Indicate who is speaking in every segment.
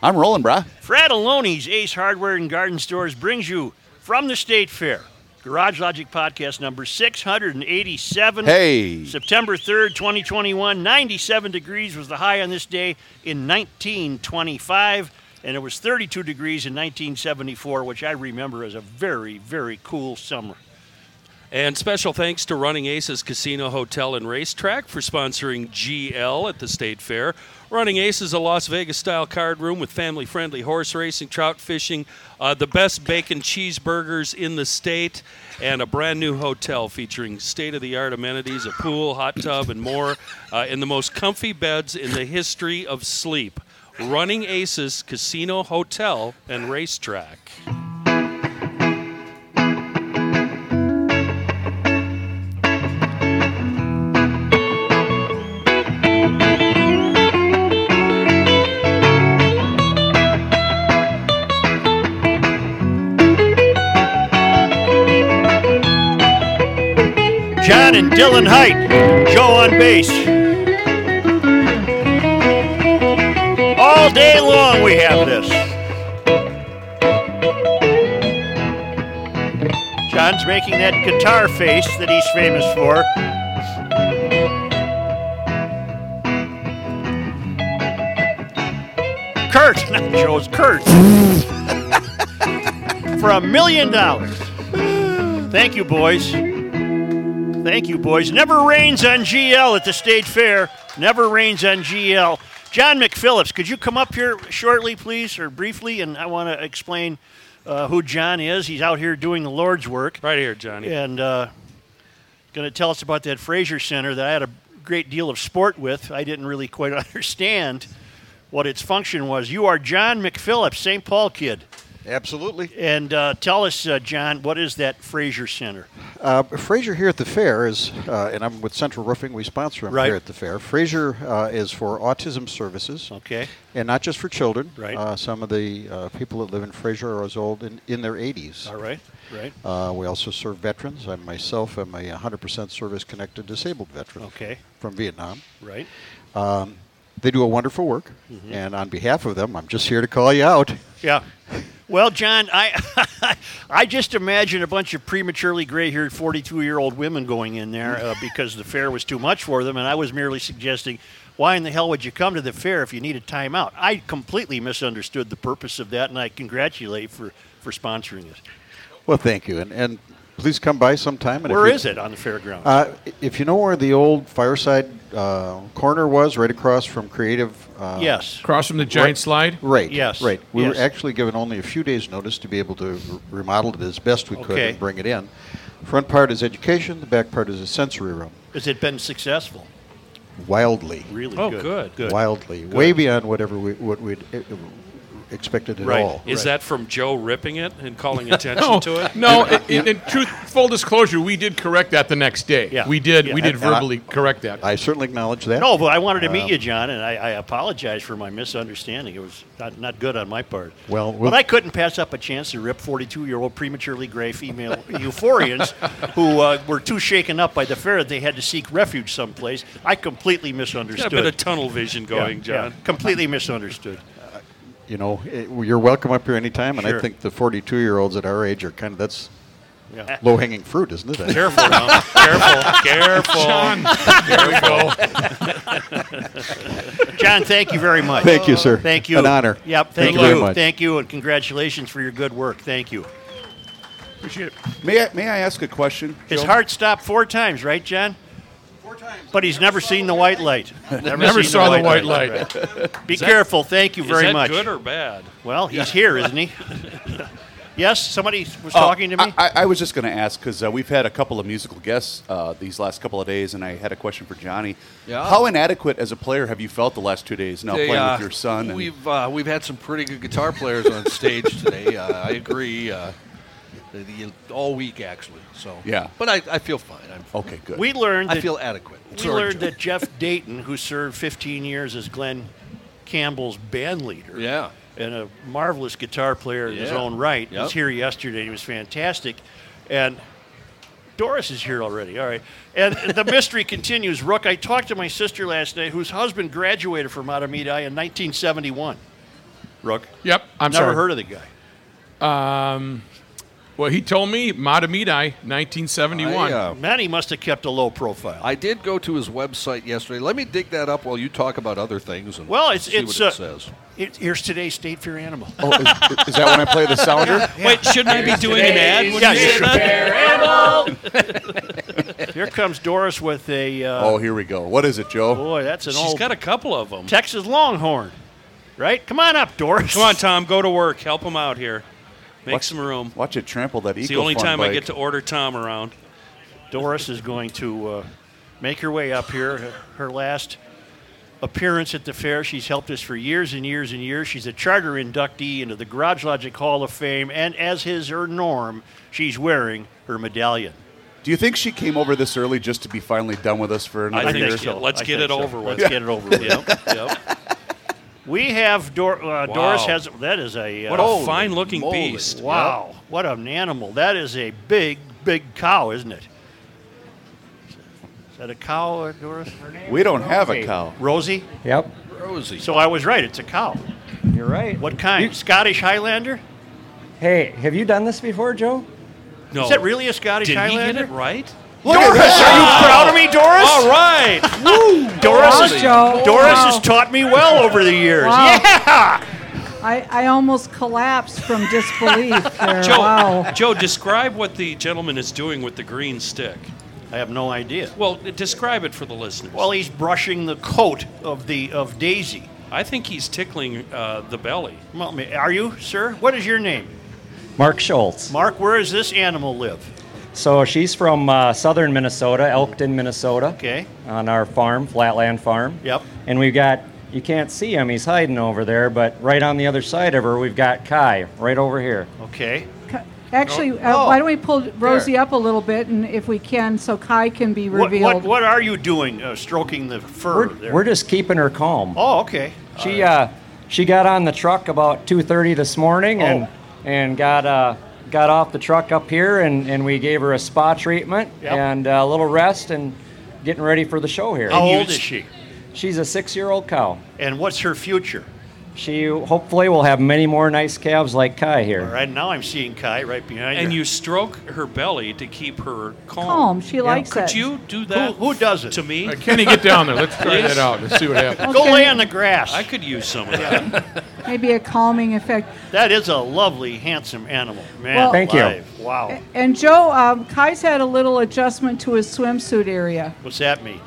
Speaker 1: I'm rolling, brah.
Speaker 2: Fratelloni's Ace Hardware and Garden Stores brings you from the State Fair. Garage Logic Podcast number 687.
Speaker 1: Hey.
Speaker 2: September 3rd, 2021. 97 degrees was the high on this day in 1925, and it was 32 degrees in 1974, which I remember as a very, very cool summer.
Speaker 3: And special thanks to Running Aces Casino Hotel and Racetrack for sponsoring GL at the State Fair. Running Aces, a Las Vegas style card room with family friendly horse racing, trout fishing, uh, the best bacon cheeseburgers in the state, and a brand new hotel featuring state of the art amenities, a pool, hot tub, and more, uh, and the most comfy beds in the history of sleep. Running Aces Casino Hotel and Racetrack.
Speaker 2: John and Dylan Height, Joe on bass. All day long we have this. John's making that guitar face that he's famous for. Kurt, not Joe's Kurt. for a million dollars. Thank you, boys. Thank you, boys. Never rains on GL at the State Fair. Never rains on GL. John McPhillips, could you come up here shortly, please, or briefly? And I want to explain uh, who John is. He's out here doing the Lord's work
Speaker 3: Right here, Johnny.
Speaker 2: and uh, going to tell us about that Fraser Center that I had a great deal of sport with. I didn't really quite understand what its function was. You are John McPhillips, St. Paul kid.
Speaker 4: Absolutely.
Speaker 2: And uh, tell us, uh, John, what is that Fraser Center?
Speaker 4: Uh, Fraser here at the fair is, uh, and I'm with Central Roofing. We sponsor them
Speaker 2: Right.
Speaker 4: here at the fair. Fraser uh, is for autism services,
Speaker 2: Okay.
Speaker 4: and not just for children.
Speaker 2: Right.
Speaker 4: Uh, some of the uh, people that live in Fraser are as old in, in their 80s.
Speaker 2: All right. Right.
Speaker 4: Uh, we also serve veterans. I myself am a 100% service-connected disabled veteran
Speaker 2: Okay.
Speaker 4: from Vietnam. Um,
Speaker 2: Right.
Speaker 4: They do a wonderful work,
Speaker 2: Mm-hmm.
Speaker 4: and on behalf of them, I'm just here to call you out.
Speaker 2: Yeah. Well, John, I I just imagine a bunch of prematurely gray-haired 42-year-old women going in there uh, because the fair was too much for them, and I was merely suggesting, why in the hell would you come to the fair if you need a timeout? I completely misunderstood the purpose of that, and I congratulate for for sponsoring this.
Speaker 4: Well, thank you, and, and please come by sometime. And if
Speaker 2: Where
Speaker 4: you-
Speaker 2: is it on the fairgrounds?
Speaker 4: Uh, if you know where the old fireside uh, corner was, right across from Creative. Uh,
Speaker 2: yes.
Speaker 5: Across from the giant slide.
Speaker 4: Right.
Speaker 2: Yes,
Speaker 4: Right. We
Speaker 2: yes.
Speaker 4: were actually given only a few days' notice to be able to r- remodel it as best we could
Speaker 2: Okay.
Speaker 4: and bring it in. Front part is education. The back part is a sensory room.
Speaker 2: Has it been successful?
Speaker 4: Wildly,
Speaker 2: Really
Speaker 3: Oh,
Speaker 2: good.
Speaker 3: good.
Speaker 2: Good.
Speaker 4: wildly, way beyond whatever we what we'd uh, expected at
Speaker 2: Right.
Speaker 4: all.
Speaker 3: Is that from Joe ripping it and calling attention
Speaker 5: No,
Speaker 3: to it? uh,
Speaker 5: no. In, in truth, full disclosure, we did correct that the next day.
Speaker 2: Yeah.
Speaker 5: We did.
Speaker 2: Yeah.
Speaker 5: We did
Speaker 4: And I-
Speaker 5: verbally correct that.
Speaker 4: I certainly acknowledge that.
Speaker 2: No, but I wanted to meet
Speaker 4: Um,
Speaker 2: you, John, and I, I apologize for my misunderstanding. It was not, not good on my part.
Speaker 4: Well,
Speaker 2: but
Speaker 4: we'll-
Speaker 2: I couldn't pass up a chance to rip 42 year old prematurely gray female euphorians who uh, were too shaken up by the fair that they had to seek refuge someplace. I completely
Speaker 3: Got a
Speaker 2: misunderstood.
Speaker 3: bit of tunnel vision
Speaker 2: Yeah,
Speaker 3: going, John.
Speaker 2: yeah, completely misunderstood.
Speaker 4: You know, it, you're welcome up here anytime. And
Speaker 2: Sure.
Speaker 4: I think the 42 year olds at our age are kind of that's
Speaker 2: Yeah.
Speaker 4: low hanging fruit, isn't it?
Speaker 3: Careful now. Careful. Careful. There we go.
Speaker 2: John, thank you very much.
Speaker 4: Thank you, sir.
Speaker 2: Thank you.
Speaker 4: An honor.
Speaker 2: Yep. Thank,
Speaker 4: Thank you very much.
Speaker 2: Thank you, and congratulations for your good work. Thank you.
Speaker 1: May I, may I ask a question?
Speaker 2: His
Speaker 1: Joe?
Speaker 2: heart stopped four times, right, John? But he's never seen the white light. Never,
Speaker 5: Never
Speaker 2: seen
Speaker 5: saw the white light.
Speaker 2: Be careful. Thank you
Speaker 3: Is
Speaker 2: very
Speaker 3: that
Speaker 2: much.
Speaker 3: good or bad?
Speaker 2: well, he's here, isn't he? Yes, somebody was talking to me.
Speaker 6: Oh, I, I- I was just going to ask because uh, we've had a couple of musical guests uh, these last couple of days, and I had a question for Johnny.
Speaker 7: Yeah.
Speaker 6: How inadequate as a player have you felt the last two days now
Speaker 7: They,
Speaker 6: playing
Speaker 7: uh,
Speaker 6: with your son? And,
Speaker 7: We've uh, we've had some pretty good guitar players on stage today. Uh, I agree. Uh, the, the, all week actually. So
Speaker 6: Yeah.
Speaker 7: but I, I feel fine. I'm fine.
Speaker 6: okay, good.
Speaker 2: we learned.
Speaker 7: I
Speaker 2: that-
Speaker 7: feel adequate.
Speaker 2: We
Speaker 7: Sorry,
Speaker 2: learned
Speaker 7: Joe.
Speaker 2: that Jeff Dayton, who served 15 years as Glenn Campbell's band leader,
Speaker 7: Yeah.
Speaker 2: and a marvelous guitar player in his
Speaker 7: Yeah.
Speaker 2: own right, was
Speaker 7: Yep.
Speaker 2: here yesterday. He was fantastic, and Doris is here already. All right, and the mystery continues. Rook, I talked to my sister last night, whose husband graduated from Matamidi in 1971. Rook,
Speaker 5: Yep, I'm
Speaker 2: never
Speaker 5: sorry. Um,
Speaker 2: heard of the guy.
Speaker 5: Well, he told me Matamidi, 1971.
Speaker 7: I, uh,
Speaker 2: Manny must have kept a low profile.
Speaker 7: I did go to his website yesterday. Let me dig that up while you talk about other things. And
Speaker 2: well, it's
Speaker 7: see
Speaker 2: it's
Speaker 7: what
Speaker 2: uh,
Speaker 7: it says.
Speaker 2: it- here's today's state fair animal.
Speaker 8: Oh, is, is that when I play the sounder?
Speaker 3: Wait, shouldn't I be doing an ad? when
Speaker 2: Yeah,
Speaker 3: you
Speaker 2: you
Speaker 3: say
Speaker 2: should.
Speaker 3: that?
Speaker 2: Here comes Doris with a uh,
Speaker 6: oh, here we go. What is it, Joe?
Speaker 2: boy. That's an
Speaker 3: She's
Speaker 2: old
Speaker 3: got a couple of them.
Speaker 2: Texas Longhorn, right? Come on up, Doris.
Speaker 3: Come on, Tom, go to work. Help him out here. Make
Speaker 6: Watch-
Speaker 3: some room.
Speaker 6: Watch it trample that eco
Speaker 3: It's the only time I get to order Tom around.
Speaker 2: Doris is going to uh, make her way up here. Her- Her last appearance at the fair. She's helped us for years and years and years. She's a charter inductee into the Garage Logic Hall of Fame, and as is her norm, she's wearing her medallion.
Speaker 6: Do you think she came over this early just to be finally done with us for another
Speaker 3: I think
Speaker 6: year?
Speaker 3: so. Let's
Speaker 2: I
Speaker 3: get
Speaker 2: think
Speaker 3: it
Speaker 2: so.
Speaker 3: over with.
Speaker 2: Let's get it over with.
Speaker 3: Yep, yep.
Speaker 2: We have Dor- uh, Doris
Speaker 3: Wow.
Speaker 2: has that is a uh,
Speaker 3: What a fine looking
Speaker 7: moly.
Speaker 3: beast.
Speaker 2: Wow, what an animal. That is a big, big cow, isn't it? Is that a cow, uh, Doris?
Speaker 6: We don't have a cow.
Speaker 2: Rosie?
Speaker 9: Yep,
Speaker 7: Rosie.
Speaker 2: So I was right. It's a cow.
Speaker 9: you're right.
Speaker 2: What kind? Scottish Highlander?
Speaker 9: Hey, have you done this before, Joe?
Speaker 3: No.
Speaker 2: Is that really a Scottish
Speaker 3: Did he get
Speaker 2: Highlander?
Speaker 3: it right?
Speaker 6: Look at that!
Speaker 2: Proud of me, Doris?
Speaker 3: All right.
Speaker 2: Doris, is,
Speaker 10: Joe.
Speaker 2: Doris
Speaker 10: Wow.
Speaker 2: has taught me well over the years.
Speaker 10: Wow.
Speaker 2: Yeah!
Speaker 10: I, I almost collapsed from disbelief there.
Speaker 3: Joe,
Speaker 10: Wow.
Speaker 3: Joe, describe what the gentleman is doing with the green stick.
Speaker 2: I have no idea.
Speaker 3: Well, describe it for the listeners.
Speaker 2: Well, he's brushing the coat of the of Daisy.
Speaker 3: I think he's tickling uh, the belly.
Speaker 2: Well, ma- Are you, sir? What is your name?
Speaker 9: Mark Schultz.
Speaker 2: Mark, where does this animal live?
Speaker 9: So she's from uh, southern Minnesota, Elkton, Minnesota.
Speaker 2: Okay.
Speaker 9: On our farm, Flatland Farm.
Speaker 2: Yep.
Speaker 9: And we've got, you can't see him, he's hiding over there, but right on the other side of her, we've got Kai, right over here.
Speaker 2: Okay.
Speaker 10: Actually, uh,
Speaker 2: Oh.
Speaker 10: why don't we pull Rosie up a little bit, and if we can, so Kai can be
Speaker 2: What,
Speaker 10: revealed.
Speaker 2: what, what are you doing? Uh, stroking the fur
Speaker 9: We're,
Speaker 2: there.
Speaker 9: we're just keeping her calm.
Speaker 2: oh, okay.
Speaker 9: She uh, she got on the truck about 2:30 this morning
Speaker 2: Oh.
Speaker 9: and and got uh, got off the truck up here and, and we gave her a spa treatment
Speaker 2: Yep.
Speaker 9: and uh, a little rest and getting ready for the show here.
Speaker 2: How
Speaker 3: you-
Speaker 2: old is she?
Speaker 9: She's a six-year-old cow.
Speaker 2: And what's her future?
Speaker 9: She hopefully will have many more nice calves like Kai here.
Speaker 2: All right now, I'm seeing Kai right behind
Speaker 3: And
Speaker 2: her.
Speaker 3: you stroke her belly to keep her calm.
Speaker 10: Calm. She likes
Speaker 3: Could
Speaker 10: it.
Speaker 3: you do that?
Speaker 2: who does it?
Speaker 3: To me?
Speaker 5: Uh, Kenny, get down there. Let's try that out. Let's see what happens.
Speaker 2: go
Speaker 10: Okay.
Speaker 2: lay on the grass.
Speaker 3: I could use some of that.
Speaker 10: Maybe a calming effect.
Speaker 2: that is a lovely, handsome animal, man.
Speaker 10: Well- Eh,
Speaker 9: Thank you.
Speaker 2: alive. Wow.
Speaker 10: And Joe, um, Kai's had a little adjustment to his swimsuit area.
Speaker 2: What's that mean?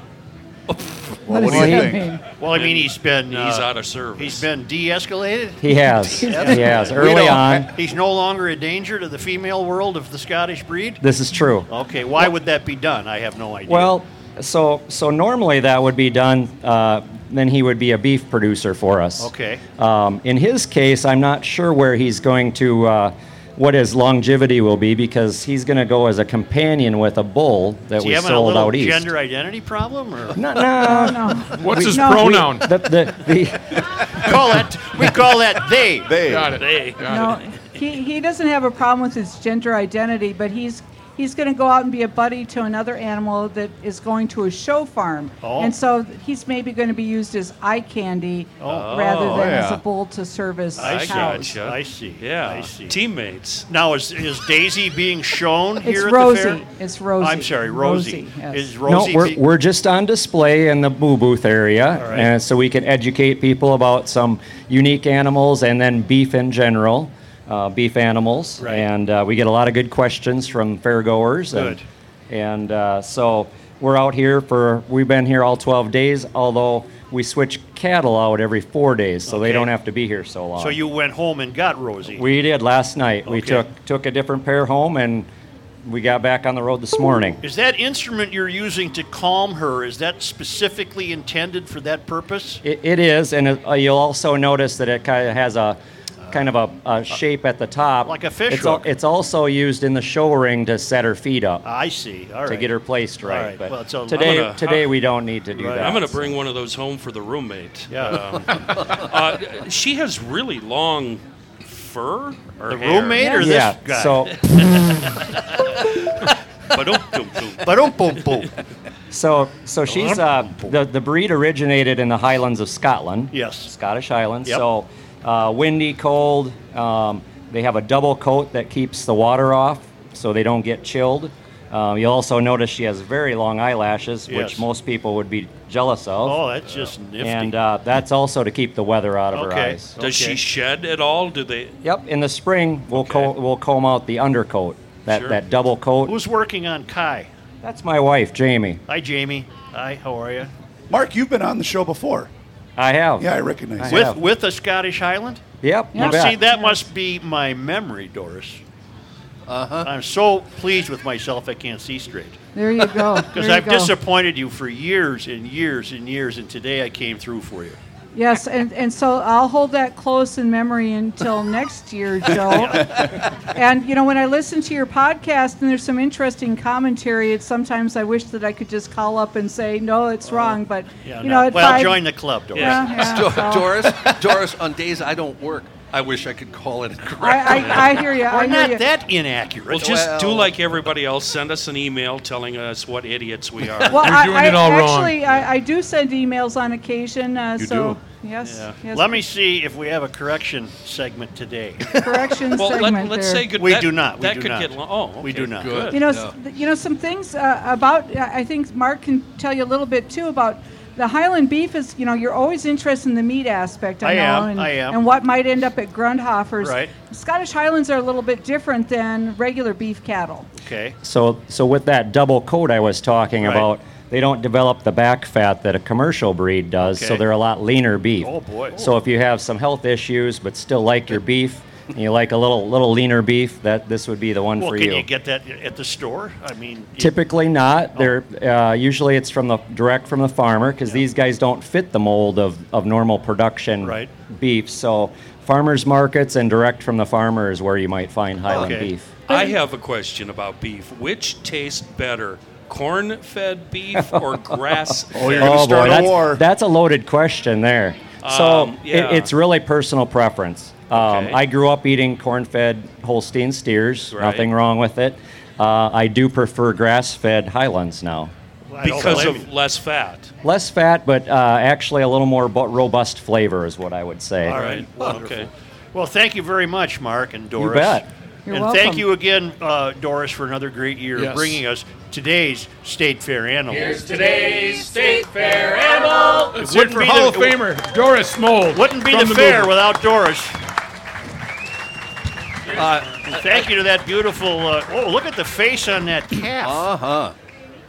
Speaker 6: Well, what do
Speaker 10: does
Speaker 6: you
Speaker 10: that
Speaker 6: think?
Speaker 10: mean?
Speaker 2: Well, I mean, he's been uh,
Speaker 3: He's out of service.
Speaker 2: He's been de-escalated.
Speaker 9: He has. he has. Early
Speaker 6: don't-
Speaker 9: on,
Speaker 2: He's no longer a danger to the female world of the Scottish breed.
Speaker 9: this is true.
Speaker 2: Okay, why would that be done? I have no idea.
Speaker 9: Well, so so normally that would be done. Uh, then he would be a beef producer for us.
Speaker 2: Okay.
Speaker 9: Um, in his case, I'm not sure where he's going to, uh, what his longevity will be, because he's going to go as a companion with a bull that
Speaker 2: is he
Speaker 9: we
Speaker 2: having a
Speaker 9: sold
Speaker 2: little
Speaker 9: out east.
Speaker 2: gender identity problem, or
Speaker 9: No, no,
Speaker 5: What's his
Speaker 10: No.
Speaker 5: pronoun?
Speaker 9: the, the, the,
Speaker 2: call that we call that they?
Speaker 6: They.
Speaker 5: Got it.
Speaker 3: They.
Speaker 10: No, he, he doesn't have a problem with his gender identity, but he's he's going to go out and be a buddy to another animal that is going to a show farm,
Speaker 2: Oh.
Speaker 10: and so he's maybe going to be used as eye candy
Speaker 2: Oh.
Speaker 10: rather than as
Speaker 6: yeah.
Speaker 10: a bull to service
Speaker 2: I
Speaker 3: I
Speaker 10: cows.
Speaker 3: gotcha.
Speaker 2: I see.
Speaker 3: Yeah.
Speaker 2: I see.
Speaker 3: Teammates.
Speaker 2: Now is is Daisy being shown
Speaker 10: It's
Speaker 2: here
Speaker 10: Rosie.
Speaker 2: at the fair?
Speaker 10: It's Rosie.
Speaker 2: I'm sorry, Rosie.
Speaker 10: Rosie, yes.
Speaker 2: Is
Speaker 9: no,
Speaker 2: Rosie?
Speaker 9: we're,
Speaker 2: be-
Speaker 9: we're just on display in the boo booth area,
Speaker 2: All right.
Speaker 9: and so we can educate people about some unique animals and then beef in general, uh, beef animals.
Speaker 2: Right.
Speaker 9: And uh, we get a lot of good questions from fairgoers.
Speaker 2: Good.
Speaker 9: And, and uh, so we're out here for, we've been here all 12 days, although we switch cattle out every four days, so they
Speaker 2: Okay.
Speaker 9: don't have to be here so long.
Speaker 2: So you went home and got Rosie.
Speaker 9: We did last night. We
Speaker 2: Okay.
Speaker 9: took took a different pair home, and we got back on the road this morning.
Speaker 2: Is that instrument you're using to calm her? Is that specifically intended for that purpose?
Speaker 9: It, it is, and it, uh, you'll also notice that it kind of has a kind of a, a shape at the top,
Speaker 2: Like a fish
Speaker 9: It's, al-
Speaker 2: hook.
Speaker 9: it's also used in the show ring to set her feet up
Speaker 2: I see. All right.
Speaker 9: to get her placed right.
Speaker 2: right.
Speaker 9: But
Speaker 2: Well, it's a-
Speaker 9: today,
Speaker 3: I'm gonna-
Speaker 9: today we don't need to do
Speaker 2: Right.
Speaker 9: that.
Speaker 3: I'm going to bring one of those home for the roommate.
Speaker 2: Yeah.
Speaker 3: Um, uh, she has really long fur. Or
Speaker 2: The
Speaker 3: hair.
Speaker 2: roommate or
Speaker 9: yeah.
Speaker 2: this guy?
Speaker 9: So
Speaker 3: Ba-dum-dum-dum.
Speaker 2: Ba-dum, boom, boom.
Speaker 9: so so she's uh, the the breed originated in the Highlands of Scotland.
Speaker 2: Yes.
Speaker 9: Scottish Highlands.
Speaker 2: Yep.
Speaker 9: So uh, windy, cold. Um, they have a double coat that keeps the water off so they don't get chilled. Uh, you'll also notice she has very long eyelashes,
Speaker 2: Yes.
Speaker 9: which most people would be jealous of.
Speaker 2: Oh, that's just nifty.
Speaker 9: and uh, that's also to keep the weather out of her
Speaker 2: Okay.
Speaker 9: eyes.
Speaker 3: Does
Speaker 2: Okay.
Speaker 3: she shed at all? Do they?
Speaker 9: Yep, in the spring, we'll, co- we'll comb out the undercoat, that,
Speaker 3: Sure.
Speaker 9: that double coat.
Speaker 2: Who's working on Kai?
Speaker 9: that's my wife, Jamie.
Speaker 2: Hi, Jamie. Hi, how are you?
Speaker 6: Mark, you've been on the show before.
Speaker 9: I have.
Speaker 6: Yeah, I recognize you.
Speaker 2: With
Speaker 9: have.
Speaker 2: with a Scottish Highland?
Speaker 9: Yep, you
Speaker 2: Now,
Speaker 9: bet.
Speaker 2: see, that must be my memory, Doris. Uh-huh. I'm so pleased with myself I can't see straight.
Speaker 10: There you go.
Speaker 2: Because I've disappointed you for years and years and years, and today I came through for you.
Speaker 10: Yes, and, and so I'll hold that close in memory until next year, Joe. and you know, when I listen to your podcast and there's some interesting commentary, it's sometimes I wish that I could just call up and say, No, it's wrong, but
Speaker 2: Oh. Yeah,
Speaker 10: you
Speaker 2: no.
Speaker 10: know, it's
Speaker 2: well,
Speaker 10: five-
Speaker 2: join the club, Doris.
Speaker 10: Yeah, yeah,
Speaker 7: Dor-
Speaker 10: so-
Speaker 7: Doris, Doris, on days I don't work, I wish I could call it
Speaker 10: I,
Speaker 7: correctly.
Speaker 10: I, I hear you.
Speaker 2: We're
Speaker 10: I hear
Speaker 2: not
Speaker 10: you.
Speaker 2: that inaccurate.
Speaker 3: Well, just do
Speaker 7: Well-
Speaker 3: like everybody else. Send us an email telling us what idiots we are.
Speaker 10: Well,
Speaker 11: Uh, You're
Speaker 10: I,
Speaker 11: doing
Speaker 10: I,
Speaker 11: it all wrong.
Speaker 10: actually, I, I do send emails on occasion. Uh,
Speaker 6: You
Speaker 10: so
Speaker 6: do?
Speaker 10: yes,
Speaker 2: Yeah.
Speaker 10: yes.
Speaker 2: Let me see if we have a correction segment today.
Speaker 10: correction
Speaker 3: Well,
Speaker 10: segment.
Speaker 3: let, let's
Speaker 10: there.
Speaker 3: say good.
Speaker 2: We
Speaker 3: that-
Speaker 2: do not. We
Speaker 3: that
Speaker 2: do
Speaker 3: could
Speaker 2: not.
Speaker 3: get long. Oh,
Speaker 2: We
Speaker 3: okay,
Speaker 2: do not.
Speaker 7: Good.
Speaker 10: you know,
Speaker 7: No.
Speaker 10: s th- you know some things uh, about. I I think Mark can tell you a little bit too about the Highland beef. Is you know you're always interested in the meat aspect. I,
Speaker 2: I
Speaker 10: know,
Speaker 2: am,
Speaker 10: And,
Speaker 2: I am.
Speaker 10: And what might end up at Grundhoffers.
Speaker 2: Right.
Speaker 10: Scottish Highlands are a little bit different than regular beef cattle.
Speaker 2: Okay.
Speaker 9: So, so with that double coat I was talking
Speaker 2: Right.
Speaker 9: about, they don't develop the back fat that a commercial breed does, so
Speaker 2: Okay.
Speaker 9: they're a lot leaner beef.
Speaker 2: Oh, boy.
Speaker 9: So if you have some health issues but still like your beef, and you like a little little leaner beef, that this would be the one
Speaker 2: Well,
Speaker 9: for
Speaker 2: can
Speaker 9: you.
Speaker 2: you Oh. get that at the store? I mean, you-
Speaker 9: Typically not. They're uh, usually it's from the direct from the farmer because these guys don't fit the mold of, of normal production
Speaker 2: Right.
Speaker 9: beef. So farmers markets and direct from the farmer is where you might find Highland
Speaker 2: Okay.
Speaker 9: beef.
Speaker 3: I have a question about beef. Which tastes better, corn-fed beef or grass-fed?
Speaker 6: you're gonna
Speaker 9: oh
Speaker 6: start
Speaker 9: boy,
Speaker 6: a
Speaker 9: that's,
Speaker 6: war.
Speaker 9: that's a loaded question there. So
Speaker 3: Um, yeah.
Speaker 9: it, it's really personal preference. Um,
Speaker 3: Okay.
Speaker 9: I grew up eating corn-fed Holstein steers.
Speaker 3: Right.
Speaker 9: Nothing wrong with it. Uh, I do prefer grass-fed Highlands now.
Speaker 2: I don't
Speaker 3: because
Speaker 2: blame
Speaker 3: of
Speaker 2: you.
Speaker 3: less fat.
Speaker 9: Less fat, but uh, actually a little more bo- robust flavor is what I would say.
Speaker 2: All right.
Speaker 3: Wonderful.
Speaker 2: Okay. Well, thank you very much, Mark and Doris.
Speaker 9: bet.
Speaker 10: You're
Speaker 2: and thank
Speaker 10: welcome.
Speaker 2: you again, uh, Doris, for another great year of
Speaker 7: Yes.
Speaker 2: bringing us today's State Fair animal.
Speaker 11: Today's State Fair Animal. It's
Speaker 2: Wouldn't
Speaker 11: it for
Speaker 2: be
Speaker 11: Hall
Speaker 2: the-
Speaker 11: of Famer Doris Mold.
Speaker 2: Wouldn't be
Speaker 11: from
Speaker 2: the, fair
Speaker 11: movie.
Speaker 2: without Doris.
Speaker 7: Uh,
Speaker 2: And thank you to that beautiful. Uh, oh, look at the face on that calf.
Speaker 7: Uh huh.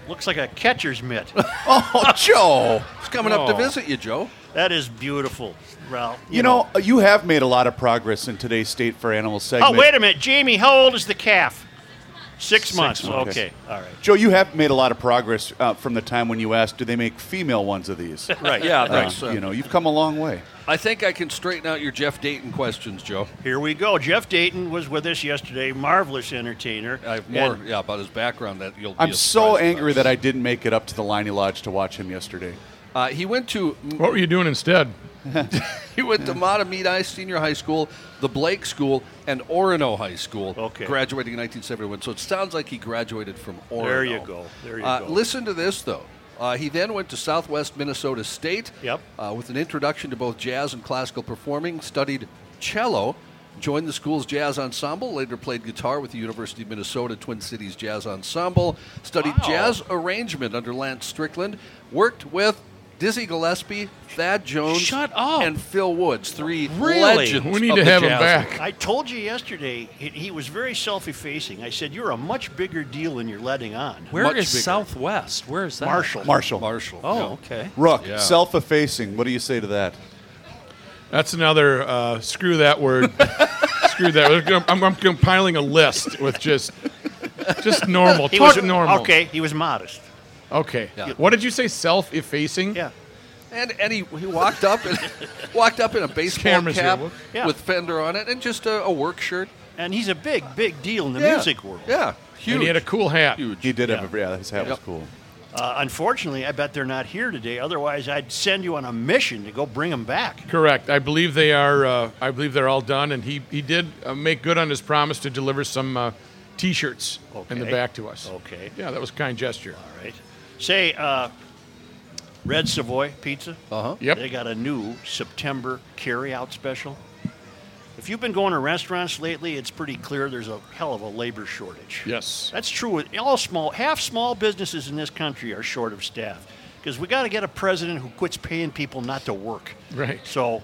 Speaker 2: Looks like a catcher's mitt.
Speaker 7: Oh, Joe, it's coming up to
Speaker 3: Oh.
Speaker 7: visit you, Joe.
Speaker 2: that is beautiful, Ralph.
Speaker 6: You know, you have made a lot of progress in today's State for Animal
Speaker 2: Oh,
Speaker 6: segment.
Speaker 2: wait a minute, Jamie. How old is the calf? Six,
Speaker 6: Six
Speaker 2: months.
Speaker 6: months.
Speaker 2: Okay. All right.
Speaker 6: Joe, you have made a lot of progress uh, from the time when you asked, do they make female ones of these?
Speaker 3: Right. Yeah.
Speaker 6: Uh,
Speaker 7: Right.
Speaker 6: You know, you've come a long way.
Speaker 7: I think I can straighten out your Jeff Dayton questions, Joe.
Speaker 2: Here we go. Jeff Dayton was with us yesterday. Marvelous entertainer.
Speaker 7: I have Uh, more,
Speaker 2: And
Speaker 7: yeah, about his background that you'll. Be
Speaker 6: I'm so
Speaker 7: surprised
Speaker 6: angry
Speaker 7: about.
Speaker 6: that I didn't make it up to the Liney Lodge to watch him yesterday.
Speaker 7: Uh, he went to
Speaker 11: What were you doing instead?
Speaker 7: he went to Matamidi Senior High School, the Blake School, and Orono High School.
Speaker 2: Okay.
Speaker 7: Graduating in 1971, so it sounds like he graduated from Orono.
Speaker 2: There you go. There you
Speaker 7: Uh,
Speaker 2: go.
Speaker 7: Listen to this though. Uh, he then went to Southwest Minnesota State.
Speaker 2: Yep.
Speaker 7: Uh, with an introduction to both jazz and classical performing, studied cello. Joined the school's jazz ensemble, later played guitar with the University of Minnesota Twin Cities Jazz Ensemble, studied
Speaker 3: Wow.
Speaker 7: jazz arrangement under Lance Strickland, worked with Dizzy Gillespie, Thad Jones,
Speaker 3: Shut up.
Speaker 7: and Phil Woods. Three
Speaker 5: Really?
Speaker 7: legends.
Speaker 5: We need
Speaker 7: of
Speaker 5: to
Speaker 7: the
Speaker 5: have him
Speaker 7: jazz.
Speaker 5: back.
Speaker 2: I told you yesterday he, he was very self-effacing. I said you're a much bigger deal than you're letting on.
Speaker 3: Where is
Speaker 2: Much bigger.
Speaker 3: Southwest? Where is that?
Speaker 2: Marshall?
Speaker 1: Marshall.
Speaker 7: Marshall.
Speaker 3: Oh, okay.
Speaker 1: Rook,
Speaker 5: Yeah.
Speaker 1: self effacing. What do you say to that?
Speaker 5: That's another uh, screw that word. screw that. We're gonna- I'm, I'm compiling a list with just just normal.
Speaker 2: He
Speaker 5: Talk
Speaker 2: was
Speaker 5: normal.
Speaker 2: Okay, he was modest.
Speaker 5: Okay.
Speaker 7: Yeah.
Speaker 5: What did you say? Self-effacing.
Speaker 2: Yeah.
Speaker 7: And and he, he walked up and walked up in a baseball
Speaker 5: camera's
Speaker 7: cap
Speaker 5: here, look.
Speaker 2: Yeah.
Speaker 7: with Fender on it and just a, a work shirt.
Speaker 2: And he's a big, big deal in the
Speaker 7: Yeah.
Speaker 2: music world.
Speaker 7: Yeah,
Speaker 5: And he
Speaker 7: huge.
Speaker 5: had a cool hat.
Speaker 1: He did have a. Yeah, his hat was
Speaker 7: Yep.
Speaker 1: cool.
Speaker 2: Uh, unfortunately, I bet they're not here today. Otherwise, I'd send you on a mission to go bring them back.
Speaker 5: Correct. I believe they are. Uh, I believe they're all done, and he he did uh, make good on his promise to deliver some uh, T-shirts in the
Speaker 2: Okay.
Speaker 5: back to us.
Speaker 2: Okay.
Speaker 5: Yeah, that was a kind gesture.
Speaker 2: All right. Say, uh, Red Savoy Pizza.
Speaker 7: Uh-huh.
Speaker 5: Yep.
Speaker 2: They got a new September carryout special. If you've been going to restaurants lately, it's pretty clear there's a hell of a labor shortage.
Speaker 5: Yes.
Speaker 2: That's true. with All small, half small businesses in this country are short of staff because we got to get a president who quits paying people not to work.
Speaker 5: Right.
Speaker 2: So,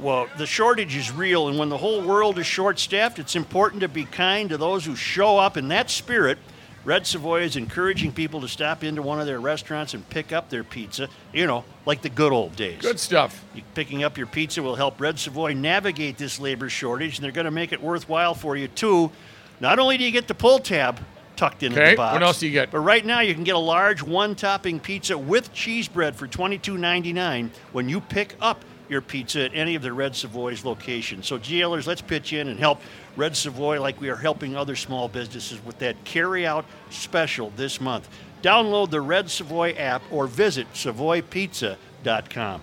Speaker 2: well, the shortage is real, and when the whole world is short staffed, it's important to be kind to those who show up in that spirit. Red Savoy is encouraging people to stop into one of their restaurants and pick up their pizza, you know, like the good old days.
Speaker 5: Good stuff.
Speaker 2: You- Picking up your pizza will help Red Savoy navigate this labor shortage, and they're going to make it worthwhile for you too. Not only do you get the pull tab tucked into
Speaker 5: Okay,
Speaker 2: the box,
Speaker 5: what else do you get?
Speaker 2: But right now, you can get a large one-topping pizza with cheese bread for $22.99 when you pick up your pizza at any of the Red Savoy's locations. So, GLers, let's pitch in and help Red Savoy like we are helping other small businesses with that carry-out special this month. Download the Red Savoy app or visit savoypizza.com.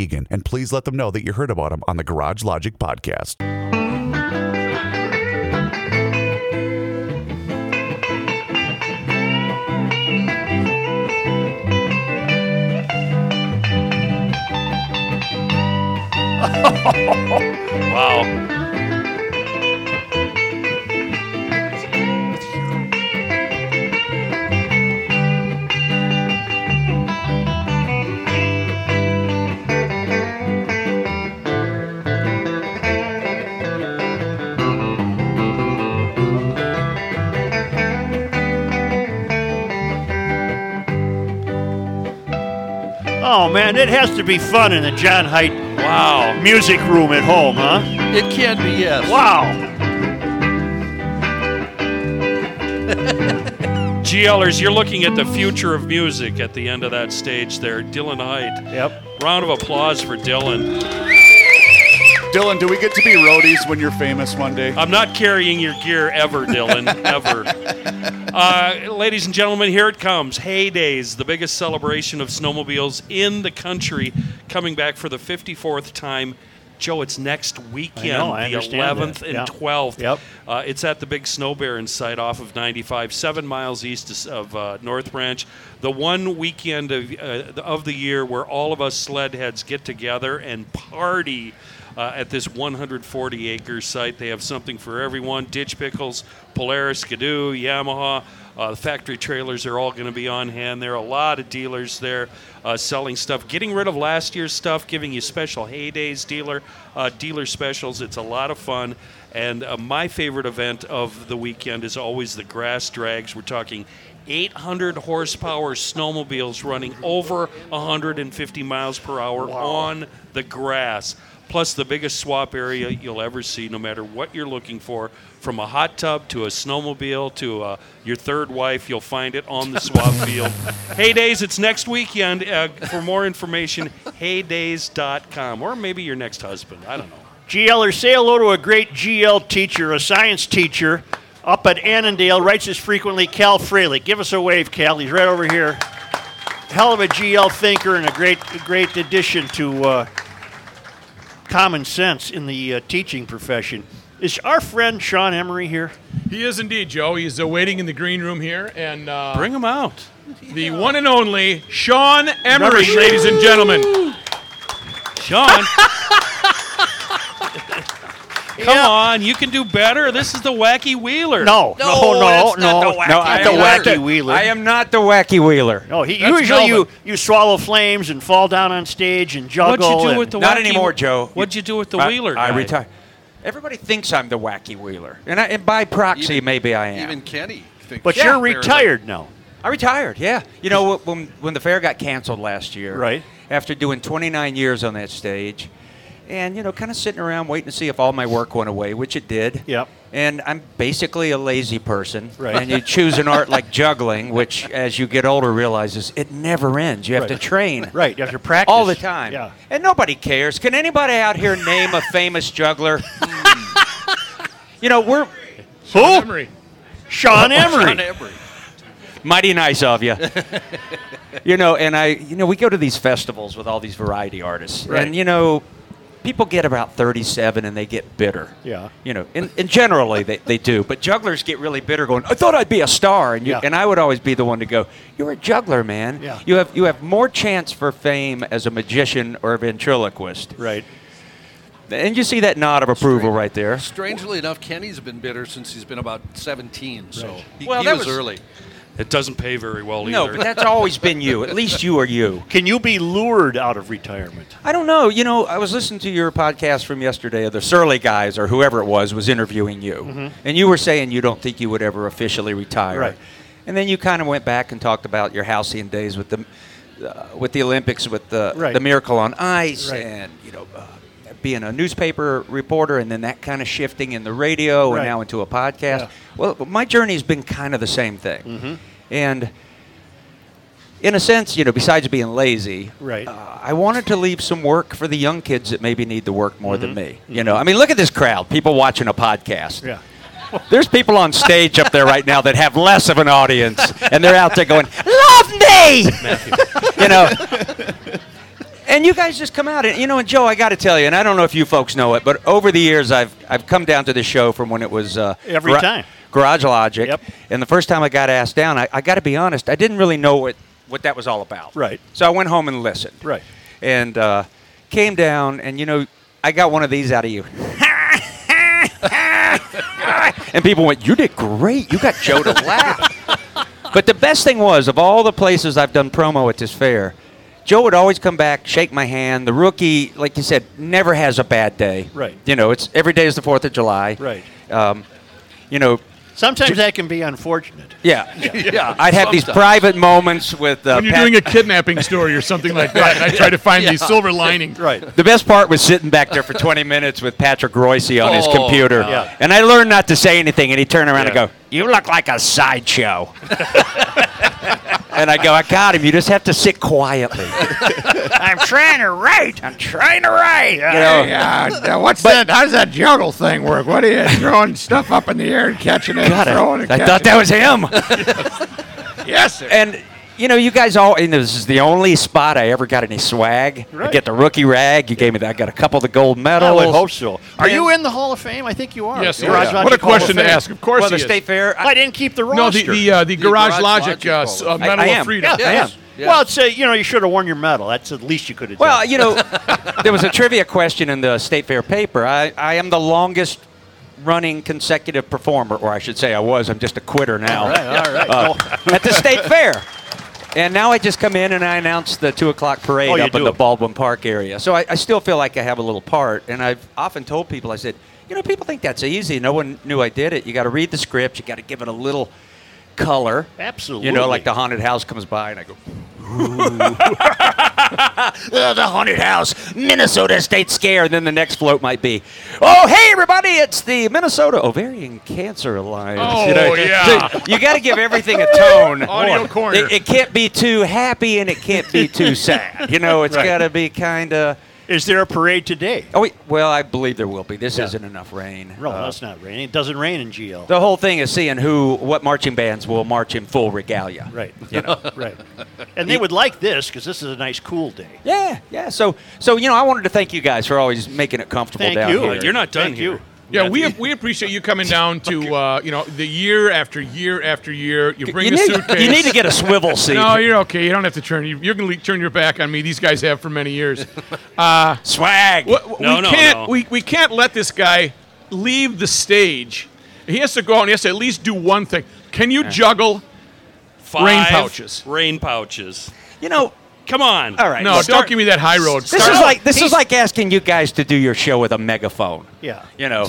Speaker 6: Eagan. And please let them know that you heard about them on the Garage Logic podcast.
Speaker 3: Wow.
Speaker 2: Oh man, it has to be fun in the John Height
Speaker 3: Wow.
Speaker 2: music room at home, huh?
Speaker 7: It can be yes.
Speaker 2: Wow.
Speaker 3: GLers, you're looking at the future of music at the end of that stage there. Dylan Height.
Speaker 2: Yep.
Speaker 3: Round of applause for Dylan.
Speaker 1: Dylan, do we get to be roadies when you're famous one day?
Speaker 3: I'm not carrying your gear ever, Dylan, ever. Uh, ladies and gentlemen, here it comes. Heydays, the biggest celebration of snowmobiles in the country, coming back for the 54th time Joe, it's next weekend,
Speaker 2: know, I
Speaker 3: the
Speaker 2: understand
Speaker 3: 11th
Speaker 2: that.
Speaker 3: and
Speaker 2: Yeah.
Speaker 3: 12th. Yep. Uh, it's at the Big Snow Baron site off of 95, seven miles east of- of uh, North Ranch. The one weekend of, uh, of the year where all of us sled heads get together and party. Uh, at this 140 acre site, they have something for everyone ditch pickles, Polaris, Skidoo, Yamaha, uh, the factory trailers are all going to be on hand. There are a lot of dealers there uh, selling stuff, getting rid of last year's stuff, giving you special heydays, dealer uh, dealer specials. It's a lot of fun. And uh, my favorite event of the weekend is always the grass drags. We're talking 800 horsepower snowmobiles running over 150 miles per hour on the grass. Plus, the biggest swap area you'll ever see, no matter what you're looking for, from a hot tub to a snowmobile to uh, your third wife, you'll find it on the swap field. Heydays, it's next weekend. Uh, for more information, heydays.com or maybe your next husband. I don't know.
Speaker 2: GLer, say hello to a great GL teacher, a science teacher up at Annandale, writes us frequently, Cal Fraley. Give us a wave, Cal. He's right over here. Hell of a GL thinker and a great, great addition to uh, common sense in the uh, teaching profession. Is our friend Sean Emery here?
Speaker 5: He is indeed, Joe. He's uh, waiting in the green room here, and uh,
Speaker 3: bring him out.
Speaker 5: The one and only Sean Emery,
Speaker 2: Number-
Speaker 5: ladies and gentlemen.
Speaker 3: Sean. Come on, you can do better. This is the wacky wheeler.
Speaker 2: No, no, no, no, no, not the wacky wheeler.
Speaker 3: I
Speaker 2: am
Speaker 12: not the wacky wheeler.
Speaker 2: No, Oh, he,
Speaker 3: That's
Speaker 2: usually you,
Speaker 3: Melvin.
Speaker 2: you swallow flames and fall down on stage and
Speaker 13: What'd
Speaker 2: juggle.
Speaker 13: you do
Speaker 2: and-
Speaker 13: with the Not wacky- anymore, Joe.
Speaker 3: What'd you do with the
Speaker 13: I-
Speaker 3: wheeler?
Speaker 13: I
Speaker 3: guy?
Speaker 13: retire. Everybody thinks I'm the wacky wheeler, and, I, and by proxy, maybe I am.
Speaker 7: Even Kenny. Thinks
Speaker 13: But
Speaker 7: that,
Speaker 13: you're
Speaker 7: apparently.
Speaker 13: retired now. I retired. Yeah, you know wh- when when the fair got canceled last year,
Speaker 2: Right.
Speaker 13: After doing 29 years on that stage, and you know, kind of sitting around waiting to see if all my work went away, which it did. Yep. And I'm basically a lazy person,
Speaker 2: Right.
Speaker 13: And you choose an art like juggling, which as you get older realizes it never ends. You have to
Speaker 2: Right.
Speaker 13: train.
Speaker 2: Right, you have to practice
Speaker 13: all the time.
Speaker 2: Yeah.
Speaker 13: And nobody cares. Can anybody out here name a famous juggler? Hmm. you know, we're
Speaker 2: Sean
Speaker 5: Emery.
Speaker 2: Sean Emery.
Speaker 13: Mighty nice of you. you know, and I, you know, we go to these festivals with all these variety artists,
Speaker 2: Right.
Speaker 13: and you know, people get about 37 and they get bitter.
Speaker 2: Yeah.
Speaker 13: You know, and, and generally they, they do, but jugglers get really bitter, going, "I thought I'd be a star," and you,
Speaker 2: Yeah.
Speaker 13: and I would always be the one to go, "You're a juggler, man.
Speaker 2: Yeah.
Speaker 13: You have you have more chance for fame as a magician or a ventriloquist."
Speaker 2: Right.
Speaker 13: And you see that nod of approval right there.
Speaker 7: Strangely enough, Kenny's been bitter since he's been about 17, so he,
Speaker 13: Well,
Speaker 7: he
Speaker 13: that
Speaker 7: was,
Speaker 13: was-
Speaker 7: early.
Speaker 3: It doesn't pay very well either.
Speaker 13: No, but that's always been you. At least you are you.
Speaker 2: Can you be lured out of retirement?
Speaker 13: I don't know. You know, I was listening to your podcast from yesterday. The Surly guys or whoever it was was interviewing you,
Speaker 2: Mhm.
Speaker 14: Mm-hmm.
Speaker 13: and you were saying you don't think you would ever officially retire.
Speaker 2: Right.
Speaker 13: And then you kind of went back and talked about your halcyon days with the uh, with the Olympics, with the
Speaker 2: Right.
Speaker 13: Uh, the Miracle on Ice,
Speaker 2: Right.
Speaker 13: and you know, uh, being a newspaper reporter, and then that kind of shifting in the radio,
Speaker 2: Right.
Speaker 13: and now into a podcast.
Speaker 2: Yeah. Mm-hmm.
Speaker 13: Well, my journey has been kind of the same thing, and in a sense, you know, besides being lazy,
Speaker 2: Right.
Speaker 13: I wanted to leave some work for the young kids that maybe need the work more than
Speaker 2: Mhm.
Speaker 13: me. You know, I mean, look at this crowd, people watching a podcast.
Speaker 2: Yeah.
Speaker 13: There's people on stage up there right now that have less of an audience, and they're out there going, "Love me," you know. And you guys just come out, and you know, and Joe, I got to tell you, and I don't know if you folks know it, but over the years, I've I've come down to this show from when it was uh,
Speaker 2: Every time.
Speaker 13: Garage Logic, and the first time I got asked down, I, I got to be honest, I didn't really know what what that was all about.
Speaker 2: Right.
Speaker 13: So I went home and listened.
Speaker 2: Right.
Speaker 13: And uh, came down, and you know, I got one of these out of you. and people went, "You did great. You got Joe to laugh." but the best thing was, of all the places I've done promo at this fair, Joe would always come back, shake my hand. The rookie, like you said, never has a bad day.
Speaker 2: Right.
Speaker 13: You know, it's every day is the Fourth of July.
Speaker 2: Right.
Speaker 13: Um, you know,
Speaker 2: Sometimes that can be unfortunate.
Speaker 13: yeah.
Speaker 2: Yeah,
Speaker 13: I'd have these
Speaker 2: sometimes.
Speaker 13: private moments with. Uh,
Speaker 5: when you're
Speaker 13: Pat-
Speaker 5: doing a kidnapping story or something like that, and I try to find the
Speaker 13: Yeah.
Speaker 5: silver lining.
Speaker 2: Right.
Speaker 13: The best part was sitting back there for 20 minutes with Patrick Royce on his
Speaker 5: Oh,
Speaker 13: computer.
Speaker 5: yeah.
Speaker 13: And I learned not to say anything, and he'd turn around
Speaker 2: Yeah.
Speaker 13: and go, You look like a sideshow. and I go, I got him. You just have to sit quietly. I'm trying to write. I'm trying to write. You know?
Speaker 15: Yeah, what's that? How does that juggle thing work? What are you throwing stuff up in the air and catching it?
Speaker 13: God,
Speaker 15: and throwing
Speaker 13: I,
Speaker 15: and
Speaker 13: I
Speaker 15: catching
Speaker 13: thought that
Speaker 15: it?
Speaker 13: was him.
Speaker 15: yes, sir.
Speaker 13: And you know, you guys all, and this is the only spot I ever got any swag. I
Speaker 2: Right.
Speaker 13: get the rookie rag. You gave me that. I got a couple of the gold medals.
Speaker 2: I would hope so. Are
Speaker 13: Yeah.
Speaker 2: you in the Hall of Fame? I think you are.
Speaker 5: Yes,
Speaker 2: The
Speaker 5: he
Speaker 2: Garage
Speaker 5: is.
Speaker 2: Logic
Speaker 5: What a
Speaker 2: Hall of
Speaker 5: question to
Speaker 2: Fame.
Speaker 5: ask. Of course
Speaker 2: Well,
Speaker 5: he
Speaker 2: the
Speaker 5: is.
Speaker 2: State Fair. I, didn't keep the
Speaker 5: No, the-
Speaker 2: roster.
Speaker 5: the, uh, the The Garage Garage Logic, Logic uh, Hall of s- uh, Fame. Medal
Speaker 2: I
Speaker 5: of
Speaker 2: am.
Speaker 5: Freedom.
Speaker 2: Yeah,
Speaker 5: I
Speaker 2: that's-
Speaker 5: am.
Speaker 2: Well, it's a, you know you should have worn your medal. That's the least you could have done.
Speaker 13: Well, you know, there was a trivia question in the State Fair paper. I, I am the longest running consecutive performer, or I should say I was. I'm just a quitter now.
Speaker 2: All right, all right.
Speaker 13: Uh, at the State Fair. And now I just come in and I announce the 2 o'clock parade
Speaker 2: Oh, you
Speaker 13: up in
Speaker 2: do
Speaker 13: the
Speaker 2: it.
Speaker 13: Baldwin Park area. So I, I still feel like I have a little part. And I've often told people, I said, you know, people think that's easy. No one knew I did it. You got to read the script, you got to give it a little color.
Speaker 2: Absolutely.
Speaker 13: You know, like the haunted house comes by and I go, "Uh, the haunted house, Minnesota State Scare. And then the next float might be, oh, hey, everybody, it's the Minnesota Ovarian Cancer Alliance.
Speaker 5: Oh,
Speaker 13: yeah. you got to give everything a tone.
Speaker 5: Audio corner.
Speaker 13: It, it can't be too happy and it can't be too sad. You know, it's
Speaker 2: Right.
Speaker 13: got to be kind of.
Speaker 2: Is there a parade today?
Speaker 13: Oh, wait, well, I believe there will be. This isn't enough rain.
Speaker 2: no,
Speaker 5: Uh-huh.
Speaker 13: Uh,
Speaker 2: that's not raining. It doesn't rain in GL.
Speaker 13: the whole thing is seeing who, what marching bands will march in full regalia.
Speaker 2: Right.
Speaker 13: You know.
Speaker 2: right. And they would like this because this is a nice cool day.
Speaker 13: Yeah, yeah. So, so you know, I wanted to thank you guys for always making it comfortable
Speaker 2: Thank
Speaker 13: down
Speaker 2: you.
Speaker 13: here.
Speaker 2: Uh, you're not done Thank here. you.
Speaker 5: Yeah, we we appreciate you coming down to uh, you know the year after year after year. You bring
Speaker 13: You
Speaker 5: a
Speaker 13: need-
Speaker 5: suitcase.
Speaker 13: you need to get a swivel seat.
Speaker 5: No, you're okay. You don't have to turn. You, you can le- turn your back on me. These guys have for many years. Uh,
Speaker 13: Swag.
Speaker 5: We,
Speaker 3: No,
Speaker 5: we
Speaker 3: no,
Speaker 5: can't.
Speaker 3: no.
Speaker 5: We we can't let this guy leave the stage. He has to go out and he has to at least do one thing. Can you juggle?
Speaker 3: Five
Speaker 5: Rain pouches.
Speaker 3: Rain pouches.
Speaker 13: You know,
Speaker 3: come on.
Speaker 13: All right.
Speaker 5: No, don't give me that high road.
Speaker 13: This is like this is like asking you guys to do your show with a megaphone.
Speaker 2: Yeah.
Speaker 13: You know.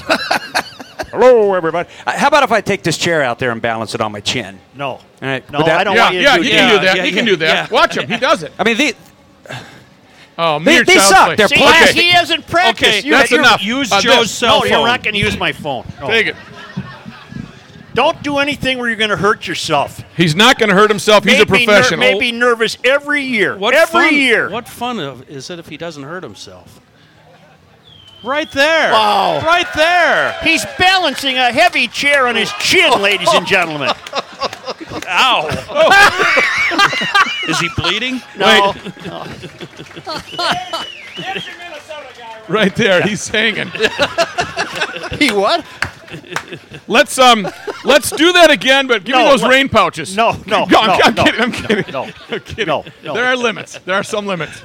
Speaker 13: Hello, everybody. Uh, How about if I take this chair out there and balance it on my chin?
Speaker 2: No. All
Speaker 13: right.
Speaker 2: No,
Speaker 13: Would that-
Speaker 2: I don't
Speaker 5: yeah,
Speaker 2: want you to
Speaker 5: yeah,
Speaker 2: do
Speaker 5: he
Speaker 2: that.
Speaker 5: can do that.
Speaker 2: Yeah,
Speaker 5: he
Speaker 2: yeah,
Speaker 5: can do that.
Speaker 2: yeah.
Speaker 5: Watch him. He does it.
Speaker 13: I mean, the,
Speaker 5: oh,
Speaker 13: They-
Speaker 5: mere
Speaker 13: they
Speaker 5: child's
Speaker 13: suck.
Speaker 5: play.
Speaker 13: They're
Speaker 5: Okay.
Speaker 13: plastic.
Speaker 2: He hasn't practiced.
Speaker 3: Okay,
Speaker 2: You-
Speaker 5: that's
Speaker 2: you-
Speaker 5: enough.
Speaker 3: use
Speaker 5: Uh,
Speaker 3: Joe's
Speaker 5: this-
Speaker 3: cell
Speaker 2: no,
Speaker 3: phone.
Speaker 2: you're not going to use my phone. No.
Speaker 5: Take it.
Speaker 2: Don't do anything where you're going to hurt yourself.
Speaker 5: He's not going to hurt himself. He's a
Speaker 2: Made me ner-
Speaker 5: professional.
Speaker 2: made me nervous every year.
Speaker 3: What
Speaker 2: every
Speaker 3: fun,
Speaker 2: year.
Speaker 3: What fun of, is it if he doesn't hurt himself? Right there.
Speaker 2: Wow.
Speaker 3: Right there.
Speaker 2: He's balancing a heavy chair on his chin, ladies and gentlemen.
Speaker 3: Ow.
Speaker 5: Oh.
Speaker 3: Is he bleeding?
Speaker 2: No.
Speaker 5: right there. He's hanging.
Speaker 2: he what?
Speaker 5: Let's um, let's do that again. But give me
Speaker 2: No,
Speaker 5: those
Speaker 2: what-
Speaker 5: rain pouches.
Speaker 2: No, no,
Speaker 5: I'm, I'm
Speaker 2: no,
Speaker 5: kidding. I'm
Speaker 2: no,
Speaker 5: kidding.
Speaker 2: no,
Speaker 5: I'm kidding.
Speaker 2: no, no.
Speaker 5: There are limits. There are some limits.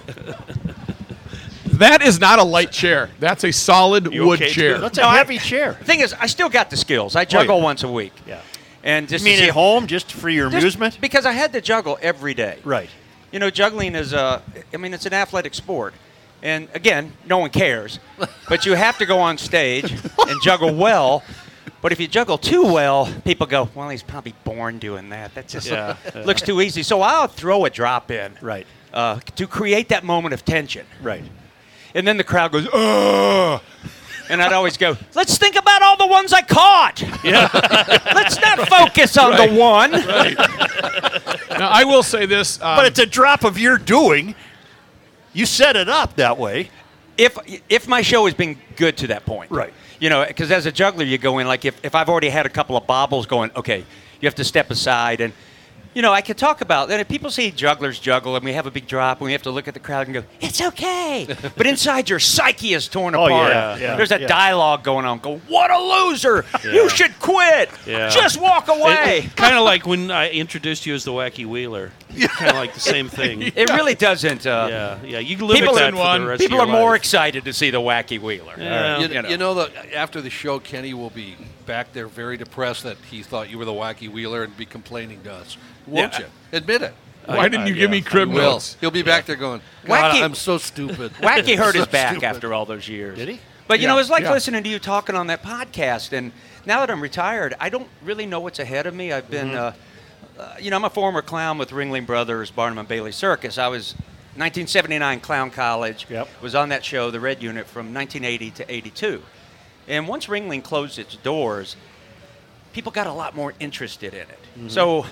Speaker 5: That is not a light chair. That's a solid
Speaker 3: You
Speaker 5: wood
Speaker 3: okay,
Speaker 5: chair.
Speaker 3: dude?
Speaker 2: That's a heavy chair. Oh,
Speaker 13: the thing is, I still got the skills. I juggle once a week,
Speaker 2: Yeah.
Speaker 13: and
Speaker 2: You
Speaker 13: just
Speaker 2: mean
Speaker 13: to see
Speaker 2: at home, just for your
Speaker 13: just
Speaker 2: amusement?
Speaker 13: because I had to juggle every day.
Speaker 2: Right.
Speaker 13: You know, juggling is a, I mean, it's an athletic sport. And again, no one cares. But you have to go on stage and juggle well. But if you juggle too well, people go, well, he's probably born doing that. That just
Speaker 2: Yeah.
Speaker 13: looks too easy. So I'll throw a drop in
Speaker 2: Right.
Speaker 13: uh, to create that moment of tension.
Speaker 2: Right.
Speaker 13: And then the crowd goes, ugh. And I'd always go, let's think about all the ones I caught. let's not focus on the one.
Speaker 5: now I will say this.
Speaker 3: uh,
Speaker 5: Um,
Speaker 2: But it's a drop of your doing. You set it up that way.
Speaker 13: if if my show has been good to that point,
Speaker 2: Right.
Speaker 13: You know, because as a juggler, you go in like if, if I've already had a couple of bobbles going, okay, you have to step aside and. You know, I could talk about that. If people see jugglers juggle and we have a big drop and we have to look at the crowd and go, it's okay. But inside your psyche is torn
Speaker 2: Oh,
Speaker 13: apart.
Speaker 2: yeah, yeah,
Speaker 13: There's that
Speaker 2: yeah.
Speaker 13: dialogue going on. Go, what a loser. You should quit.
Speaker 3: Yeah.
Speaker 13: Just walk away.
Speaker 3: kind of like when I introduced you as the Wacky Wheeler. Kind of like the same thing.
Speaker 13: It really doesn't. Uh,
Speaker 3: Yeah, yeah. You live
Speaker 13: People
Speaker 3: with that
Speaker 13: in
Speaker 3: for
Speaker 5: one.
Speaker 3: the rest
Speaker 13: People are
Speaker 3: of your
Speaker 13: more
Speaker 3: life.
Speaker 13: excited to see the wacky wheeler.
Speaker 3: Yeah.
Speaker 13: All
Speaker 3: You
Speaker 13: right,
Speaker 7: You,
Speaker 13: you know.
Speaker 7: you know, that after the show, Kenny will be back there very depressed that he thought you were the wacky wheeler and be complaining to us. Won't
Speaker 13: Yeah.
Speaker 7: you? Admit it.
Speaker 5: why didn't you
Speaker 3: uh,
Speaker 5: give me
Speaker 3: yeah.
Speaker 5: crib
Speaker 7: He will.
Speaker 5: notes?
Speaker 7: He'll be back there going, God,
Speaker 13: Wacky-
Speaker 7: I'm so stupid.
Speaker 13: Wacky hurt
Speaker 7: So
Speaker 13: his back
Speaker 7: stupid.
Speaker 13: after all those years.
Speaker 2: Did he?
Speaker 13: But you know,
Speaker 5: Yeah,
Speaker 13: it's like
Speaker 5: yeah.
Speaker 13: listening to you talking on that podcast. And now that I'm retired, I don't really know what's ahead of me. I've been,
Speaker 2: Mm-hmm.
Speaker 13: uh, uh, you know, I'm a former clown with Ringling Brothers, Barnum and Bailey Circus. I was 1979 Clown College.
Speaker 2: Yep.
Speaker 13: Was on that show, the Red Unit, from 1980 to 82. And once Ringling closed its doors, people got a lot more interested in it. So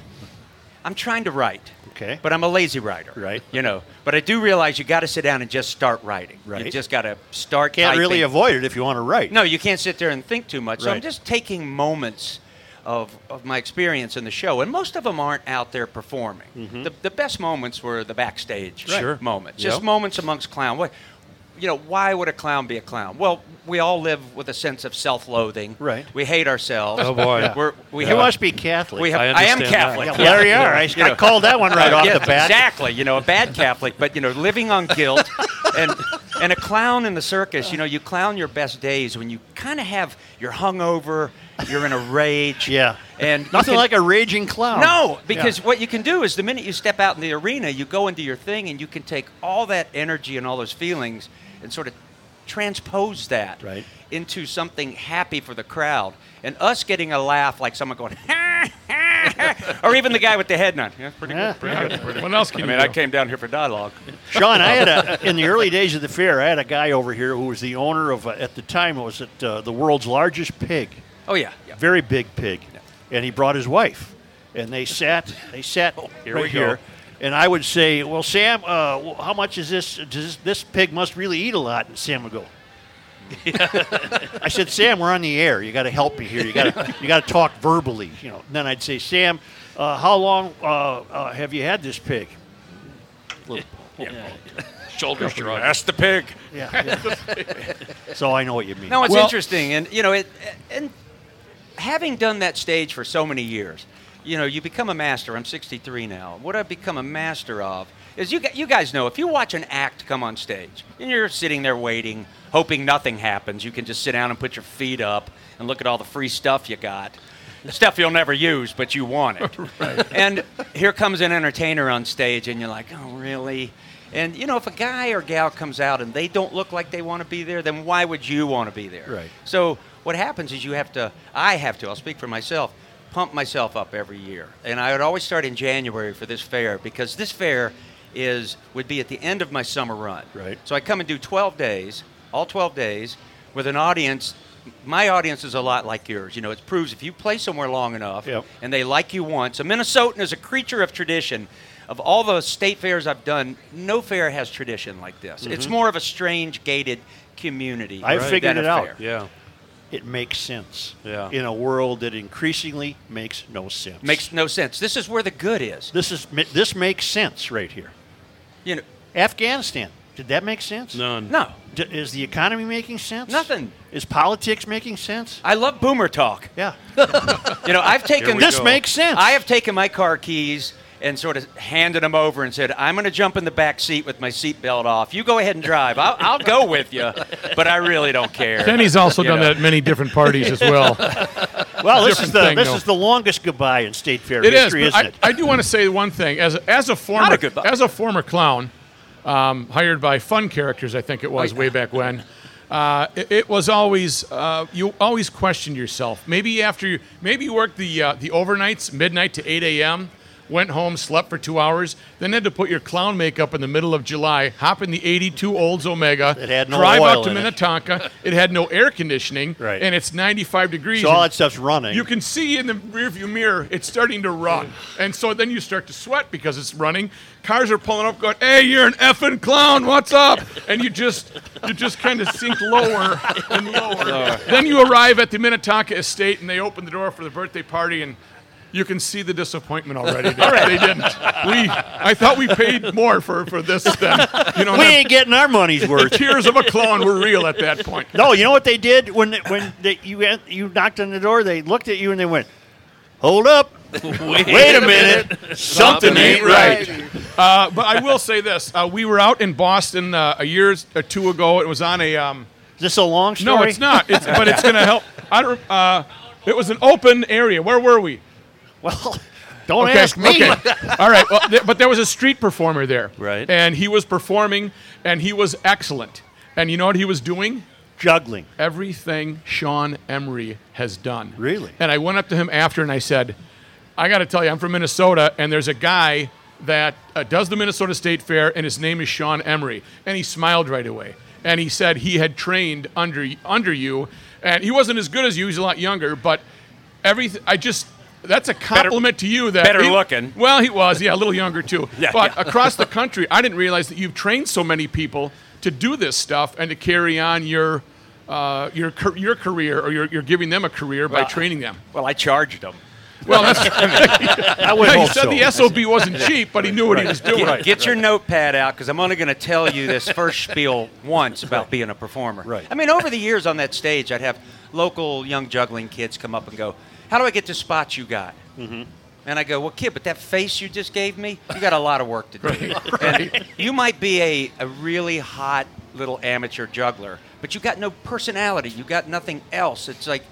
Speaker 13: I'm trying to write.
Speaker 2: Mm-hmm. Okay.
Speaker 13: But I'm a lazy writer.
Speaker 2: Right.
Speaker 13: You know. But I do realize you got to sit down and just start writing. You
Speaker 2: Right.
Speaker 13: just got to start.
Speaker 2: Can't really
Speaker 13: typing.
Speaker 2: avoid it if you want to write.
Speaker 13: No, you can't sit there and think too much. So I'm
Speaker 2: Right.
Speaker 13: just taking moments of, of my experience in the show, and most of them aren't out there performing.
Speaker 2: Mm-hmm.
Speaker 13: The, the best moments were the backstage
Speaker 3: Right. Sure.
Speaker 13: moments,
Speaker 3: Yep.
Speaker 13: just moments amongst clown. What, you know, why would a clown be a clown? Well, we all live with a sense of self-loathing. Right. We hate ourselves.
Speaker 2: Oh, boy.
Speaker 13: Yeah. We're, we
Speaker 2: You
Speaker 13: have-
Speaker 2: must be Catholic.
Speaker 13: We have,
Speaker 2: I
Speaker 13: I, am
Speaker 2: understand that.
Speaker 13: Catholic.
Speaker 2: Yeah, well, there you are. I- I called that one right off the bat.
Speaker 13: Exactly. You know, a bad Catholic, but you know, living on guilt, and and a clown in the circus. You know, you clown your best days when you kind of have you're hungover, you're in a rage. Yeah. And you
Speaker 2: Nothing
Speaker 13: can-
Speaker 2: like a raging clown.
Speaker 13: No, because
Speaker 2: Yeah.
Speaker 13: what you can do is the minute you step out in the arena, you go into your thing, and you can take all that energy and all those feelings, and sort of transpose that right. into something happy for the crowd. And us getting a laugh, like someone going, or even the guy with the head nod. Yeah, pretty
Speaker 2: Yeah.
Speaker 13: good. Pretty good. Pretty good.
Speaker 5: What else can
Speaker 13: I
Speaker 5: you
Speaker 13: mean,
Speaker 5: do?
Speaker 13: I came down here for dialogue.
Speaker 2: Sean, I had a in the early days of the fair, I had a guy over here who was the owner of uh, at the time it was at, uh, the world's largest pig.
Speaker 13: Oh yeah,
Speaker 2: very big pig, and he brought his wife, and they sat they sat
Speaker 13: Oh, here
Speaker 2: right
Speaker 13: we go.
Speaker 2: here. And I would say, well, Sam, uh, wh- how much is this? Does this, this pig must really eat a lot? And Sam would go. I said, Sam, we're on the air. You got to help me here. You got to you got to talk verbally. You know. And then I'd say, Sam, uh, how long uh, uh, have you had this pig? Little-
Speaker 3: Shoulder shrug.
Speaker 2: That's the
Speaker 3: pig.
Speaker 2: Yeah, so I know what you mean.
Speaker 13: No, it's interesting, and you know, it, and having done that stage for so many years, you know, you become a master. I'm 63 now. What I've become a master of is you. gu- You guys know if you watch an act come on stage and you're sitting there waiting, hoping nothing happens, you can just sit down and put your feet up and look at all the free stuff you got. Stuff you'll never use, but you want it. And here comes an entertainer on stage, and you're like, oh, really? And you know, if a guy or gal comes out and they don't look like they want to be there, then why would you want to be there?
Speaker 7: Right.
Speaker 13: So what happens is you have to, I have to, I'll speak for myself, pump myself up every year. And I would always start in January for this fair because this fair is would be at the end of my summer run. Right. So I come and do 12 days, all 12 days, with an audience. My audience is a lot like yours. You know, it proves if you play somewhere long enough and they like you once. A Minnesotan is a creature of tradition. Of all the state fairs I've done, no fair has tradition like this. It's
Speaker 2: Mhm.
Speaker 13: more of a strange gated community.
Speaker 2: I
Speaker 13: than
Speaker 2: figured
Speaker 13: a
Speaker 2: it out.
Speaker 13: fair.
Speaker 2: Yeah. It makes sense.
Speaker 13: Yeah.
Speaker 2: In a world that increasingly makes no sense.
Speaker 13: Makes no sense. This is where the good is.
Speaker 2: This is mi- this makes sense right here.
Speaker 13: You know,
Speaker 2: Afghanistan. Did that make sense? None.
Speaker 13: No.
Speaker 2: D- is the economy making sense?
Speaker 13: Nothing.
Speaker 2: Is politics making sense?
Speaker 13: I love boomer talk.
Speaker 2: Yeah.
Speaker 13: You know, I've taken
Speaker 2: This makes sense.
Speaker 13: I have taken my car keys and sort of handed them over and said, "I'm going to jump in the back seat with my seatbelt off. You go ahead and drive. I'll, I'll go with you, but I really don't care."
Speaker 5: Kenny's also
Speaker 13: You
Speaker 5: done
Speaker 13: know.
Speaker 5: that at many different parties as well.
Speaker 2: Well, this
Speaker 5: Different
Speaker 2: is the
Speaker 5: thing,
Speaker 2: this
Speaker 5: though.
Speaker 2: is the longest goodbye in state fair
Speaker 5: It is.
Speaker 2: history,
Speaker 5: but
Speaker 2: isn't
Speaker 5: I,
Speaker 2: it?
Speaker 5: I do want to say one thing. As as a former as a former clown, um, hired by Fun Characters, I think it was
Speaker 2: Oh,
Speaker 5: way back when. Uh, it, it was always uh, you always questioned yourself. Maybe after you maybe you worked the uh, the overnights, midnight to eight a.m. Went home, slept for two hours, then had to put your clown makeup in the middle of July, hop in the 82 Olds Omega,
Speaker 2: It had no
Speaker 5: drive
Speaker 2: oil
Speaker 5: out to
Speaker 2: in it.
Speaker 5: Minnetonka. It. had no air conditioning,
Speaker 2: Right.
Speaker 5: and it's 95 degrees.
Speaker 2: So all
Speaker 5: and-
Speaker 2: that stuff's running.
Speaker 5: you can see in the rearview mirror it's starting to run, and so then you start to sweat because it's running. Cars are pulling up, going, "Hey, you're an effing clown! What's up?" And you just you just kind of sink lower and lower.
Speaker 15: Lower.
Speaker 5: Then you arrive at the Minnetonka Estate, and they open the door for the birthday party, and you can see the disappointment already. They,
Speaker 2: All right.
Speaker 5: they didn't. We I thought we paid more for for this than you know.
Speaker 2: we ain't getting our money's worth.
Speaker 5: The tears of a clown were real at that point.
Speaker 2: No, you know what they did when when they, you en- you knocked on the door? They looked at you and they went, "Hold up, wait, a minute, something ain't right."
Speaker 5: Uh, but I will say this: uh, we were out in Boston uh, a year or two ago. It was on a. Um,
Speaker 2: Is this a long
Speaker 5: No,
Speaker 2: story?
Speaker 5: it's not. It's, but it's going to help. I don't. Uh, it was an open area. Where were we?
Speaker 2: Well, don't ask me.
Speaker 5: All right. Well, th- but there was a street performer there, right? And he was performing, and he was excellent. And you know what he was doing?
Speaker 2: Juggling.
Speaker 5: Everything Sean Emery has done.
Speaker 2: Really?
Speaker 5: And I went up to him after, and I said, "I got to tell you, I'm from Minnesota, and there's a guy that uh, does the Minnesota State Fair, and his name is Sean Emery." And he smiled right away, and he said he had trained under under you, and he wasn't as good as you. He's a lot younger, but everything. I just. That's a compliment to you that
Speaker 13: better
Speaker 5: he-
Speaker 13: looking.
Speaker 5: Well, he was, yeah, a little younger too.
Speaker 13: Yeah,
Speaker 5: but
Speaker 13: yeah.
Speaker 5: across the country, I didn't realize that you've trained so many people to do this stuff and to carry on your uh, your car- your career or you're, you're giving them a career by
Speaker 13: Well,
Speaker 5: training them.
Speaker 13: Well, I charged them.
Speaker 5: Well, that's.
Speaker 13: I would
Speaker 5: he
Speaker 13: hope
Speaker 5: said
Speaker 13: so.
Speaker 5: the SOB wasn't cheap, but he knew what he
Speaker 13: Right.
Speaker 5: was doing.
Speaker 13: Get, get your notepad out because I'm only going to tell you this first spiel once about being a performer. Right. I mean, over the years on that stage, I'd have local young juggling kids come up and go, "How do I get the spot you got?" Mm-hmm. And I go, "Well, kid, but that face you just gave me, you got a lot of work to do. And you might be a, a really hot little amateur juggler, but you got no personality. You got nothing else. It's like."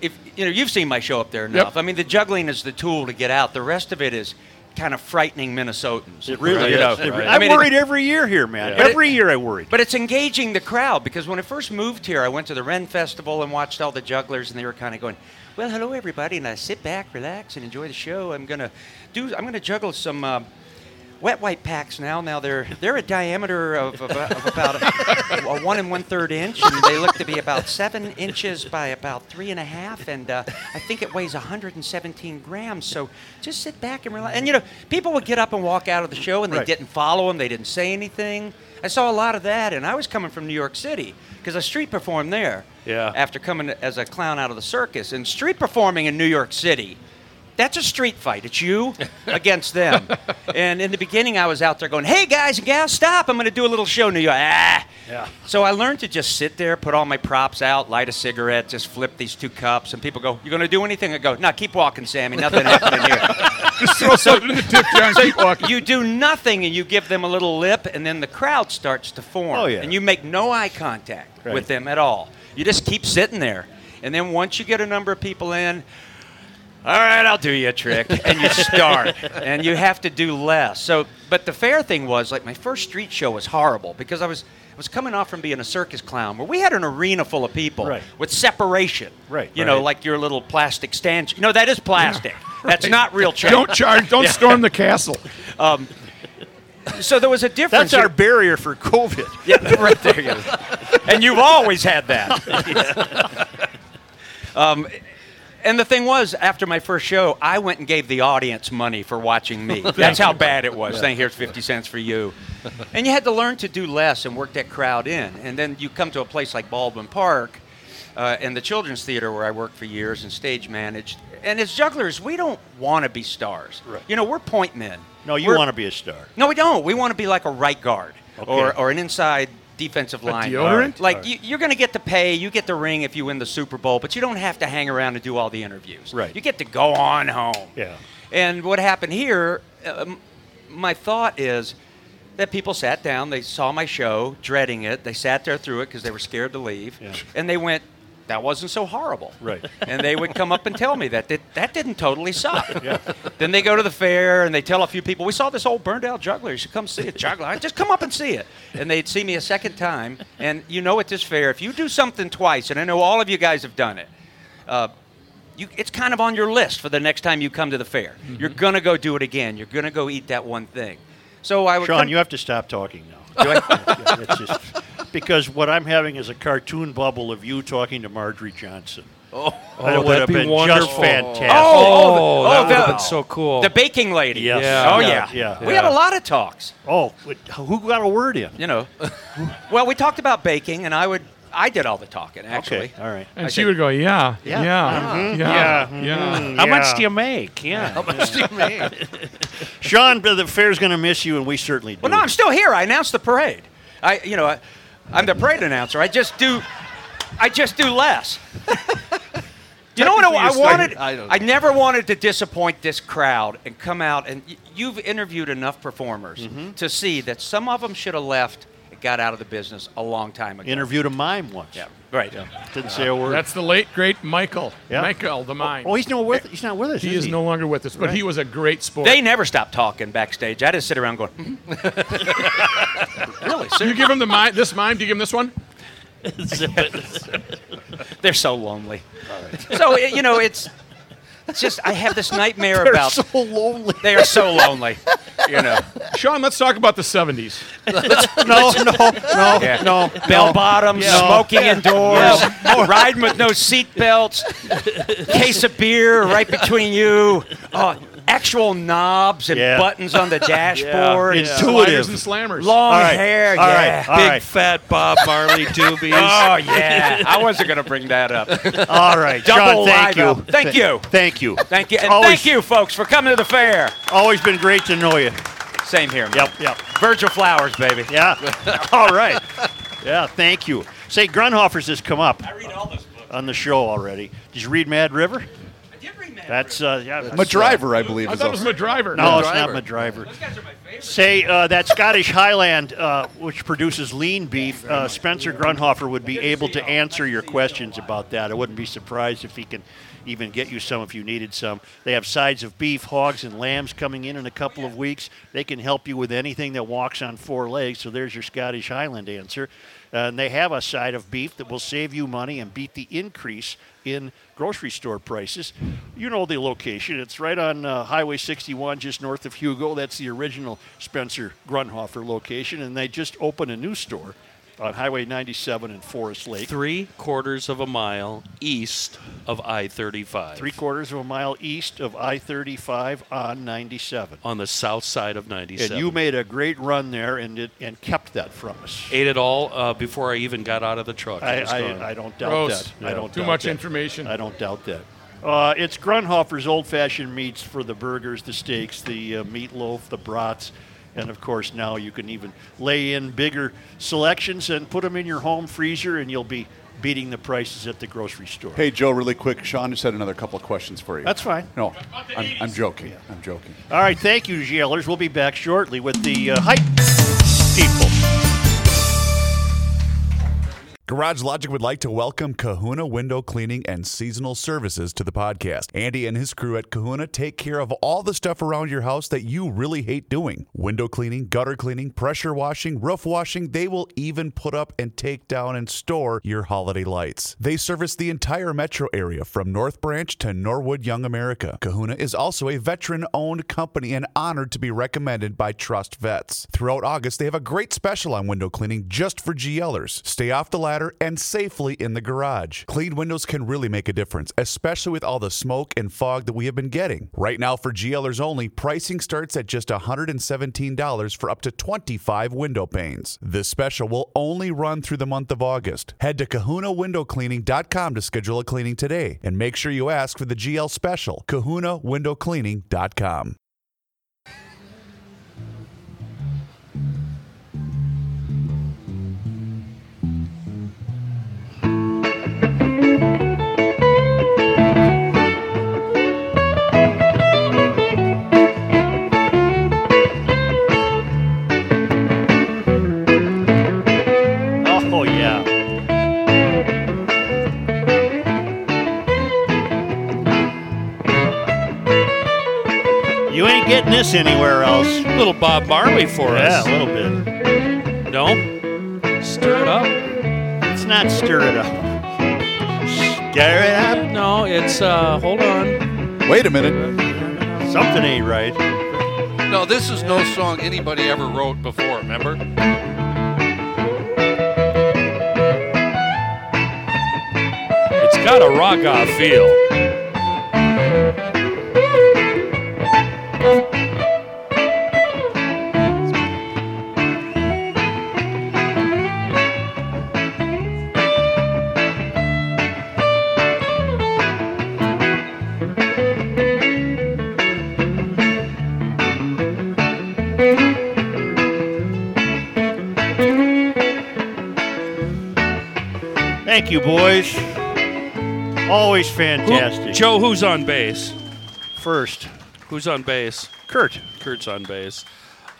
Speaker 13: if you know you've seen my show up there enough. I mean, the juggling is the tool to get out. The rest of it is kind of frightening Minnesotans.
Speaker 2: It really
Speaker 13: You know,
Speaker 2: is. It really-
Speaker 13: I
Speaker 2: I'm
Speaker 13: mean,
Speaker 2: worried every year here, man.
Speaker 13: But it-
Speaker 2: Every year I worried.
Speaker 13: But it's engaging the crowd because when I first moved here, I went to the Ren Festival and watched all the jugglers, and they were kind of going, "Well, hello everybody," and I sit back, relax, and enjoy the show. I'm gonna do. I'm gonna juggle some. Uh, Wet white packs now. Now they're they're a diameter of, of, of about a, a one and one third inch, and they look to be about seven inches by about three and a half. And uh, I think it weighs 117 grams. So just sit back and relax. And you know, people would get up and walk out of the show, and they
Speaker 16: Right.
Speaker 13: didn't follow them. They didn't say anything. I saw a lot of that, and I was coming from New York City because I street performed there. Yeah. After coming as a clown out of the circus and street performing in New York City, that's a street fight. It's you against them. And in the beginning, I was out there going, "Hey guys and gals, stop! I'm going to do a little show in New York." Ah.
Speaker 2: Yeah.
Speaker 13: So I learned to just sit there, put all my props out, light a cigarette, just flip these two cups, and people go, "You going to do anything?" I go, "No, keep walking, Sammy. Nothing happening here."
Speaker 5: Just throw something in the tip jar and keep walking.
Speaker 13: You do nothing, and you give them a little lip, and then the crowd starts to form.
Speaker 2: Oh, yeah.
Speaker 13: And you make no eye contact
Speaker 2: Right.
Speaker 13: with them at all. You just keep sitting there, and then once you get a number of people in, all right, I'll do you a trick, and you start, and you have to do less. So, but the fair thing was like my first street show was horrible because I was I was coming off from being a circus clown where we had an arena full of people
Speaker 2: Right.
Speaker 13: with separation,
Speaker 2: Right.
Speaker 13: You know,
Speaker 2: Right.
Speaker 13: like your little plastic stand. No, that is plastic. That's
Speaker 5: Right.
Speaker 13: not real. Check.
Speaker 5: Don't charge. Don't
Speaker 13: Yeah.
Speaker 5: storm the castle.
Speaker 13: Um, so there was a difference.
Speaker 2: That's our barrier for COVID.
Speaker 13: Yeah, right there you go. And you've always had that. um, and the thing was, after my first show, I went and gave the audience money for watching me. That's how bad it was.
Speaker 2: Yeah.
Speaker 13: Saying, here's 50 cents for you. And you had to learn to do less and work that crowd in. And then you come to a place like Baldwin Park uh, and the Children's Theater, where I worked for years and stage managed. And as jugglers, we don't want to be stars. You know, we're point men.
Speaker 2: No, you
Speaker 13: We're-
Speaker 2: want to be a star.
Speaker 13: no, we don't. We want to be like a right guard
Speaker 2: Okay.
Speaker 13: or, or an inside defensive
Speaker 2: A
Speaker 13: line.
Speaker 2: deodorant?
Speaker 13: Like
Speaker 2: Alright.
Speaker 13: you, you're going to get the pay, you get the ring if you win the Super Bowl, but you don't have to hang around and do all the interviews. Right. You get to go on home.
Speaker 2: Yeah.
Speaker 13: And what happened here, um, my thought is that people sat down, they saw my show, dreading it. They sat there through it because they were scared to leave, and they went. That wasn't so horrible. Right. And they would come up and tell me that that, that didn't totally suck. Then they go to the fair and they tell a few people, we saw this old burned out juggler. You should come see it. Juggler, I just come up and see it. And they'd see me a second time. And you know at this fair, if you do something twice, and I know all of you guys have done it, uh, you, it's kind of on your list for the next time you come to the fair. You're gonna go do it again. You're gonna go eat that one thing. So I would.
Speaker 2: Sean,
Speaker 13: come-
Speaker 2: you have to stop talking now.
Speaker 13: Do I-
Speaker 2: Yeah, it's just- because what I'm having is a cartoon bubble of you talking to Marjorie Johnson.
Speaker 13: Oh.
Speaker 2: that
Speaker 3: Oh,
Speaker 2: would have
Speaker 3: that'd be
Speaker 2: been just
Speaker 3: wonderful.
Speaker 2: fantastic.
Speaker 3: Oh, Oh, that oh, would have the- been so cool.
Speaker 13: The baking lady.
Speaker 2: Yes.
Speaker 13: Oh yeah.
Speaker 2: Yeah.
Speaker 13: We had a lot of talks.
Speaker 2: Oh, who got a word in?
Speaker 13: You know. well, we talked about baking, and I would. I did all the talking actually.
Speaker 2: all right.
Speaker 5: And she would go, yeah, yeah, yeah,
Speaker 2: Mhm.
Speaker 5: yeah.
Speaker 2: mhm, yeah. How much do you make? Sean, but the fair's going to miss you, and we certainly do.
Speaker 13: Well, no, I'm still here. I announced the parade. I, you know, I, I'm the parade announcer. I just do, I just do less. you know what I, I
Speaker 7: Technically, it's
Speaker 13: wanted?
Speaker 7: like- I don't-
Speaker 13: I never wanted to disappoint this crowd and come out. And y- you've interviewed enough performers
Speaker 2: Mm-hmm.
Speaker 13: to see that some of them should have left and got out of the business a long time ago.
Speaker 2: Interviewed a mime once.
Speaker 13: Yeah, right.
Speaker 2: Didn't say a word.
Speaker 5: That's the late great Michael.
Speaker 2: Yeah.
Speaker 5: Michael the mine.
Speaker 2: Oh, he's no with. He's not with us.
Speaker 5: He is no longer with us, but he was a great sport.
Speaker 13: They never stopped talking backstage. I just sit around going, "Mhm." really?
Speaker 5: You give him the mime. This mime. Do you give him this one?
Speaker 13: They're so lonely. so it- you know, it's it's just I have this nightmare about
Speaker 2: lonely.
Speaker 13: They are so lonely. You know.
Speaker 5: Sean, let's talk about the '70s.
Speaker 2: no, no, no,
Speaker 13: Yeah.
Speaker 2: no.
Speaker 13: Bell bottoms,
Speaker 2: Yeah.
Speaker 13: smoking
Speaker 2: Yeah.
Speaker 13: indoors,
Speaker 2: Yeah. More.
Speaker 13: riding with no seat belts, case of beer right between you. Oh, actual knobs and
Speaker 2: Yeah.
Speaker 13: buttons on the
Speaker 2: Yeah.
Speaker 13: dashboard.
Speaker 2: Intuitive. Sliders and
Speaker 5: slammers.
Speaker 13: Long
Speaker 2: All right.
Speaker 13: hair.
Speaker 2: All right.
Speaker 13: yeah.
Speaker 2: All
Speaker 13: Big
Speaker 2: right.
Speaker 3: fat Bob Marley doobies.
Speaker 13: Oh yeah. I wasn't gonna bring that up.
Speaker 2: All right,
Speaker 13: Double
Speaker 2: John, thank
Speaker 13: live
Speaker 2: you.
Speaker 13: up. Thank you.
Speaker 2: Thank you.
Speaker 13: Thank you. And
Speaker 2: Always-
Speaker 13: thank you, folks, for coming to the fair.
Speaker 2: Always been great to know you.
Speaker 13: Same here. Man.
Speaker 2: Yep, yep.
Speaker 13: Virgil Flowers, baby.
Speaker 2: Yeah. all right. Yeah, thank you. Say, Grunhofer's has come up. I read all this book. On the show already. Did you read Mad River? I did read Mad That's, River. Uh, yeah, that's, uh,
Speaker 1: Madriver, I believe.
Speaker 5: I
Speaker 1: is
Speaker 5: thought it
Speaker 1: also-
Speaker 5: was McDriver.
Speaker 2: No, it's not Madriver. Say uh, that Scottish Highland, uh, which produces lean beef, uh, Spencer Grunhofer would be able to answer your questions about that. I wouldn't be surprised if he can even get you some if you needed some. They have sides of beef, hogs, and lambs coming in in a couple of weeks. They can help you with anything that walks on four legs. So there's your Scottish Highland answer. Uh, and they have a side of beef that will save you money and beat the increase in grocery store prices. You know the location. It's right on uh, Highway 61, just north of Hugo. That's the original Spencer Grunhofer location. And they just opened a new store on Highway 97 in Forest Lake.
Speaker 3: Three quarters of a mile east of I 35.
Speaker 2: Three quarters of a mile east of I 35 on 97.
Speaker 3: On the south side of 97.
Speaker 2: And you made a great run there and, it, and kept that from us.
Speaker 3: ate it all uh, before I even got out of the truck. It
Speaker 2: I,
Speaker 3: was gone.
Speaker 2: I, I don't doubt
Speaker 3: Gross.
Speaker 2: that. I
Speaker 3: Yeah.
Speaker 2: don't
Speaker 3: Too
Speaker 2: doubt
Speaker 3: much
Speaker 2: that.
Speaker 3: information.
Speaker 2: I don't doubt that. Uh, it's Grunhofer's old-fashioned meats for the burgers, the steaks, the uh, meatloaf, the brats, and of course now you can even lay in bigger selections and put them in your home freezer, and you'll be beating the prices at the grocery store.
Speaker 1: Hey, Joe, really quick. Sean just had another couple of questions for you.
Speaker 2: That's fine.
Speaker 1: No, I'm, I'm joking. I'm joking.
Speaker 2: All right, thank you, GLers. We'll be back shortly with the uh, hype people.
Speaker 6: Garage Logic would like to welcome Kahuna Window Cleaning and Seasonal Services to the podcast. Andy and his crew at Kahuna take care of all the stuff around your house that you really hate doing window cleaning, gutter cleaning, pressure washing, roof washing. They will even put up and take down and store your holiday lights. They service the entire metro area from North Branch to Norwood Young America. Kahuna is also a veteran owned company and honored to be recommended by Trust Vets. Throughout August, they have a great special on window cleaning just for GLers. Stay off the ladder and safely in the garage. Clean windows can really make a difference, especially with all the smoke and fog that we have been getting. Right now, for GLers only, pricing starts at just $117 for up to 25 window panes. This special will only run through the month of August. Head to kahunawindowcleaning.com to schedule a cleaning today and make sure you ask for the GL special, kahunawindowcleaning.com.
Speaker 2: Oh yeah. You ain't getting this anywhere else.
Speaker 3: Little Bob Marley for us.
Speaker 2: Yeah, a little bit.
Speaker 3: No? Stir it up.
Speaker 2: It's not stir it up. Stir it up.
Speaker 3: No, it's, uh, hold on.
Speaker 1: Wait a minute.
Speaker 2: Something ain't right.
Speaker 16: No, this is no song anybody ever wrote before, remember?
Speaker 3: It's got a raga feel.
Speaker 2: Thank you, boys. Always fantastic.
Speaker 3: Joe, who's on bass?
Speaker 2: First.
Speaker 3: Who's on bass?
Speaker 2: Kurt.
Speaker 3: Kurt's on bass.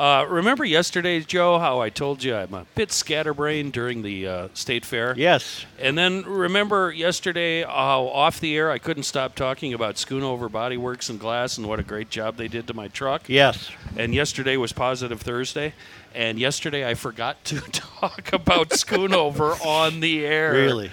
Speaker 3: Uh, remember yesterday, Joe, how I told you I'm a bit scatterbrained during the uh, state fair?
Speaker 2: Yes.
Speaker 3: And then remember yesterday how off the air I couldn't stop talking about Schoonover Body Works and Glass and what a great job they did to my truck?
Speaker 2: Yes.
Speaker 3: And yesterday was Positive Thursday. And yesterday I forgot to talk about Schoonover on the air.
Speaker 2: Really?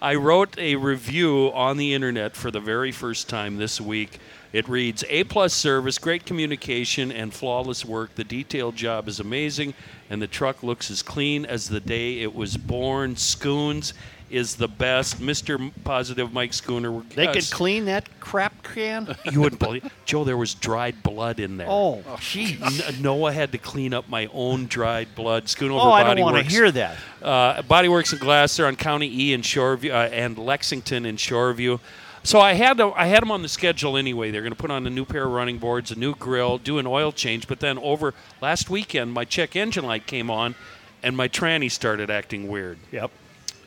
Speaker 3: I wrote a review on the internet for the very first time this week. It reads A plus service, great communication, and flawless work. The detailed job is amazing, and the truck looks as clean as the day it was born. Scoons is the best. Mr. Positive Mike Schooner.
Speaker 2: They could clean that crap can.
Speaker 3: You wouldn't believe, Joe. There was dried blood in there.
Speaker 2: Oh, jeez.
Speaker 3: N- Noah had to clean up my own dried blood. Schoonover
Speaker 2: Oh, I don't
Speaker 3: Body
Speaker 2: wanna
Speaker 3: Works.
Speaker 2: hear that.
Speaker 3: Uh, Body Works in Glass. They're on County E in Shoreview uh, and Lexington in Shoreview. So I had to, I had them on the schedule anyway. They're going to put on a new pair of running boards, a new grill, do an oil change. But then over last weekend, my check engine light came on, and my tranny started acting weird.
Speaker 2: Yep.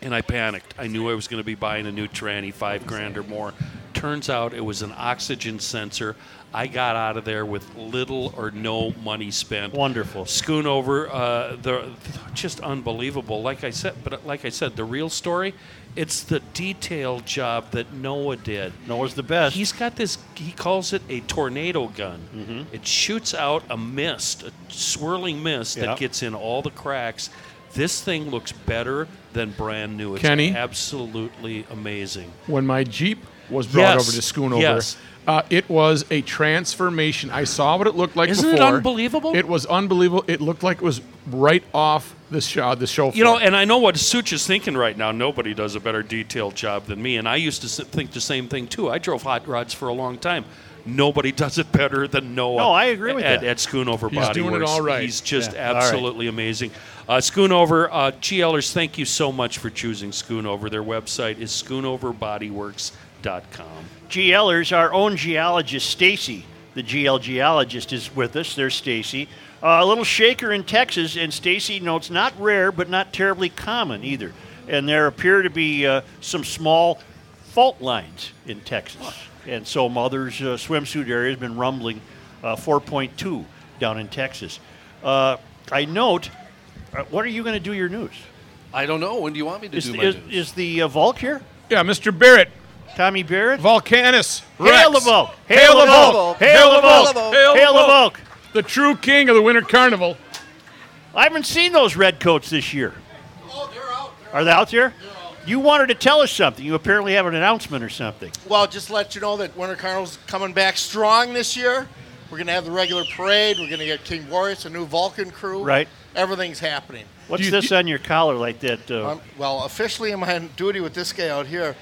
Speaker 3: And I panicked. I knew I was going to be buying a new tranny, five grand or more. Turns out it was an oxygen sensor. I got out of there with little or no money spent.
Speaker 2: Wonderful.
Speaker 3: Schoonover, uh, the just unbelievable. Like I said, but like I said, the real story, it's the detail job that Noah did.
Speaker 2: Noah's the best.
Speaker 3: He's got this. He calls it a tornado gun.
Speaker 2: Mm-hmm.
Speaker 3: It shoots out a mist, a swirling mist
Speaker 2: Yeah.
Speaker 3: that gets in all the cracks. This thing looks better than brand new. It's
Speaker 5: Kenny?
Speaker 3: absolutely amazing.
Speaker 5: when my Jeep was brought
Speaker 3: Yes,
Speaker 5: over to Schoonover.
Speaker 3: yes.
Speaker 5: Uh, it was a transformation. I saw what it looked like
Speaker 3: Isn't it
Speaker 5: before.
Speaker 3: unbelievable?
Speaker 5: It was unbelievable. It looked like it was right off the show, the show
Speaker 3: You know,
Speaker 5: floor.
Speaker 3: and I know what Such is thinking right now. Nobody does a better detailed job than me, and I used to s- think the same thing too. I drove hot rods for a long time. Nobody does it better than Noah.
Speaker 2: No, I agree with
Speaker 3: at,
Speaker 2: that.
Speaker 3: At Schoonover
Speaker 5: He's
Speaker 3: Body
Speaker 5: doing it
Speaker 3: Works.
Speaker 5: all right.
Speaker 3: He's just
Speaker 5: Yeah. All right.
Speaker 3: absolutely amazing. Uh, Schoonover, uh, GLers, thank you so much for choosing Schoonover. Their website is schoonoverbodyworks.com.
Speaker 2: GLers, our own geologist, Stacy, the GL geologist, is with us. There's Stacy. Uh, a little shaker in Texas, and Stacy notes not rare, but not terribly common either. And there appear to be uh, some small fault lines in Texas. And so Mother's uh, swimsuit area has been rumbling uh, 4.2 down in Texas. Uh, I note, uh, what are you going to do your news?
Speaker 7: I don't know. When do you want me to
Speaker 2: Is,
Speaker 7: do
Speaker 2: the-
Speaker 7: my
Speaker 2: is,
Speaker 7: news?
Speaker 2: is the uh, Volk here?
Speaker 5: Yeah, Mr. Barrett.
Speaker 2: Tommy Barrett.
Speaker 5: Volcanus.
Speaker 2: Hail the
Speaker 5: Rex.
Speaker 2: Volk!
Speaker 5: Hail the Volk!
Speaker 2: Hail the Volk! Hail the Volk!
Speaker 5: The true king of the Winter Carnival.
Speaker 2: I haven't seen those red coats this year.
Speaker 17: Oh,
Speaker 2: Are they out there? You wanted to tell us something. You apparently have an announcement or something.
Speaker 17: Well, just to let you know that Winter Carnival's coming back strong this year. We're going to have the regular parade. We're going to get King Boris, a new Vulcan crew.
Speaker 2: Right.
Speaker 17: Everything's happening.
Speaker 2: What's this on your collar like that? Uh,
Speaker 17: Um, well, officially, I'm on duty with this guy out here.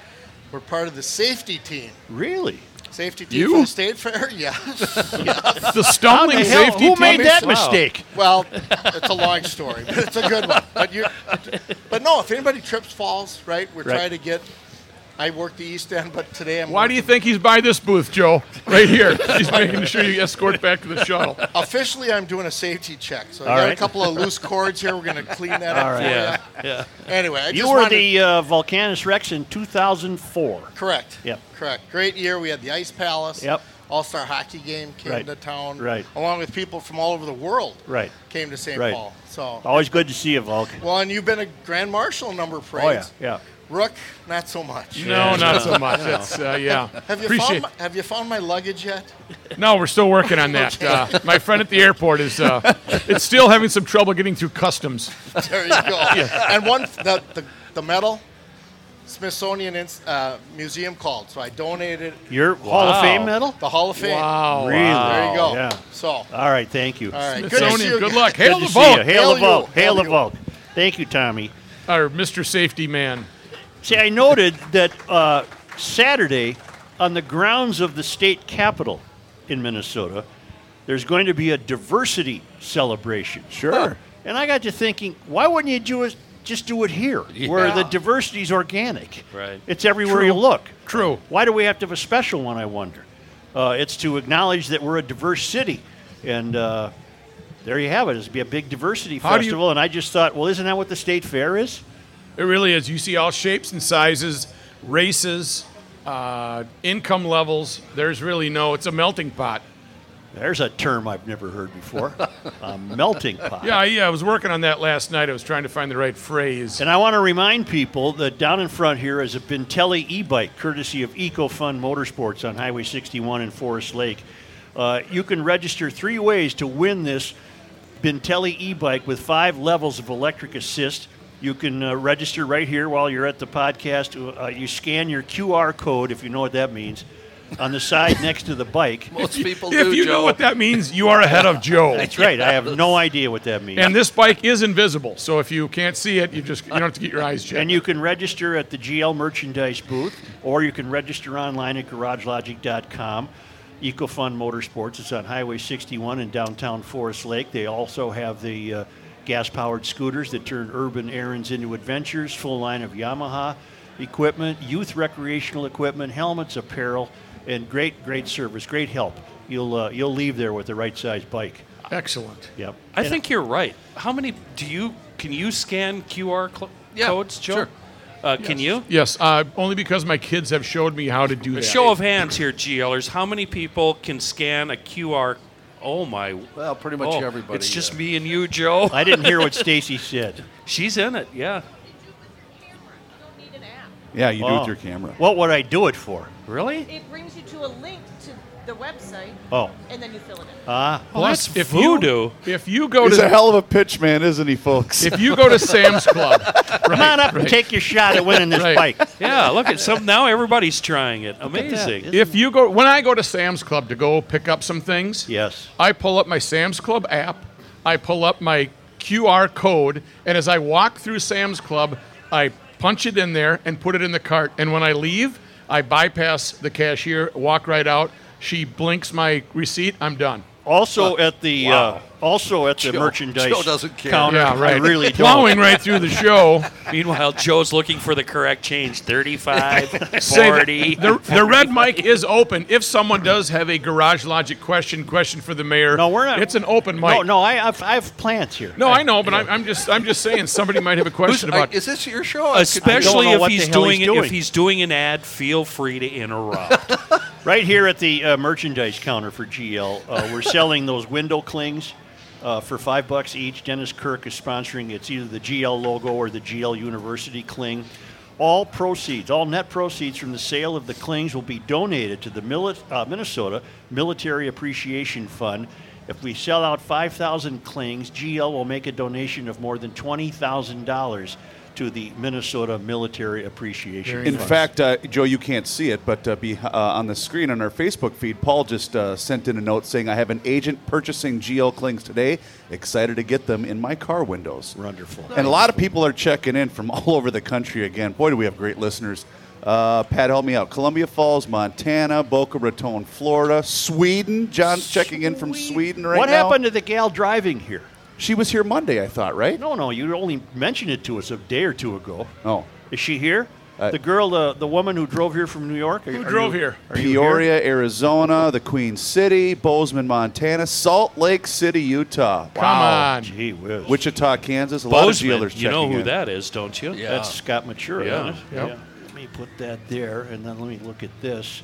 Speaker 17: We're part of the safety team.
Speaker 2: really?
Speaker 17: Safety team
Speaker 2: You?
Speaker 17: for the state fair? Yeah.
Speaker 2: The stumbling How the hell- safety who team? made that Wow. mistake?
Speaker 17: Well, it's a long story, but it's a good one. But you, but no, if anybody trips, falls, right? We're
Speaker 5: Right.
Speaker 17: trying to get. I work the East End, but today I'm.
Speaker 5: Why do you think he's by this booth, Joe? Right here. he's making sure you escort back to the shuttle.
Speaker 17: Officially, I'm doing a safety check, so I
Speaker 2: All
Speaker 17: got a
Speaker 2: right.
Speaker 17: couple of loose cords here. We're going to clean that up
Speaker 2: All
Speaker 17: for
Speaker 2: right.
Speaker 3: Yeah,
Speaker 17: you.
Speaker 3: yeah.
Speaker 17: Anyway, I
Speaker 2: you
Speaker 17: just
Speaker 2: were
Speaker 17: wanted-
Speaker 2: the uh, Volcanus Rex in 2004.
Speaker 17: Correct.
Speaker 2: Yep.
Speaker 17: Correct. Great year. We had the Ice Palace.
Speaker 2: Yep.
Speaker 17: All Star Hockey game came
Speaker 2: Right.
Speaker 17: to town.
Speaker 2: Right.
Speaker 17: Along with people from all over the world.
Speaker 2: Right.
Speaker 17: Came to St.
Speaker 2: Right.
Speaker 17: Paul. So.
Speaker 2: Always good to see you, Volk.
Speaker 17: Well, and you've been a grand marshal a number of
Speaker 2: Oh, yeah.
Speaker 17: parades.
Speaker 2: Yeah.
Speaker 17: Rook, not so much.
Speaker 5: No, Yeah. not so much. That's, uh, yeah.
Speaker 17: Have you
Speaker 5: Appreciate-
Speaker 17: found my, Have you found my luggage yet?
Speaker 5: No, we're still working on that.
Speaker 17: Okay.
Speaker 5: Uh, my friend at the airport is uh, it's still having some trouble getting through customs.
Speaker 17: There you go. And one, the, the, the medal, Smithsonian Inst- uh, Museum called, so I donated it.
Speaker 2: Your Hall of Fame Wow. medal?
Speaker 17: The Hall of Fame.
Speaker 2: Wow. Really?
Speaker 17: There you go.
Speaker 2: Yeah.
Speaker 17: So,
Speaker 2: All right, thank you.
Speaker 17: All right, good to see Smithsonian, you good again. luck.
Speaker 2: Good
Speaker 17: Hail
Speaker 2: to
Speaker 17: the
Speaker 2: see
Speaker 17: Volk.
Speaker 2: you. Hail the
Speaker 17: Hail
Speaker 2: Volk.
Speaker 17: you.
Speaker 2: Hail
Speaker 17: Hail
Speaker 2: the
Speaker 17: you.
Speaker 2: Volk. Thank you, Tommy.
Speaker 5: Our Mr. Safety Man.
Speaker 2: See, I noted that uh, Saturday, on the grounds of the state capitol in Minnesota, there's going to be a diversity celebration. Sure. And I got to thinking, why wouldn't you do it, just do it here, where the
Speaker 3: Yeah.
Speaker 2: diversity is organic?
Speaker 3: Right.
Speaker 2: It's everywhere
Speaker 3: True.
Speaker 2: you look.
Speaker 5: True.
Speaker 2: Why do we have to have a special one, I wonder? Uh, it's to acknowledge that we're a diverse city. And uh, there you have it. It's be a big diversity
Speaker 5: How do you-
Speaker 2: festival. and I just thought, well, isn't that what the state fair is?
Speaker 5: It really is. You see all shapes and sizes, races, uh, income levels. There's really no. It's a melting pot.
Speaker 2: There's a term I've never heard before. a melting pot.
Speaker 5: Yeah, yeah. I was working on that last night. I was trying to find the right phrase.
Speaker 2: And I want to remind people that down in front here is a Bentelli e-bike, courtesy of EcoFun Motorsports on Highway 61 in Forest Lake. Uh, you can register three ways to win this Bentelli e-bike with five levels of electric assist. You can uh, register right here while you're at the podcast. Uh, you scan your QR code if you know what that means. on the side next to the bike.
Speaker 5: Most people If do, you know Joe. what that means, you are ahead of Joe.
Speaker 2: That's right. I have no idea what that means.
Speaker 5: And this bike is invisible, so if you can't see it, you just you don't have to get your eyes checked.
Speaker 2: And you can register at the GL merchandise booth, or you can register online at garagelogic.com. EcoFund Motorsports is on Highway 61 in downtown Forest Lake. They also have the uh, gas powered scooters that turn urban errands into adventures, full line of Yamaha equipment, youth recreational equipment, helmets, apparel, and great, great service, great help. You'll, uh, you'll leave there with the right size bike.
Speaker 5: Excellent.
Speaker 2: Yep.
Speaker 3: I think you're right. How many do you can you scan QR cl- codes, Joe?
Speaker 5: sure.
Speaker 3: Uh, Can you?
Speaker 5: Yes, uh, only because my kids have showed me how to do that.
Speaker 3: A show of hands here, GLers. How many people can scan a QR? Oh my!
Speaker 7: Well, pretty much
Speaker 3: oh,
Speaker 7: everybody,
Speaker 3: It's just me and you, Joe.
Speaker 2: I didn't hear what Stacy said.
Speaker 3: She's in it. Yeah.
Speaker 6: Yeah, you do it
Speaker 2: Oh.
Speaker 6: with your camera.
Speaker 2: What would I do it for? Really?
Speaker 10: It brings you to a link to the website.
Speaker 2: Oh.
Speaker 10: And then you fill it in.
Speaker 2: Ah,
Speaker 5: Plus,
Speaker 2: that's
Speaker 5: if
Speaker 2: voodoo.
Speaker 5: you if you go
Speaker 18: He's
Speaker 5: to
Speaker 18: a hell of a pitch man, isn't he, folks?
Speaker 5: if you go to Sam's Club,
Speaker 2: Come on up and take your shot at winning this
Speaker 5: Right.
Speaker 2: bike.
Speaker 3: Yeah. Look at some. Now everybody's trying it. Amazing.
Speaker 5: If you go, when I go to Sam's Club to go pick up some things,
Speaker 2: yes,
Speaker 5: I pull up my Sam's Club app, I pull up my QR code, and as I walk through Sam's Club, I punch it in there and put it in the cart. And when I leave, I bypass the cashier, walk right out. She blinks my receipt. I'm done.
Speaker 2: Also at the uh, also at the merchandise counter.
Speaker 5: Yeah, right.
Speaker 2: I really don't.
Speaker 5: plowing right through the show.
Speaker 3: Meanwhile, Joe's looking for the correct change. 35,
Speaker 5: Say that-
Speaker 3: 40.
Speaker 5: The, the red mic is open. If someone does have a Garage Logic question, question for the mayor. No, we're not. It's an open mic.
Speaker 2: No, no, I, I've, I have plans here.
Speaker 5: No, I know, but I'm, I'm just I'm just saying somebody might have a question about.
Speaker 7: is this your
Speaker 6: Oh,
Speaker 7: show?
Speaker 3: Especially if he's doing,
Speaker 2: he's
Speaker 3: it-
Speaker 2: doing.
Speaker 3: if he's doing an ad, feel free to interrupt.
Speaker 2: Right here at the uh, merchandise counter for GL, uh, we're selling those window clings uh, for five bucks each. Dennis Kirk is sponsoring. It's either the GL logo or the GL University cling. All proceeds, all net proceeds from the sale of the clings will be donated to the Mili- uh, Minnesota Military Appreciation Fund. If we sell out 5,000 clings, GL will make a donation of more than $20,000 to the Minnesota Military Appreciation
Speaker 6: In
Speaker 2: Fund.
Speaker 6: fact, uh, Joe, you can't see it, but uh, be, uh, on the screen on our Facebook feed, Paul just uh, sent in a note saying, "I have an agent purchasing GL clings today. Excited to get them in my car windows."
Speaker 2: Wonderful.
Speaker 6: And a lot of people are checking in from all over the country again. Boy, do we have great listeners. Uh, Pat, help me out. Columbia Falls, Montana, Boca Raton, Florida, Sweden. John's checking in from Sweden right
Speaker 2: what
Speaker 6: now.
Speaker 2: happened to the gal driving here?
Speaker 6: She was here Monday, I thought, right?
Speaker 2: No, no, you only mentioned it to us a day or two ago.
Speaker 6: Oh. Uh,
Speaker 2: Is she here? the girl, the, the woman who drove here from New York? Are-
Speaker 5: Who
Speaker 2: are
Speaker 5: drove
Speaker 2: you-
Speaker 5: here?
Speaker 2: Are you here?
Speaker 6: Peoria, Arizona, the Queen City, Bozeman, Montana, Salt Lake City, Utah.
Speaker 2: Come
Speaker 3: on.
Speaker 2: Gee whiz.
Speaker 6: Wichita, Kansas. A lot
Speaker 3: Bozeman,
Speaker 6: of GLers
Speaker 3: you know
Speaker 6: checking
Speaker 3: who
Speaker 6: in.
Speaker 3: that is, don't you?
Speaker 2: Yeah. That's Scott Matura.
Speaker 3: Yeah.
Speaker 2: isn't it? Let me put that there, and then let me look at this.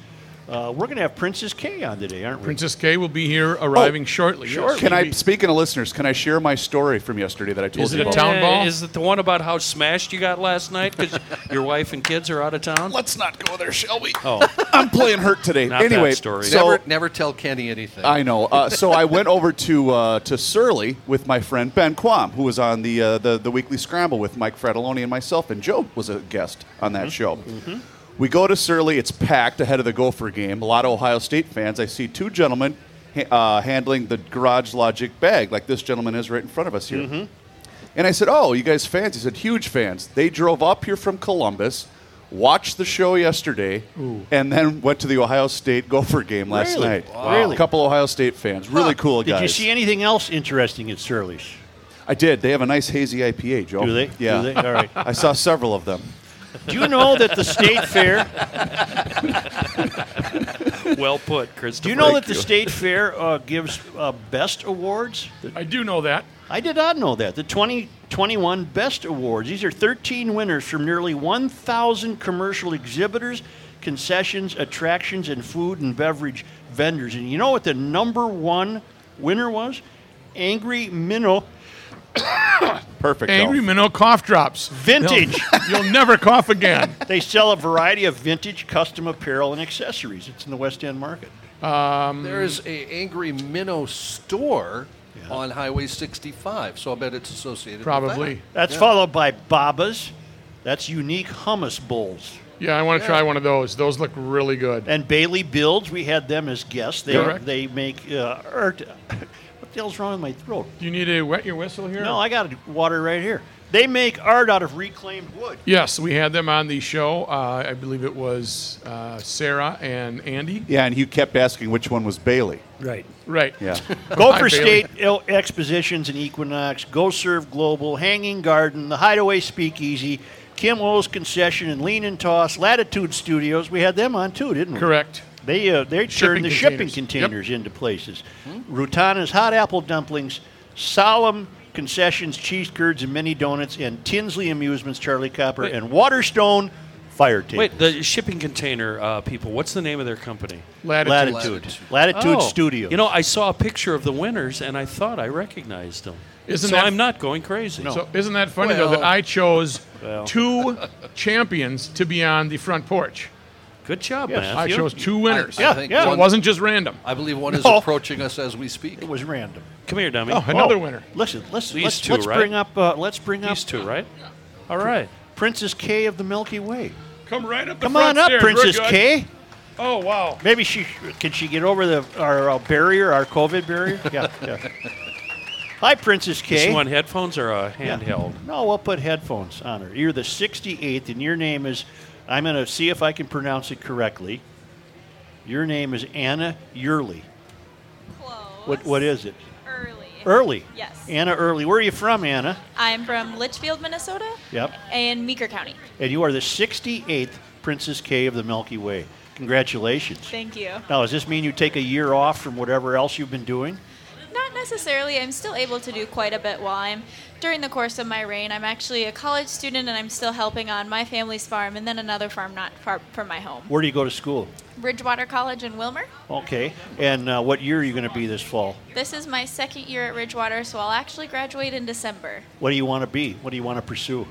Speaker 2: Uh, we're going to have Princess K on today, aren't we?
Speaker 5: Princess K will be here arriving shortly.
Speaker 2: shortly.
Speaker 6: Oh, Can I, speaking of listeners, can I share my story from yesterday that I told
Speaker 3: Is
Speaker 6: you
Speaker 3: it a
Speaker 6: about?
Speaker 3: town ball? Uh, Is it the one about how smashed you got last night because your wife and kids are out of town?
Speaker 6: Let's not go there, shall we?
Speaker 3: Oh,
Speaker 6: I'm playing hurt today.
Speaker 3: Not
Speaker 6: anyway,
Speaker 3: that story.
Speaker 6: so
Speaker 7: never, never tell Kenny anything.
Speaker 6: I know. Uh, so I went over to uh, to Surly with my friend Ben Quam, who was on the uh, the, the weekly scramble with Mike Fratelloni and myself, and Joe was a guest on
Speaker 2: Mm-hmm.
Speaker 6: that show. We go to Surly. It's packed ahead of the Gopher game. A lot of Ohio State fans. I see two gentlemen ha- uh, handling the Garage Logic bag, like this gentleman is right in front of us here.
Speaker 2: Mm-hmm.
Speaker 6: And I said, "Oh, you guys fans?" He said, "Huge fans. They drove up here from Columbus." Watched the show yesterday,
Speaker 18: Ooh.
Speaker 6: and then went to the Ohio State Gopher game last
Speaker 2: Really?
Speaker 6: night.
Speaker 2: Wow. Really?
Speaker 6: A couple Ohio State fans, really cool
Speaker 2: Did
Speaker 6: guys.
Speaker 2: you see anything else interesting at Surly's?
Speaker 6: I did. They have a nice hazy IPA, Joe.
Speaker 2: Do they? Do
Speaker 6: Yeah.
Speaker 2: they? All right.
Speaker 6: I saw several of them.
Speaker 2: Do you know that the state fair?
Speaker 3: well put, Christopher.
Speaker 2: Do you know that the state fair uh, gives uh, best awards?
Speaker 5: I do know that.
Speaker 2: I did not know that. The 2021 Best Awards. These are 13 winners from nearly 1,000 commercial exhibitors, concessions, attractions, and food and beverage vendors. And you know what the number one winner was? Angry Minnow.
Speaker 6: Perfect.
Speaker 5: Angry Minnow cough drops.
Speaker 2: Vintage.
Speaker 5: You'll, never cough again.
Speaker 2: They sell a variety of vintage custom apparel and accessories. It's in the West End market.
Speaker 5: Um,
Speaker 7: There is a Angry Minnow store on Highway 65, so I bet it's associated. With that.
Speaker 2: That's
Speaker 7: Yeah.
Speaker 2: followed by Baba's. That's unique hummus bowls.
Speaker 5: Yeah, I want to
Speaker 2: Yeah.
Speaker 5: try one of those. Those look really good.
Speaker 2: And Bailey Builds, we had them as guests. They
Speaker 5: Correct.
Speaker 2: they make uh, art. What the hell's wrong with my throat?
Speaker 5: Do you need to wet your whistle here?
Speaker 2: No, I got water right here. They make art out of reclaimed wood.
Speaker 5: Yes, we had them on the show. Uh, I believe it was uh, Sarah and Andy.
Speaker 1: Yeah, and you kept asking which one was Bailey.
Speaker 2: Right.
Speaker 5: Right.
Speaker 1: Yeah.
Speaker 2: Gopher
Speaker 5: Hi, Bailey.
Speaker 2: State El- Expositions and Equinox, Go Serve Global, Hanging Garden, The Hideaway Speakeasy, Kim O's Concession, and Lean and Toss, Latitude Studios. We had them on too, didn't we?
Speaker 5: Correct.
Speaker 2: They uh, they
Speaker 5: Shipping
Speaker 2: turned the shipping
Speaker 5: containers.
Speaker 2: containers
Speaker 5: Hmm?
Speaker 2: into places. Rutana's Hot Apple Dumplings, Solemn Concessions, Cheese Curds, and Mini Donuts, and Tinsley Amusements, Charlie Copper,
Speaker 3: Wait.
Speaker 2: and Waterstone Fire Tape.
Speaker 3: Wait, the shipping container uh, people. What's the name of their company? Oh.
Speaker 2: Latitude. Latitude. Latitude Studios.
Speaker 3: You know, I saw a picture of the winners, and I thought I recognized them.
Speaker 5: Isn't
Speaker 3: so
Speaker 5: that-
Speaker 3: I'm not going crazy.
Speaker 5: So isn't that funny though that
Speaker 3: Well-
Speaker 5: I chose
Speaker 3: Well.
Speaker 5: two champions to be on the front porch?
Speaker 3: Good job,
Speaker 7: Matthew.
Speaker 5: I chose two winners.
Speaker 7: I- I think
Speaker 5: So
Speaker 7: one-
Speaker 5: it wasn't just random.
Speaker 7: I believe one is
Speaker 5: No.
Speaker 7: approaching us as we speak. It
Speaker 2: was random.
Speaker 3: Come here, dummy.
Speaker 5: Oh, another winner.
Speaker 2: Listen, let's
Speaker 3: These
Speaker 2: let's,
Speaker 3: two,
Speaker 2: let's
Speaker 3: right?
Speaker 2: bring up uh, let's bring up
Speaker 3: These two, right? All
Speaker 2: right. Princess K of the Milky Way.
Speaker 5: Come right up. The
Speaker 2: Come on
Speaker 5: front
Speaker 2: up,
Speaker 5: stairs. We're
Speaker 2: Princess
Speaker 5: good.
Speaker 2: K.
Speaker 5: Oh wow.
Speaker 2: Maybe she can she get over the our uh, barrier, our COVID barrier. Yeah. yeah. Hi, Princess K.
Speaker 3: Does she want headphones or a handheld?
Speaker 2: No, we'll put headphones on her. You're the 68th, and your name is. I'm going to see if I can pronounce it correctly. Your name is Anna Yearly. What what is it?
Speaker 14: Early.
Speaker 2: Early.
Speaker 14: Yes.
Speaker 2: Anna Early. Where are you from, Anna?
Speaker 14: I'm from Litchfield, Minnesota,
Speaker 2: Yep.
Speaker 14: and Meeker County.
Speaker 2: And you are the 68th Princess K of the Milky Way. Congratulations.
Speaker 14: Thank you.
Speaker 2: Now, does this mean you take a year off from whatever else you've been doing?
Speaker 14: Not necessarily. I'm still able to do quite a bit while I'm during the course of my reign. I'm actually a college student, and I'm still helping on my family's farm and then another farm not far from my home,
Speaker 2: Where do you go to school?
Speaker 14: Bridgewater College in Wilmer.
Speaker 2: Okay. And uh, what year are you going to be this fall?
Speaker 14: This is my second year at Ridgewater, so I'll actually graduate in December.
Speaker 2: What do you want to be? What do you want to pursue?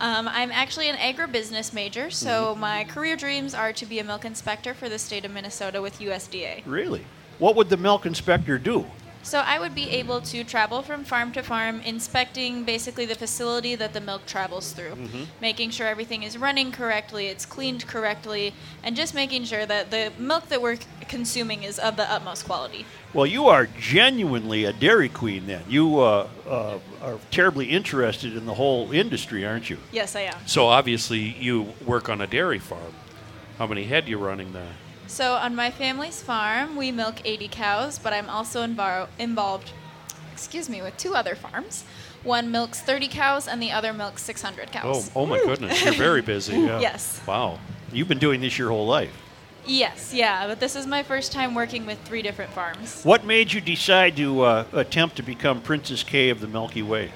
Speaker 14: Um, I'm actually an agribusiness major, so my career dreams are to be a milk inspector for the state of Minnesota with USDA.
Speaker 2: Really? What would the milk inspector do?
Speaker 14: So I would be able to travel from farm to farm, inspecting basically the facility that the milk travels through,
Speaker 3: Mm. Mm-hmm.
Speaker 19: Mhm.
Speaker 14: making sure everything is running correctly, it's cleaned correctly, and just making sure that the milk that we're c- consuming is of the utmost quality.
Speaker 2: Well, you are genuinely a dairy queen then. You uh, uh, are terribly interested in the whole industry, aren't you?
Speaker 14: Yes, I am.
Speaker 3: So obviously you work on a dairy farm. How many head you running there?
Speaker 14: So on my family's farm, we milk 80 cows, but I'm also invar- involved, excuse me, with two other farms. One milks 30 cows and the other milks 600 cows.
Speaker 3: Oh, oh my goodness, you're very busy.
Speaker 14: Yes.
Speaker 2: Wow. You've been doing this your whole life.
Speaker 14: Yes, yeah, but this is my first time working with three different farms.
Speaker 2: What made you decide to uh, attempt to become Princess K of the Milky Way?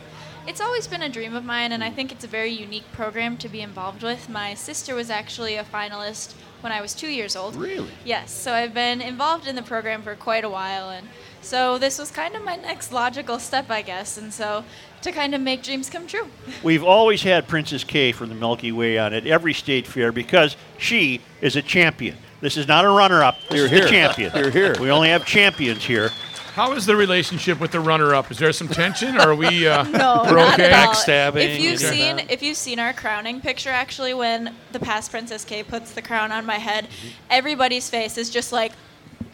Speaker 14: It's always been a dream of mine, and I think it's a very unique program to be involved with. My sister was actually a finalist when I was two years old.
Speaker 2: Really?
Speaker 14: Yes, so I've been involved in the program for quite a while, and so this was kind of my next logical step, I guess, and so to kind of make dreams come true.
Speaker 2: We've always had Princess K from the Milky Way on at every state fair because she is a champion. This is not a runner-up. This
Speaker 5: You're
Speaker 2: is
Speaker 5: here.
Speaker 2: the champion.
Speaker 5: You're here.
Speaker 2: We only have champions here.
Speaker 5: How is the relationship with the runner-up? Is there some tension, or are we? Uh,
Speaker 14: No,
Speaker 5: we're
Speaker 14: not
Speaker 5: okay?
Speaker 14: at all. If you've seen, if you've seen our crowning picture, actually, when the past Princess K puts the crown on my head,
Speaker 5: Mm-hmm.
Speaker 14: everybody's face is just like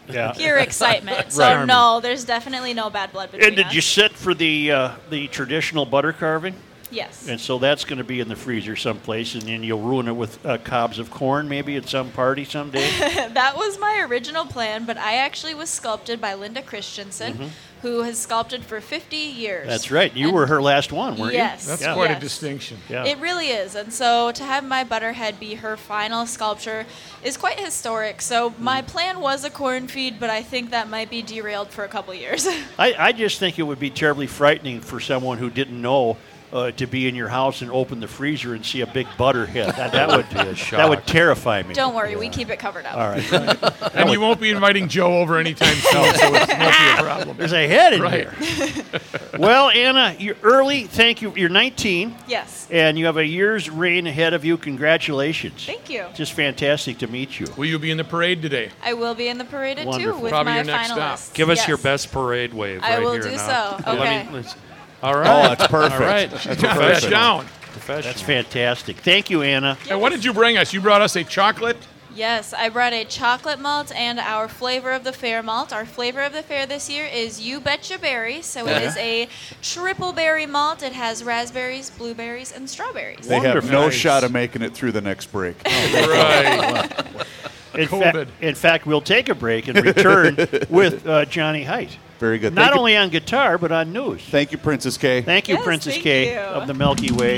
Speaker 2: Yeah.
Speaker 14: pure excitement. So
Speaker 2: Right.
Speaker 14: no, there's definitely no bad blood between
Speaker 2: And did
Speaker 14: us.
Speaker 2: you sit for the uh, the traditional butter carving?
Speaker 14: Yes.
Speaker 2: And so that's going to be in the freezer someplace, and then you'll ruin it with uh, cobs of corn, maybe at some party someday.
Speaker 14: that was my original plan, but I actually was sculpted by Linda Christensen,
Speaker 2: Mhm.
Speaker 14: who has sculpted for 50 years.
Speaker 2: That's right. You were her last one, weren't
Speaker 14: Yes,
Speaker 2: you?
Speaker 14: That's quite a yes.
Speaker 5: distinction.
Speaker 2: Yeah.
Speaker 14: It really is. And so to have my butterhead be her final sculpture is quite historic. So
Speaker 2: Mm-hmm.
Speaker 14: my plan was a corn feed, but I think that might be derailed for a couple years.
Speaker 2: I, I just think it would be terribly frightening for someone who didn't know uh, to be in your house and open the freezer and see a big butter head. That, that would
Speaker 5: Be a
Speaker 2: that would
Speaker 5: shock.
Speaker 2: terrify me.
Speaker 14: Don't worry, we keep it covered up.
Speaker 2: All right.
Speaker 5: and you won't be inviting Joe over anytime soon, so it's not be a problem.
Speaker 2: There's a head in
Speaker 5: Right.
Speaker 2: there. well, Anna, you're early. Thank you. You're 19.
Speaker 14: Yes.
Speaker 2: And you have a year's reign ahead of you. Congratulations.
Speaker 14: Thank you.
Speaker 2: Just fantastic to meet you.
Speaker 5: Will you be in the parade today?
Speaker 14: I will be in the parade at two
Speaker 2: Wonderful.
Speaker 14: with
Speaker 5: Probably
Speaker 14: my
Speaker 5: your next stop.
Speaker 14: finalists.
Speaker 3: Give us
Speaker 14: Yes.
Speaker 3: your best parade wave
Speaker 14: I
Speaker 3: right
Speaker 14: will
Speaker 3: here
Speaker 14: do
Speaker 2: Uh,
Speaker 3: now.
Speaker 14: so.
Speaker 3: Let me-
Speaker 14: Okay.
Speaker 2: Oh,
Speaker 3: let's- all right.
Speaker 5: that's perfect.
Speaker 3: All right.
Speaker 5: She's got that down.
Speaker 3: professional.
Speaker 2: That's fantastic. Thank you, Anna.
Speaker 5: And what did you bring us? You brought us a chocolate.
Speaker 14: Yes, I brought a chocolate malt and our flavor of the fair malt. Our flavor of the fair this year is You Betcha Berry, so it is
Speaker 1: Uh-huh.
Speaker 14: a triple berry malt. It has raspberries, blueberries, and strawberries.
Speaker 1: They have no
Speaker 2: Nice.
Speaker 1: shot of making it through the next break.
Speaker 2: In, fact, in fact, we'll take a break and return with uh, Johnny Height.
Speaker 1: Very good.
Speaker 2: Not
Speaker 1: Thank you-
Speaker 2: only on guitar, but on news.
Speaker 1: Thank you, Princess K.
Speaker 2: Thank you,
Speaker 1: Yes,
Speaker 2: Princess
Speaker 1: thank
Speaker 2: K
Speaker 1: you.
Speaker 2: of the Milky Way.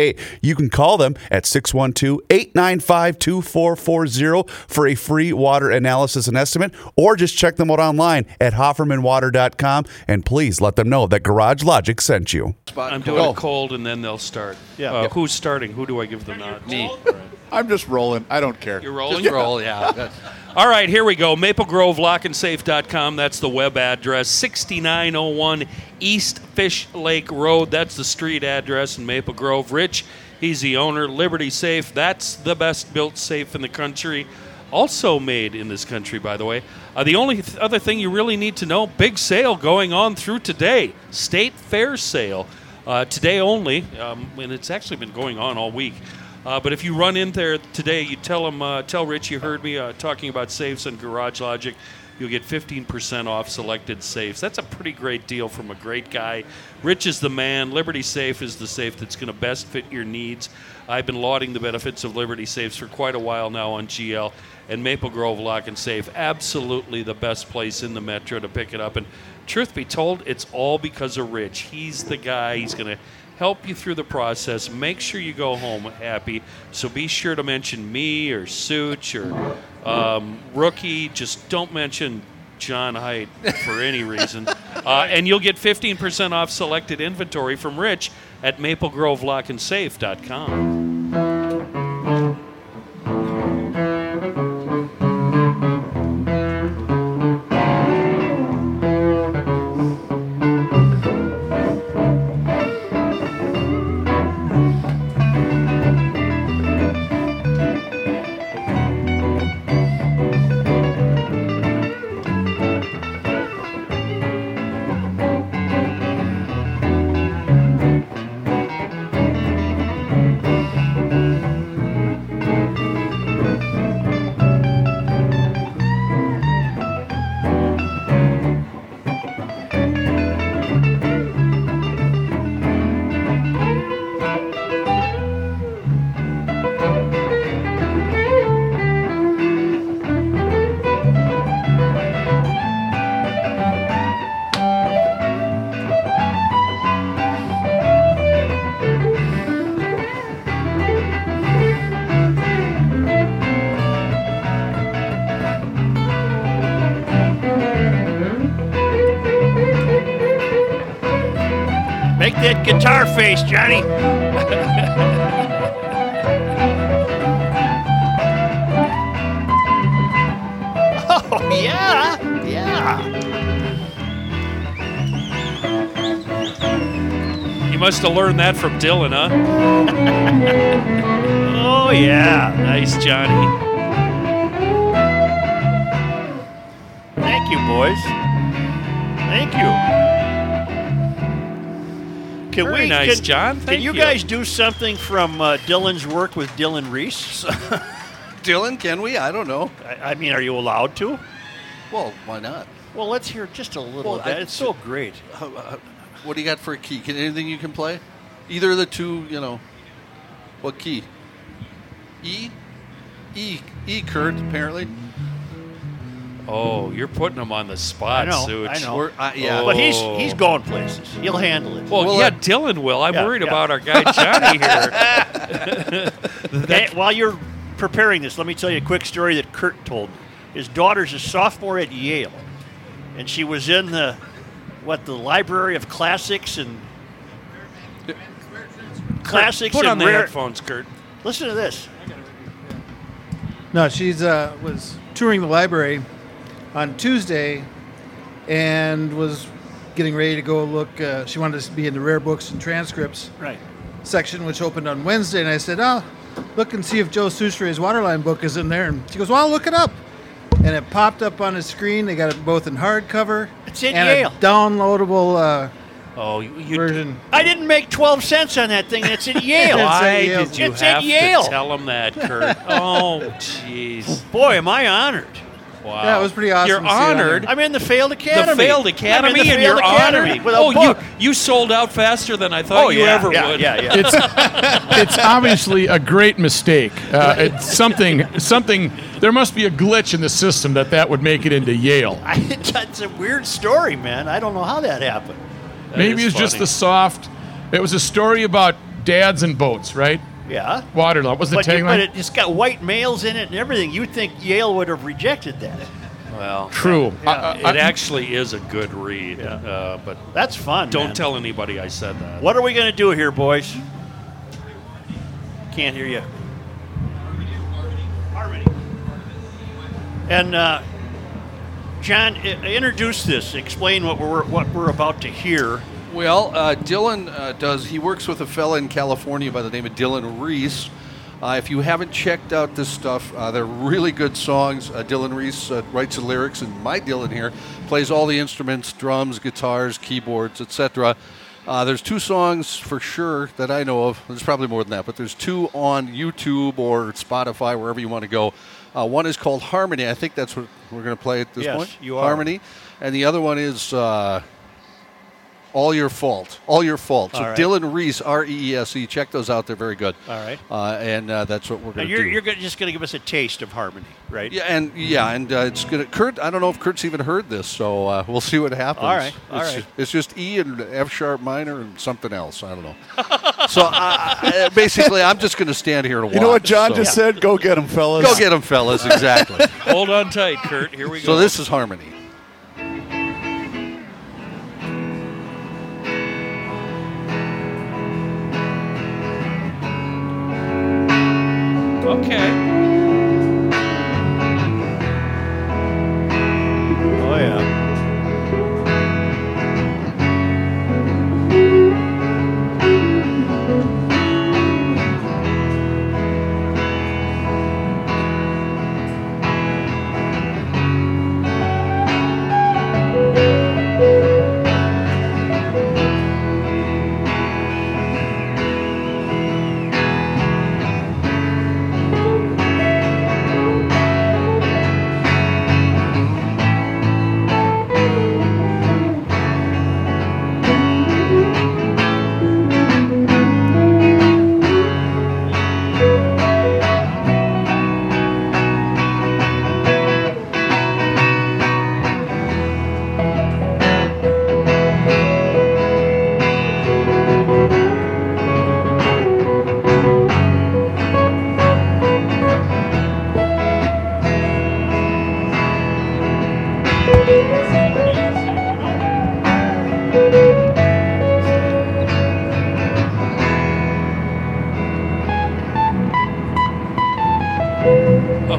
Speaker 6: You can call them at 612-895-2440 for a free water analysis and estimate or just check them out online at hoffermanwater.com and please let them know that Garage Logic sent you.
Speaker 3: I'm doing a cold, and then they'll start. Yeah. Uh, Who's starting? Who do I give the nod? Me.
Speaker 1: I'm just rolling. I don't care.
Speaker 3: You're rolling.
Speaker 1: Just
Speaker 16: roll, yeah.
Speaker 3: All right, here we go. MapleGroveLockandSafe.com. That's the web address. 6901 East Fish Lake Road. That's the street address in Maple Grove. Rich, he's the owner. Liberty Safe. That's the best built safe in the country. Also made in this country, by the way. Uh, the only th- other thing you really need to know big sale going on through today. State Fair Sale. Uh, today only, um, and it's actually been going on all week. Uh, but if you run in there today, you tell them, uh, tell Rich you heard me uh, talking about safes and Garage Logic. You'll get 15% off selected safes. That's a pretty great deal from a great guy. Rich is the man. Liberty Safe is the safe that's going to best fit your needs. I've been lauding the benefits of Liberty Safes for quite a while now on GL and Maple Grove Lock and Safe. Absolutely the best place in the metro to pick it up. And truth be told, it's all because of Rich. He's the guy. He's going to help you through the process. Make sure you go home happy. So be sure to mention me or Such or um, Rookie. Just don't mention John Height for any reason. Uh, and you'll get 15% off selected inventory from Rich at maplegrovelockandsafe.com.
Speaker 2: Make that guitar face, Johnny. oh, yeah. Yeah.
Speaker 3: Ah. You must have learned that from Dylan, huh?
Speaker 2: Oh, yeah. Nice, Johnny. Thank you, boys. Thank you. Can
Speaker 3: Very
Speaker 2: we,
Speaker 3: nice,
Speaker 2: can,
Speaker 3: John.
Speaker 2: can
Speaker 3: Thank
Speaker 2: you,
Speaker 3: you.
Speaker 2: guys do something from uh, Dylan's work with Dylan Reese? Dylan, can we? I don't know. I, mean, are you allowed to?
Speaker 7: Well, why not?
Speaker 2: Well, let's hear just a little of that. it's so great.
Speaker 7: uh, what do you got for a key? Can anything you can play? Either of the two, you know. What key? E, E, E. Kurt apparently.
Speaker 3: Oh, you're putting him on the spot,
Speaker 2: I know,
Speaker 3: Such.
Speaker 2: I know. We're- uh, yeah. But he's- he's going places. He'll handle it.
Speaker 3: Well,
Speaker 2: Well,
Speaker 3: yeah,
Speaker 2: uh,
Speaker 3: Dylan will. I'm
Speaker 2: Yeah,
Speaker 3: worried
Speaker 2: yeah.
Speaker 3: about our guy Johnny here.
Speaker 2: Hey, while you're preparing this, let me tell you a quick story that Kurt told. me. His daughter's a sophomore at Yale, and she was in the what the Library of Classics and Classics
Speaker 3: Put
Speaker 2: and
Speaker 3: on the
Speaker 2: rare-
Speaker 3: headphones, Kurt.
Speaker 2: Listen to this.
Speaker 20: No, she's uh, was touring the library on Tuesday, and was getting ready to go look. Uh, she wanted to be in the rare books and transcripts
Speaker 2: right.
Speaker 20: section, which opened on Wednesday. And I said, "Oh, look and see if Joe Suchere's Waterline book is in there." And she goes, "Well, I'll look it up." And it popped up on the screen. They got it both in hardcover
Speaker 2: It's in
Speaker 20: and
Speaker 2: Yale.
Speaker 20: a downloadable. Uh,
Speaker 3: oh, you,
Speaker 20: version.
Speaker 2: I didn't make twelve cents on that thing. That's at Yale.
Speaker 3: Why did you
Speaker 2: it's
Speaker 3: have
Speaker 2: at Yale.
Speaker 3: to tell him that, Kurt? Oh, jeez.
Speaker 2: Boy, am I honored.
Speaker 3: Wow.
Speaker 2: Yeah, it was
Speaker 20: pretty
Speaker 3: You're honored.
Speaker 2: I'm in the failed academy.
Speaker 3: The failed
Speaker 2: I'm in
Speaker 3: academy,
Speaker 2: the
Speaker 3: and you're
Speaker 2: failed academy
Speaker 3: honored.
Speaker 2: with a
Speaker 3: Oh,
Speaker 2: book.
Speaker 3: you you sold out faster than I thought
Speaker 2: Oh,
Speaker 3: you
Speaker 2: yeah,
Speaker 3: ever
Speaker 2: yeah,
Speaker 3: would.
Speaker 2: yeah, yeah.
Speaker 5: It's it's obviously a great mistake. Uh, it's something something. There must be a glitch in the system that that would make it into Yale.
Speaker 2: That's a weird story, man. I don't know how that happened.
Speaker 5: Maybe it's just the soft. It was a story about dads and boats, right?
Speaker 2: Yeah.
Speaker 5: Waterloo was the
Speaker 2: but, you-
Speaker 5: tagline.
Speaker 2: but it, it's got white males in it and everything. You'd think Yale would have rejected that.
Speaker 3: Well,
Speaker 5: True.
Speaker 3: yeah.
Speaker 5: I- I-
Speaker 3: it
Speaker 5: I-
Speaker 3: actually is a good read, uh, but
Speaker 2: that's fun.
Speaker 3: Don't
Speaker 2: man.
Speaker 3: tell anybody I said that.
Speaker 2: What are we going to do here, boys? Can't hear you. And uh, John, i- introduce this. Explain what we're what we're about to hear.
Speaker 7: Well, uh, Dylan uh, does. He works with a fella in California by the name of Dylan Reese. Uh, if you haven't checked out this stuff, uh, they're really good songs. Uh, Dylan Reese uh, writes the lyrics, and my Dylan here plays all the instruments, drums, guitars, keyboards, etc. Uh, there's two songs for sure that I know of. There's probably more than that, but there's two on YouTube or Spotify, wherever you want to go. Uh, one is called Harmony. I think that's what we're going to play at this
Speaker 2: Yes,
Speaker 7: point.
Speaker 2: you are.
Speaker 7: Harmony, and the other one is. Uh, all your fault. All your fault. So
Speaker 2: All right.
Speaker 7: Dylan Reese, R E E S E. Check those out. They're very good.
Speaker 2: All right.
Speaker 7: Uh, and uh, that's what we're
Speaker 2: Now
Speaker 7: going to
Speaker 2: you're
Speaker 7: do.
Speaker 2: you're gonna, just going to give us a taste of harmony, right?
Speaker 7: yeah, and yeah, and uh, it's gonna. Kurt, I don't know if Kurt's even heard this, so uh, we'll see what happens.
Speaker 2: All right, all
Speaker 7: it's,
Speaker 2: right.
Speaker 7: It's just E and F sharp minor and something else. I don't know. so I, I, basically, I'm just going to stand here and watch.
Speaker 1: You know what John
Speaker 7: so-
Speaker 1: just said? Go get him, fellas.
Speaker 7: Go get 'em, fellas. Exactly.
Speaker 3: Hold on tight, Kurt. Here we go.
Speaker 7: So this is harmony.
Speaker 3: okay.
Speaker 2: Oh yeah.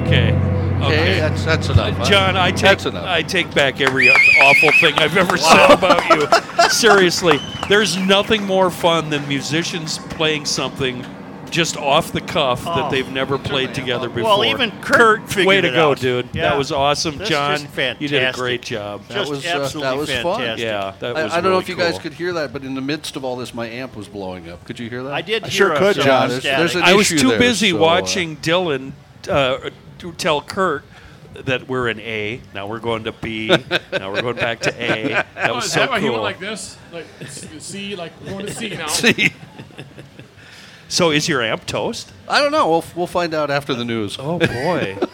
Speaker 3: Okay. Okay.
Speaker 7: that's that's enough. huh?
Speaker 3: John, I take
Speaker 7: That's enough.
Speaker 3: I take back every awful thing I've ever said about you. Seriously, there's nothing more fun than musicians playing something just off the cuff
Speaker 2: Oh,
Speaker 3: that they've never played together before.
Speaker 2: Well, even Kurt figured
Speaker 3: way to
Speaker 2: it
Speaker 3: go,
Speaker 2: out.
Speaker 3: dude.
Speaker 2: Yeah.
Speaker 3: That was awesome,
Speaker 2: That's
Speaker 3: John.
Speaker 2: just fantastic.
Speaker 3: You did a great job.
Speaker 7: That was uh, that was fun.
Speaker 3: Yeah, that
Speaker 7: I,
Speaker 3: was
Speaker 7: I don't know
Speaker 3: really
Speaker 7: if you guys
Speaker 3: cool.
Speaker 7: could hear that, but in the midst of all this, my amp was blowing up. Could you hear that?
Speaker 2: I did
Speaker 7: I
Speaker 2: hear
Speaker 7: sure
Speaker 2: a-
Speaker 7: could,
Speaker 2: some
Speaker 7: John. There's,
Speaker 2: static.
Speaker 7: there's an
Speaker 3: I was
Speaker 7: issue
Speaker 3: too
Speaker 7: there,
Speaker 3: busy
Speaker 7: so, uh,
Speaker 3: watching Dylan uh, to tell Kurt that we're in A. Now we're going to B. now we're going back to A. That
Speaker 5: Oh,
Speaker 3: was
Speaker 5: is
Speaker 3: so
Speaker 5: that why
Speaker 3: cool.
Speaker 5: He went like this, like s- C, like we're going to C now.
Speaker 3: See? so is your amp toast?
Speaker 7: I don't know. We'll, we'll find out after the news.
Speaker 3: Oh,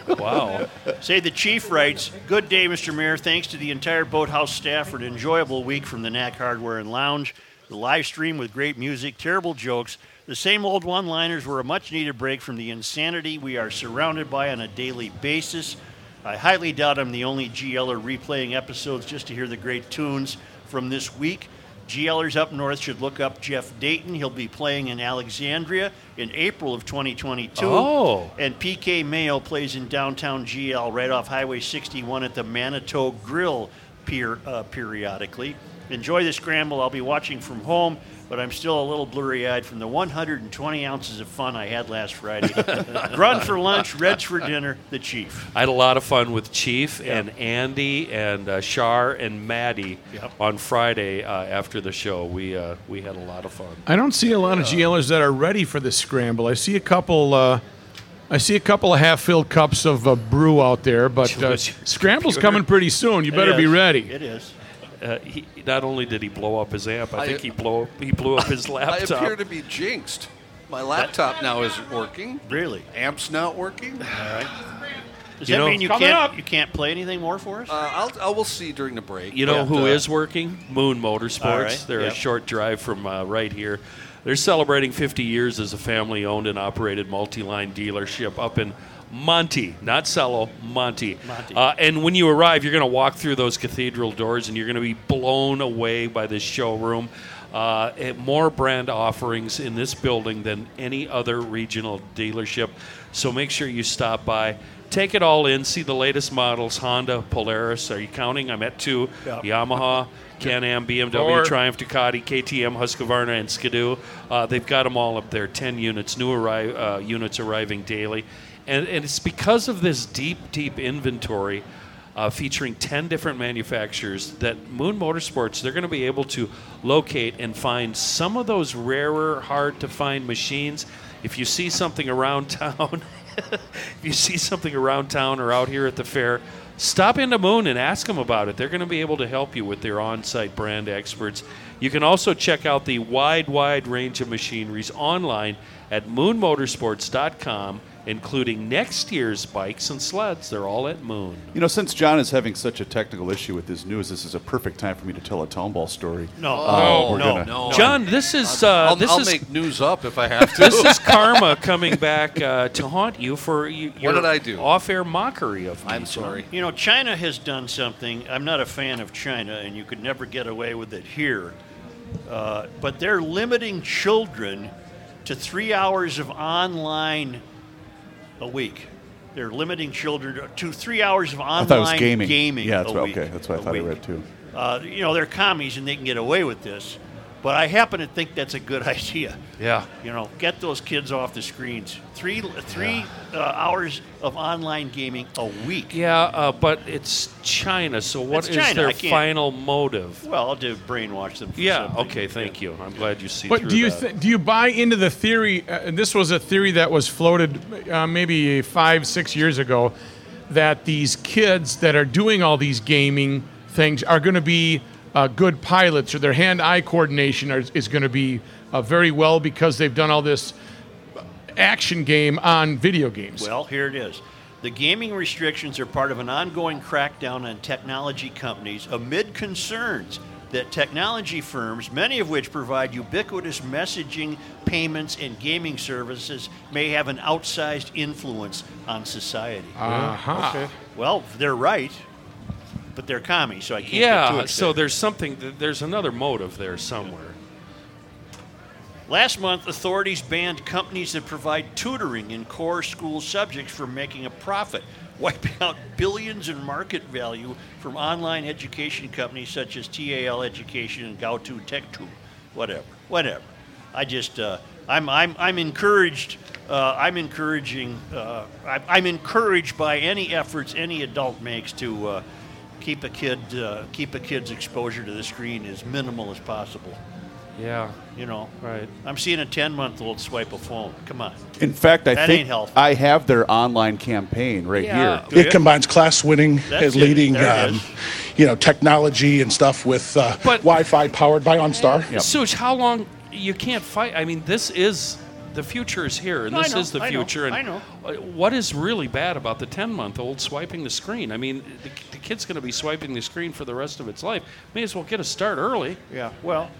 Speaker 3: boy. wow.
Speaker 2: Say the chief writes, "Good day, Mr. Mayor. Thanks to the entire boathouse staff for an enjoyable week from the Knack Hardware and Lounge. The live stream with great music, terrible jokes, the same old one-liners were a much-needed break from the insanity we are surrounded by on a daily basis. I highly doubt I'm the only GLer replaying episodes just to hear the great tunes from this week." GLers up north should look up Jeff Dayton. He'll be playing in Alexandria in April of 2022.
Speaker 3: Oh.
Speaker 2: And PK Mayo plays in downtown GL right off Highway 61 at the Manitou Grill pier, uh, periodically. Enjoy the scramble. I'll be watching from home, but I'm still a little blurry eyed from the 120 ounces of fun I had last Friday. Grun for lunch, Reds for dinner, the Chief.
Speaker 3: I had a lot of fun with Chief and Andy and uh, Shar and Maddie on Friday uh, after the show. We uh, we had a lot of fun.
Speaker 5: I don't see a lot of GLers that are ready for this scramble. I see a couple. Uh, I see a couple of half-filled cups of uh, brew out there, but uh, scramble's coming pretty soon. You
Speaker 3: It
Speaker 5: better be
Speaker 3: is.
Speaker 5: ready.
Speaker 2: It is.
Speaker 3: Uh, he, not only did he blow up his amp, I,
Speaker 7: I-
Speaker 3: think he blow he blew up his
Speaker 7: I appear
Speaker 3: laptop.
Speaker 7: to be jinxed. My laptop now isn't working.
Speaker 2: Really?
Speaker 7: Amp's not working. All
Speaker 2: right. Does
Speaker 7: You
Speaker 2: that
Speaker 7: know-
Speaker 2: mean you
Speaker 7: Coming
Speaker 2: can't
Speaker 7: up.
Speaker 2: you can't play anything more for us?
Speaker 7: Uh, I'll, I will see during the break.
Speaker 3: You know
Speaker 7: but,
Speaker 3: who is
Speaker 7: uh,
Speaker 3: working? Moon Motorsports.
Speaker 7: All right,
Speaker 3: They're
Speaker 7: yep.
Speaker 3: a short drive from uh, right here. They're celebrating 50 years as a family owned and operated multi line dealership up in Monte, not Cello, Monte.
Speaker 2: Monte.
Speaker 3: Uh, and when you arrive, you're going to walk through those cathedral doors and you're going to be blown away by this showroom. Uh, and more brand offerings in this building than any other regional dealership. So make sure you stop by. Take it all in, see the latest models Honda, Polaris. Are you counting? I'm at two.
Speaker 2: Yep.
Speaker 3: Yamaha, Can Am, BMW,
Speaker 2: Ford.
Speaker 3: Triumph, Ducati, KTM, Husqvarna, and Skidoo. Uh, they've got them all up there. Ten units, new arri- uh, units arriving daily, and and it's because of this deep, deep inventory. Uh, featuring 10 different manufacturers that moon motorsports they're going to be able to locate and find some of those rarer hard to find machines if you see something around town if you see something around town or out here at the fair, stop into Moon and ask them about it. They're going to be able to help you with their on site brand experts. You can also check out the wide, wide range of machineries online at moonmotorsports.com, including next year's bikes and sleds. They're all at Moon.
Speaker 1: You know, since John is having such a technical issue with his news, this is a perfect time for me to tell a tomball story.
Speaker 3: No.
Speaker 1: Uh,
Speaker 3: No,
Speaker 1: we're
Speaker 3: no,
Speaker 1: gonna-
Speaker 3: no. John, this is, uh,
Speaker 7: Oh, I'll,
Speaker 3: this
Speaker 7: I'll
Speaker 3: is-
Speaker 7: make news up if I have to.
Speaker 3: this is karma coming back uh, to haunt you for y- your
Speaker 7: did I do?
Speaker 3: off-air mockery of me. I'm sorry.
Speaker 2: You know, China has done something. I'm not a fan of China, and you could never get away with it here. Uh, but they're limiting children to three hours of online a week. They're limiting children to three hours of
Speaker 1: I
Speaker 2: online
Speaker 1: thought it was gaming. Yeah, that's
Speaker 2: a
Speaker 1: what,
Speaker 2: week.
Speaker 1: okay. That's what I thought I read too.
Speaker 2: Uh, you know, they're commies and they can get away with this. But I happen to think that's a good idea.
Speaker 3: Yeah.
Speaker 2: You know, get those kids off the screens. Three three uh, hours of online gaming a week.
Speaker 3: Yeah, uh, but it's China. So what
Speaker 2: It's
Speaker 3: is
Speaker 2: China, I
Speaker 3: their
Speaker 2: can't-
Speaker 3: final motive?
Speaker 2: Well, I'll do brainwash them. For
Speaker 3: Yeah.
Speaker 2: something.
Speaker 3: Okay. Thank you. I'm glad you see
Speaker 5: But
Speaker 3: through
Speaker 5: do you
Speaker 3: that.
Speaker 5: th- do you buy into the theory? Uh, and this was a theory that was floated uh, maybe five six years ago, that these kids that are doing all these gaming things are going to be uh, good pilots, or their hand-eye coordination are, is going to be uh, very well because they've done all this action game on video games.
Speaker 2: Well, here it is. The gaming restrictions are part of an ongoing crackdown on technology companies amid concerns that technology firms, many of which provide ubiquitous messaging, payments, and gaming services, may have an outsized influence on society.
Speaker 5: Uh-huh. Okay.
Speaker 2: Well, they're right, but they're commie, so I can't get too
Speaker 3: yeah.
Speaker 2: excited.
Speaker 3: So there's something. th- There's another motive there somewhere.
Speaker 2: Last month, authorities banned companies that provide tutoring in core school subjects from making a profit, wiping out billions in market value from online education companies such as TAL Education and Gaotu TechTube. Whatever, whatever. I just, uh, I'm, I'm, I'm encouraged. Uh, I'm encouraging. Uh, I, I'm encouraged by any efforts any adult makes to uh, keep a kid, uh, keep a kid's exposure to the screen as minimal as possible.
Speaker 3: Yeah.
Speaker 2: You know. Right. I'm seeing a 10 month old swipe a phone. Come on.
Speaker 1: In fact, I
Speaker 2: that
Speaker 1: think
Speaker 2: ain't healthy.
Speaker 1: I have their online campaign right
Speaker 2: Yeah.
Speaker 1: here.
Speaker 21: It combines class winning and
Speaker 2: That's it.
Speaker 21: leading,
Speaker 2: There it
Speaker 21: um, you know, technology and stuff with uh, Wi-Fi powered by OnStar.
Speaker 3: Suj, how long you can't fight? I mean, this is the future is here, and
Speaker 2: No, I
Speaker 3: this
Speaker 2: know,
Speaker 3: is the
Speaker 2: I know,
Speaker 3: future. and
Speaker 2: I know.
Speaker 3: uh, What is really bad about the ten-month-old swiping the screen? I mean, the, the kid's going to be swiping the screen for the rest of its life. May as well get a start early.
Speaker 2: Yeah. Well.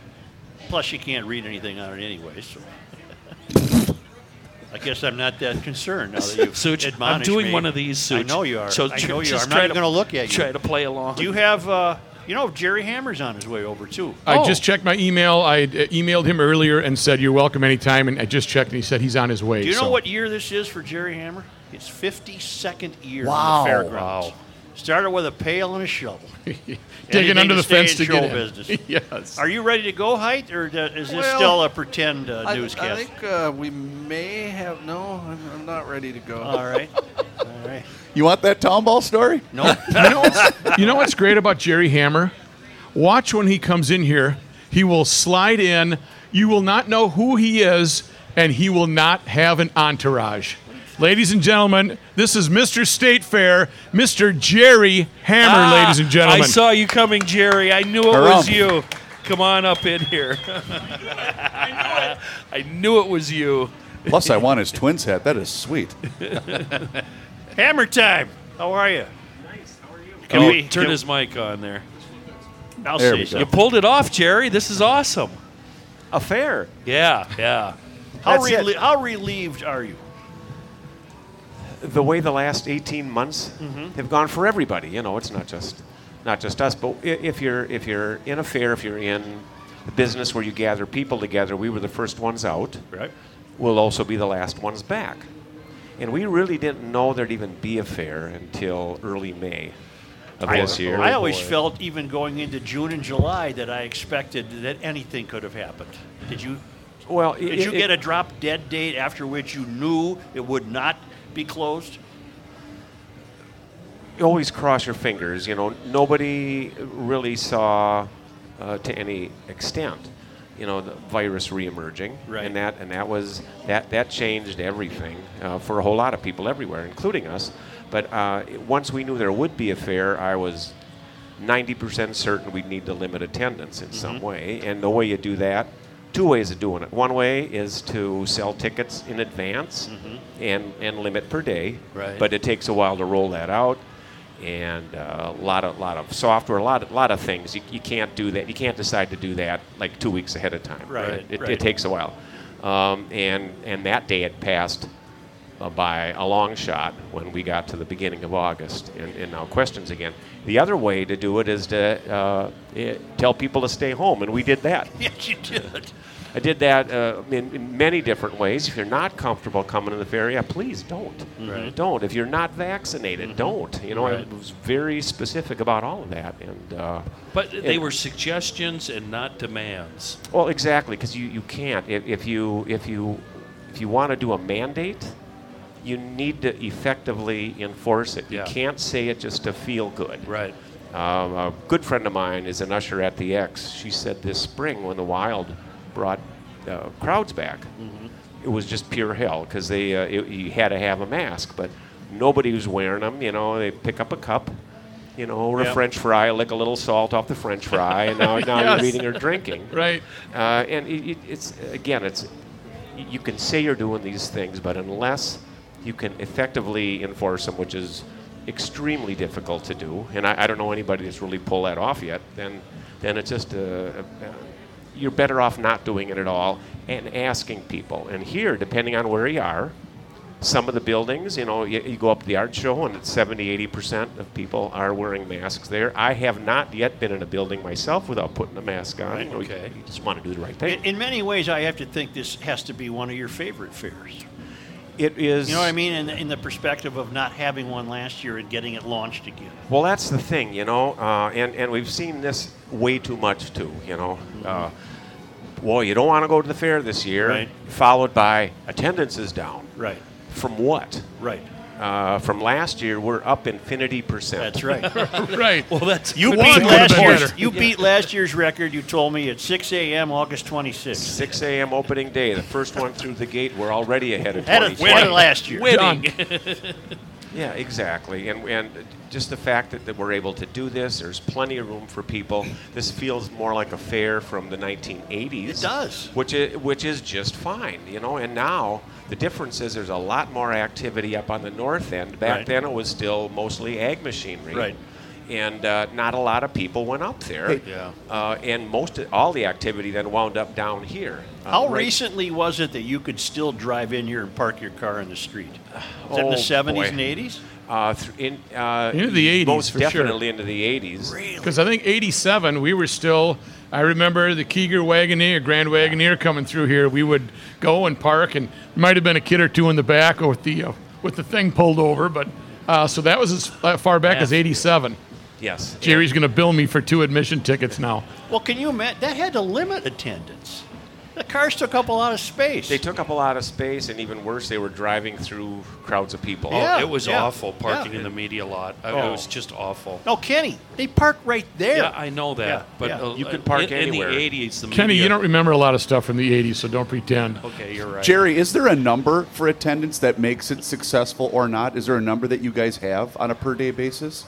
Speaker 2: Plus, you can't read anything on it anyway. So. I guess I'm not that concerned now that you've
Speaker 3: Suj, I'm
Speaker 2: admonished
Speaker 3: doing
Speaker 2: me.
Speaker 3: one of these,
Speaker 2: I
Speaker 3: Suj.
Speaker 2: know you are.
Speaker 3: So
Speaker 2: I
Speaker 3: ju-
Speaker 2: know you are.
Speaker 3: just
Speaker 2: I'm
Speaker 3: try
Speaker 2: not even
Speaker 3: to-
Speaker 2: going to look at you.
Speaker 3: try to play along.
Speaker 2: Do you have? Uh, you know, Jerry Hammer's on his way over too.
Speaker 5: I just checked my email. I uh, emailed him earlier and said you're welcome anytime. And I just checked, and he said he's on his way.
Speaker 2: Do you know
Speaker 5: so.
Speaker 2: what year this is for Jerry Hammer? It's 52nd year
Speaker 5: Wow.
Speaker 2: on the fairgrounds. Started with a pail and a shovel. Digging
Speaker 5: Digging under the fence to
Speaker 2: show
Speaker 5: get in.
Speaker 2: business.
Speaker 5: yes.
Speaker 2: Are you ready to go, Height, or do- is this
Speaker 7: Well,
Speaker 2: still a pretend uh,
Speaker 7: I, I
Speaker 2: newscast?
Speaker 7: think uh, we may have. No, I'm, I'm not ready to go.
Speaker 2: All right. All right.
Speaker 1: You want that town ball story?
Speaker 2: No.
Speaker 5: you, know what's, you know what's great about Jerry Hammer? Watch when he comes in here. He will slide in. You will not know who he is, and he will not have an entourage. Ladies and gentlemen, this is Mr. State Fair, Mr. Jerry Hammer,
Speaker 3: Ah,
Speaker 5: ladies and gentlemen.
Speaker 3: I saw you coming, Jerry. I knew it was
Speaker 5: Harumph.
Speaker 3: you. Come on up in here. I knew it was you.
Speaker 1: Plus, I want his twins hat. That is sweet.
Speaker 2: Hammer time. How are you?
Speaker 3: Can
Speaker 2: Can
Speaker 3: oh,
Speaker 2: we-
Speaker 3: turn
Speaker 2: can-
Speaker 3: his mic on there?
Speaker 2: I'll
Speaker 1: There
Speaker 2: say
Speaker 1: we go.
Speaker 3: You pulled it off, Jerry. This is awesome.
Speaker 2: A fair.
Speaker 3: Yeah, yeah.
Speaker 2: How,
Speaker 3: That's it.
Speaker 2: relie- how relieved are you?
Speaker 22: the way the last 18 months
Speaker 13: Mm-hmm.
Speaker 22: have gone for everybody. You know, it's not just not just us, but i- if you're if you're in a fair, if you're in a business where you gather people together, we were the first ones out.
Speaker 2: Right.
Speaker 22: We'll also be the last ones back. And we really didn't know there'd even be a fair until early May of
Speaker 2: I-
Speaker 22: this year.
Speaker 2: I
Speaker 13: Oh,
Speaker 2: always felt, even going into June and July, that I expected that anything could have happened. Did you?
Speaker 22: Well, i-
Speaker 2: did you
Speaker 22: i-
Speaker 2: get a drop dead date after which you knew it would not be closed?
Speaker 22: you always cross your fingers. You know, nobody really saw uh, to any extent, you know, the virus reemerging,
Speaker 2: Right.
Speaker 22: and that and that was that that changed everything uh, for a whole lot of people everywhere, including us. But uh, it- once we knew there would be a fair, I was 90% certain we'd need to limit attendance in
Speaker 2: Mm-hmm.
Speaker 22: some way. And the way you do that, two ways of doing it. One way is to sell tickets in advance and, and limit per day.
Speaker 2: Mm-hmm. Right.
Speaker 22: But it takes a while to roll that out. And uh, a lot of lot of software, a lot of, lot of things. You, you can't do that. You can't decide to do that like two weeks ahead of time.
Speaker 2: Right,
Speaker 22: It,
Speaker 2: right.
Speaker 22: it takes a while. Um, and and that day it passed uh, by a long shot when we got to the beginning of August, and, and now questions again. The other way to do it is to uh, eh, tell people to stay home, and we did that.
Speaker 2: Yes, you did.
Speaker 22: I did that uh, in, in many different ways. If you're not comfortable coming to the fair, yeah, please don't.
Speaker 2: Right.
Speaker 22: Don't. If you're not vaccinated, don't. You know,
Speaker 3: Mm-hmm. Right.
Speaker 22: I was very specific about all of that, and. Uh,
Speaker 3: But
Speaker 22: it-
Speaker 3: they were suggestions and not demands.
Speaker 22: well, exactly, because you, you can't if, if you if you if you want to do a mandate, you need to effectively enforce it.
Speaker 3: Yeah.
Speaker 22: You can't say it just to feel good.
Speaker 3: Right.
Speaker 22: Um, a good friend of mine is an usher at the X. She said this spring when the Wild brought uh, crowds back,
Speaker 3: Mm-hmm.
Speaker 22: it was just pure hell because they uh, it, you had to have a mask, but nobody was wearing them. You know, they pick up a cup. You know, or
Speaker 5: Yep.
Speaker 22: a French fry, lick a little salt off the French fry, and now, now
Speaker 5: Yes.
Speaker 22: you're eating or drinking.
Speaker 5: Right.
Speaker 22: Uh, and it, it, it's again, it's y- you can say you're doing these things, but unless you can effectively enforce them, which is extremely difficult to do, and I, I don't know anybody that's really pulled that off yet. Then, then it's just a, you're better off not doing it at all and asking people. And here, depending on where you are, some of the buildings, you know, you, you go up to the art show and it's 70, 80% of people are wearing masks there. I have not yet been in a building myself without putting a mask on.
Speaker 2: Right,
Speaker 22: You know, you-
Speaker 2: okay.
Speaker 22: You, just want to do the right
Speaker 2: In,
Speaker 22: thing.
Speaker 2: in many ways, I have to think this has to be one of your favorite fairs.
Speaker 22: It is.
Speaker 2: You know what I mean? In, in the perspective of not having one last year and getting it launched again.
Speaker 22: Well, that's the thing, you know, uh, and, and we've seen this way too much too, you know. Uh, well, you don't want to go to the fair this year,
Speaker 2: Right.
Speaker 22: followed by attendance is down.
Speaker 2: Right.
Speaker 22: From what?
Speaker 2: Right.
Speaker 22: uh, from last year, we're up infinity percent.
Speaker 2: That's right.
Speaker 5: right.
Speaker 2: Well, that's you
Speaker 22: could
Speaker 2: beat
Speaker 22: be a little
Speaker 2: last
Speaker 22: bit
Speaker 2: year's.
Speaker 22: better.
Speaker 2: You
Speaker 22: Yeah.
Speaker 2: beat last year's record. You told me at 6 a.m. August 26th.
Speaker 22: 6 a.m. opening day, the first one through the gate, we're already ahead of
Speaker 2: Had a
Speaker 22: 2020.
Speaker 2: winner last year. Winning.
Speaker 22: yeah, exactly. And, and just the fact that, that we're able to do this, there's plenty of room for people. This feels more like a fair from the 1980s. It
Speaker 2: does.
Speaker 22: Which is, which is just fine, you know. And now the difference is there's a lot more activity up on the north end. Back
Speaker 2: Right.
Speaker 22: then it was still mostly ag machinery.
Speaker 2: Right.
Speaker 22: And uh, not a lot of people went up there.
Speaker 2: Hey. Yeah.
Speaker 22: Uh, and most of, all the activity then wound up down here. Uh,
Speaker 2: How
Speaker 22: right-
Speaker 2: recently was it that you could still drive in here and park your car in the street? Was that in
Speaker 22: Oh,
Speaker 2: the 70s
Speaker 22: boy.
Speaker 2: and 80s?
Speaker 22: Uh, th- in, uh,
Speaker 5: Into the 80s
Speaker 22: most
Speaker 5: for sure.
Speaker 22: definitely into the 80s.
Speaker 5: Because I think 87, we were still, I remember the Keeger Wagoneer, Grand Wagoneer coming through here. We would go and park, and there might have been a kid or two in the back or with the, uh, with the thing pulled over. But uh, So that was as uh, far back as
Speaker 22: Yeah.
Speaker 5: 87.
Speaker 22: Yes.
Speaker 5: Jerry's going to bill me for two admission tickets now.
Speaker 2: Well, can you imagine? That had to limit attendance. The cars took up a lot of space.
Speaker 22: They took up a lot of space, and even worse, they were driving through crowds of people.
Speaker 2: Oh, Yeah,
Speaker 3: it was
Speaker 2: yeah,
Speaker 3: awful parking
Speaker 2: yeah.
Speaker 3: in the media lot. I,
Speaker 22: Oh.
Speaker 3: It was just awful.
Speaker 2: No, Kenny, they park right there.
Speaker 3: Yeah, I know that,
Speaker 2: Yeah,
Speaker 3: but
Speaker 2: yeah.
Speaker 3: uh,
Speaker 2: You
Speaker 22: could park
Speaker 3: in,
Speaker 22: anywhere.
Speaker 3: In the '80s, the
Speaker 5: Kenny,
Speaker 3: media,
Speaker 5: you don't remember a lot of stuff from the 80s, so don't pretend.
Speaker 3: Okay, you're right.
Speaker 1: Jerry, is there a number for attendance that makes it successful or not? Is there a number that you guys have on a per day basis?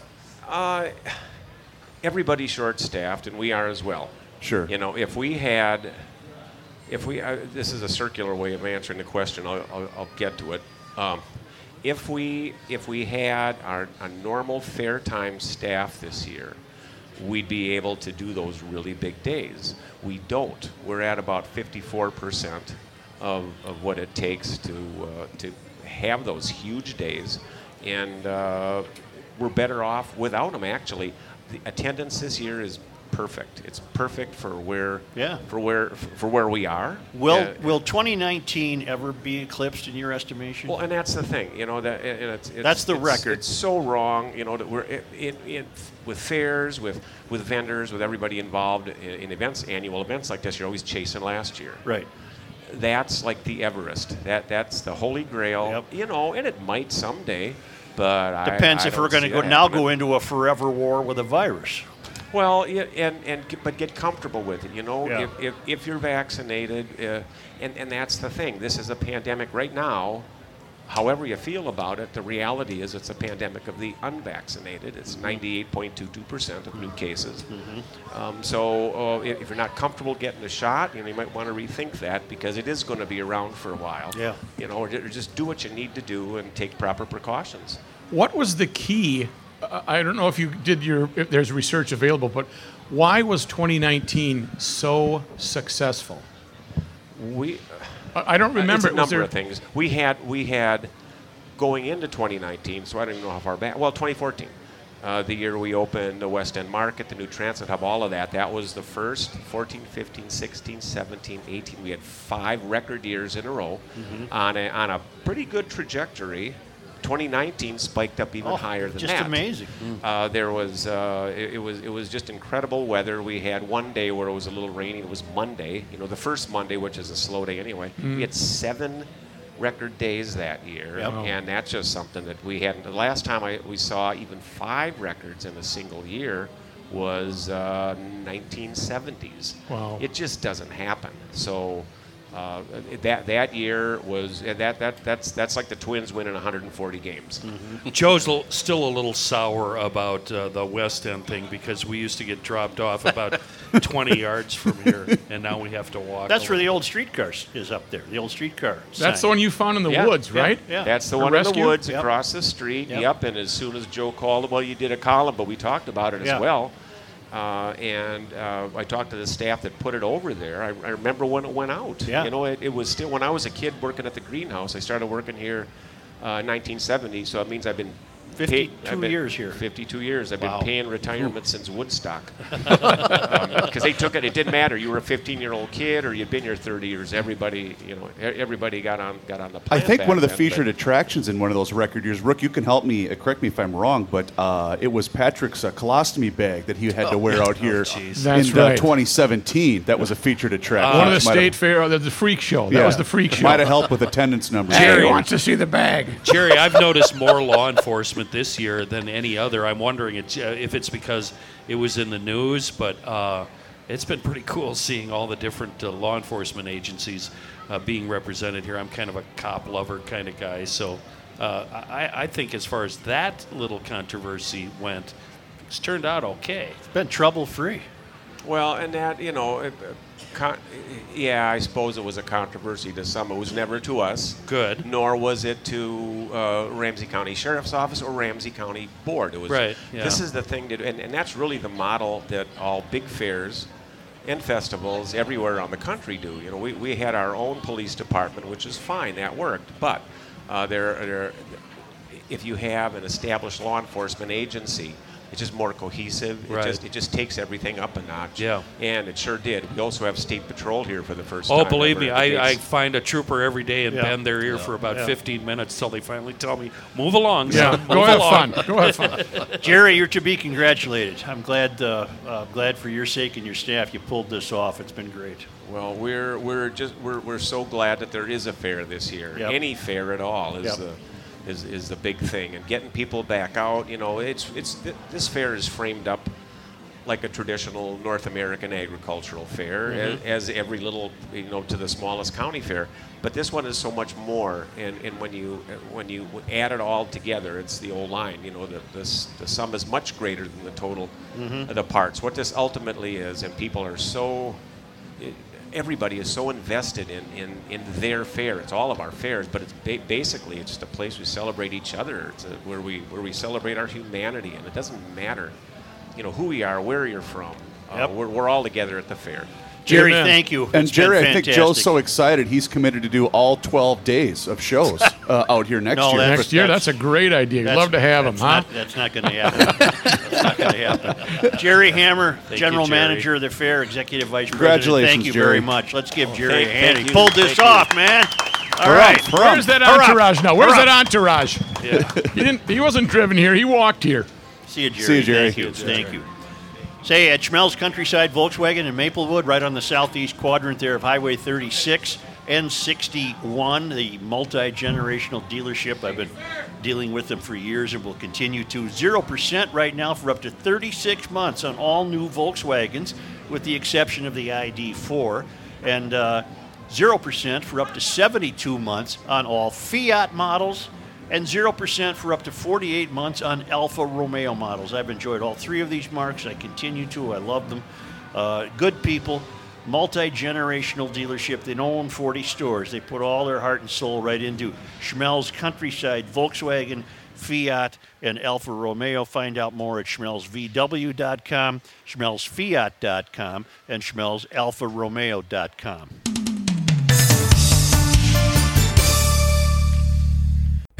Speaker 22: Uh, everybody's short-staffed, and we are as well.
Speaker 1: Sure.
Speaker 22: You know, if we had, if we, uh, this is a circular way of answering the question. I'll, I'll, I'll get to it. Um, if we, if we had our a normal fair time staff this year, we'd be able to do those really big days. We don't. We're at about 54 percent of, of what it takes to uh, to have those huge days, and uh, we're better off without them. Actually, the attendance this year is perfect. It's perfect for where
Speaker 2: Yeah.
Speaker 22: for where for where we are.
Speaker 2: Will
Speaker 22: Uh,
Speaker 2: Will 2019 ever be eclipsed in your estimation?
Speaker 22: well, and that's the thing, you know. That and it's, it's,
Speaker 2: That's the
Speaker 22: it's-
Speaker 2: record.
Speaker 22: It's so wrong, you know. That we're it, it, it, with fairs, with with vendors, with everybody involved in, in events, annual events like this. You're always chasing last year.
Speaker 2: Right.
Speaker 22: That's like the Everest. That that's the holy grail. You know, and it might someday, but I-
Speaker 2: Depends
Speaker 22: I
Speaker 2: if we're
Speaker 22: don't
Speaker 2: going to
Speaker 22: see
Speaker 2: go
Speaker 22: that
Speaker 2: now
Speaker 22: happening.
Speaker 2: go into a forever war with a virus.
Speaker 22: Well, yeah, and and get- but get comfortable with it. You know,
Speaker 2: Yeah.
Speaker 22: if, if if you're vaccinated, uh, and and that's the thing. This is a pandemic right now. However you feel about it, the reality is it's a pandemic of the unvaccinated. It's 98.22 percent of new cases. Um, so uh, if, if you're not comfortable getting a shot, you know, you might want to rethink that because it is going to be around for a while.
Speaker 5: Yeah.
Speaker 22: You know, or ju- or just do what you need to do and take proper precautions.
Speaker 5: What was the key? I I don't know if you did your, if there's research available, but why was 2019 so successful?
Speaker 22: We.
Speaker 5: I I don't remember.
Speaker 22: Uh, It's a
Speaker 5: Was
Speaker 22: number
Speaker 5: there-
Speaker 22: of things. We had we had going into 2019, so I don't even know how far back. Well, 2014, uh, the year we opened the West End Market, the new transit hub, all of that. That was the first 14, 15, 16, 17, 18. We had five record years in a row
Speaker 5: Mm-hmm.
Speaker 2: Mhm.
Speaker 22: on a on a pretty good trajectory. 2019 spiked up even
Speaker 2: Oh,
Speaker 22: higher than
Speaker 2: just
Speaker 22: that.
Speaker 2: amazing.
Speaker 5: Mm.
Speaker 22: Uh, there was uh, it, it was it was just incredible weather. We had one day where it was a little rainy. It was Monday, you know, the first Monday, which is a slow day anyway.
Speaker 5: Mm.
Speaker 22: We had seven record days that year,
Speaker 5: Yep. Oh. Wow.
Speaker 22: and that's just something that we hadn't. The last time I, we saw even five records in a single year was uh, 1970s.
Speaker 5: Wow.
Speaker 22: It just doesn't happen. So. Uh, that that year was and that that that's that's like the Twins winning 140 games.
Speaker 3: Joe's l- still a little sour about uh, the West End thing because we used to get dropped off about 20 yards from here, and now we have to walk.
Speaker 2: That's where the old streetcar s- is up there. The old streetcar.
Speaker 5: That's the one you found in the
Speaker 22: Yeah,
Speaker 5: woods,
Speaker 22: yeah,
Speaker 5: right?
Speaker 22: Yeah. That's the
Speaker 5: For
Speaker 22: one in
Speaker 5: rescue?
Speaker 22: the woods across the street.
Speaker 5: Yep.
Speaker 22: Yep. And as soon as Joe called, well, you did a column, but we talked about it
Speaker 5: Yeah.
Speaker 22: as well. Uh, and uh, I talked to the staff that put it over there. I, I remember when it went out.
Speaker 2: Yeah.
Speaker 22: You know, it, it was still when I was a kid working at the greenhouse. I started working here uh, in 1970, so it means I've been I've
Speaker 2: 52
Speaker 22: been-
Speaker 2: years here.
Speaker 22: 52 years. I've
Speaker 2: Wow.
Speaker 22: been paying retirement since Woodstock. Because they took it. It didn't matter. You were a 15-year-old kid, or you'd been here 30 years. Everybody, you know, e- everybody got on got on the.
Speaker 1: I
Speaker 22: Plan
Speaker 1: think
Speaker 22: back
Speaker 1: one of the
Speaker 22: then, but-
Speaker 1: featured attractions in one of those record years, Rook, you can help me, uh, correct me if I'm wrong, but uh, it was Patrick's uh, colostomy bag that he had to wear out here in
Speaker 5: That's
Speaker 1: uh,
Speaker 5: right.
Speaker 1: 2017. That was a featured attraction.
Speaker 5: One of the
Speaker 1: Uh, Might have-
Speaker 5: state fair, uh, the, the freak show. That
Speaker 1: Yeah.
Speaker 5: was the freak show.
Speaker 1: Might have helped with attendance numbers.
Speaker 3: Jerry, I've noticed more law enforcement this year than any other. I'm wondering it's, uh, if it's because it was in the news, but uh, it's been pretty cool seeing all the different uh, law enforcement agencies uh, being represented here. I'm kind of a cop lover kind of guy, so uh, I, I think as far as that little controversy went, it's turned out okay. It's
Speaker 2: been trouble free.
Speaker 22: Well, and that you know, it, uh, con- yeah, I suppose it was a controversy to some. It was never to us. Good. Nor was it to uh, Ramsey County Sheriff's Office or Ramsey County Board. It was
Speaker 3: Right, yeah.
Speaker 22: This is the thing to, do, and, and that's really the model that all big fairs and festivals everywhere around the country do. You know, we, we had our own police department, which is fine. That worked, but uh, there, there if you have an established law enforcement agency, it's just more cohesive. It
Speaker 3: Right.
Speaker 22: just it just takes everything up a notch.
Speaker 3: Yeah.
Speaker 22: And it sure did. We also have state patrol here for the first
Speaker 3: Oh,
Speaker 22: time.
Speaker 3: believe me,
Speaker 22: ever.
Speaker 3: I, I
Speaker 22: It's-
Speaker 3: find a trooper every day and
Speaker 22: Yeah.
Speaker 3: bend their ear
Speaker 22: Yeah.
Speaker 3: for about
Speaker 22: Yeah.
Speaker 3: 15 minutes till they finally tell me, "Move along,
Speaker 2: Yeah.
Speaker 3: son.
Speaker 2: Go
Speaker 3: move
Speaker 2: have
Speaker 3: along."
Speaker 2: fun. Go have fun. Jerry, you're to be congratulated. I'm glad, uh, uh, glad for your sake and your staff you pulled this off. It's been great.
Speaker 22: Well, we're we're just we're, we're so glad that there is a fair this year.
Speaker 2: Yep.
Speaker 22: Any fair at all is
Speaker 2: Yep.
Speaker 22: the is, is the big thing, and getting people back out. You know, it's it's th- this fair is framed up like a traditional North American agricultural fair, a-
Speaker 2: Mm-hmm.
Speaker 16: Mhm.
Speaker 22: as, every little you know to the smallest county fair. But this one is so much more, and, and when you when you add it all together, it's the old line. You know, the the, s- the sum is much greater than the total
Speaker 16: Mhm.
Speaker 22: of the parts. What this ultimately is, and people are so it- everybody is so invested in, in, in their fair. It's all of our fairs, but it's ba- basically it's just a place we celebrate each other. It's a, where we where we celebrate our humanity, and it doesn't matter, you know, who we are, where you're from. Uh, we're, we're all together at the fair.
Speaker 2: Jerry, Amen. thank you.
Speaker 1: And
Speaker 2: It's been
Speaker 1: Jerry, I think Joe's
Speaker 2: fantastic.
Speaker 1: so excited he's committed to do all 12 days of shows uh, out here next year.
Speaker 5: next year, that's, a great idea. You'd
Speaker 2: That's-
Speaker 5: love to have him,
Speaker 2: that's
Speaker 5: huh?
Speaker 2: not- that's not going to happen. that's not going to happen. Jerry Hammer,
Speaker 5: Thank you,
Speaker 2: General
Speaker 5: Jerry.
Speaker 2: Manager of the Fair, Executive Vice President.
Speaker 5: Congratulations,
Speaker 2: Thank you
Speaker 5: Jerry.
Speaker 2: very much. Let's give
Speaker 5: Oh,
Speaker 2: Jerry
Speaker 5: thank-
Speaker 2: a hand.
Speaker 5: thank
Speaker 2: He
Speaker 5: you.
Speaker 2: pulled this
Speaker 5: Thank you.
Speaker 2: off, man. All
Speaker 5: Hurrah,
Speaker 2: right.
Speaker 5: hurrah. Where's that
Speaker 2: Hurrah.
Speaker 5: entourage now? Where's
Speaker 2: Hurrah.
Speaker 5: that entourage?
Speaker 2: Yeah.
Speaker 5: he didn't. He wasn't driven here. He walked here.
Speaker 2: See you, Jerry.
Speaker 5: See you, Jerry.
Speaker 2: Thank you.
Speaker 5: See you,
Speaker 2: Thank you. Say at Schmel's Countryside Volkswagen in Maplewood, right on the southeast quadrant there of Highway 36 and 61, the multi generational dealership. I've been dealing with them for years and will continue to. 0% right now for up to 36 months on all new Volkswagens, with the exception of the ID4. And uh, 0% for up to 72 months on all Fiat models and 0% for up to 48 months on Alfa Romeo models. I've enjoyed all three of these marks. I continue to. I love them. Uh, good people, multi generational dealership. They own 40 stores. They put all their heart and soul right into Schmel's Countryside, Volkswagen, Fiat, and Alfa Romeo. Find out more at schmelzvw.com, schmelzfiat.com, and schmelzalfaromeo.com.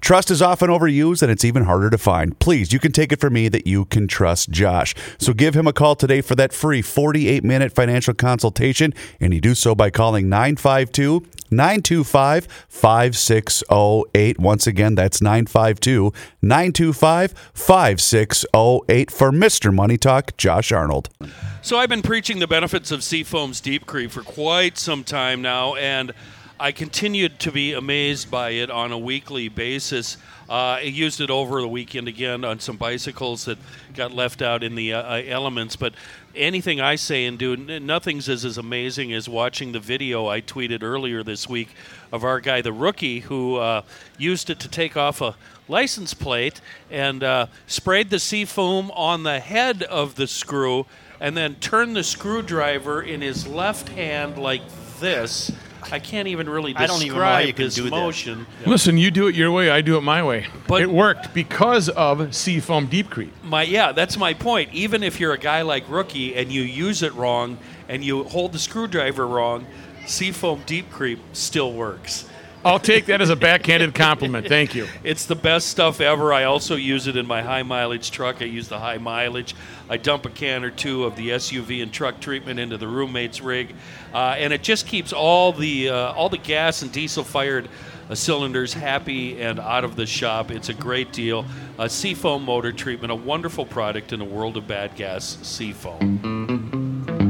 Speaker 6: Trust is often overused and it's even harder to find. Please, you can take it from me that you can trust Josh. So give him a call today for that free 48 minute financial consultation, and you do so by calling 952 925 5608. Once again, that's 952 925 5608 for Mr. Money Talk, Josh Arnold.
Speaker 3: So I've been preaching the benefits of Seafoam's Deep Cream for quite some time now, and I continued to be amazed by it on a weekly basis. Uh, I used it over the weekend again on some bicycles that got left out in the uh, uh, elements. But anything I say and do, n- nothing's as, as amazing as watching the video I tweeted earlier this week of our guy, the rookie, who uh, used it to take off a license plate and uh, sprayed the seafoam on the head of the screw and then turned the screwdriver in his left hand like this. I can't even really
Speaker 2: I
Speaker 3: describe
Speaker 2: don't even know how you can
Speaker 3: this
Speaker 2: do that.
Speaker 3: motion.
Speaker 5: Listen, you do it your way, I do it my way.
Speaker 3: But-
Speaker 5: it worked because of Seafoam Deepcrete.
Speaker 3: My yeah, that's my point. Even if you're a guy like rookie and you use it wrong and you hold the screwdriver wrong, Seafoam Deep Creep still works.
Speaker 5: I'll take that as a backhanded compliment. Thank you.
Speaker 3: It's the best stuff ever. I also use it in my high mileage truck. I use the high mileage. I dump a can or two of the SUV and truck treatment into the roommate's rig, uh, and it just keeps all the uh, all the gas and diesel fired uh, cylinders happy and out of the shop. It's a great deal. A seafoam motor treatment, a wonderful product in a world of bad gas. Seafoam.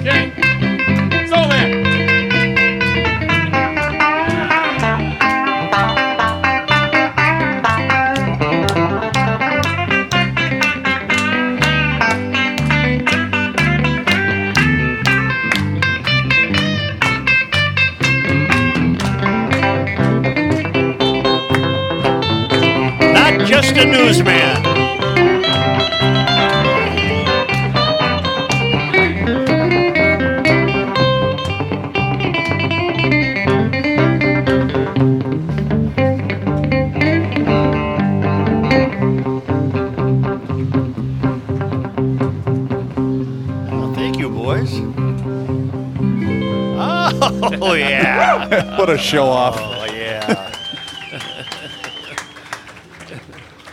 Speaker 5: Okay. It's all there.
Speaker 2: Not just a newsman. Well, thank you, boys. Oh, yeah.
Speaker 1: What a show off.
Speaker 2: Oh, yeah.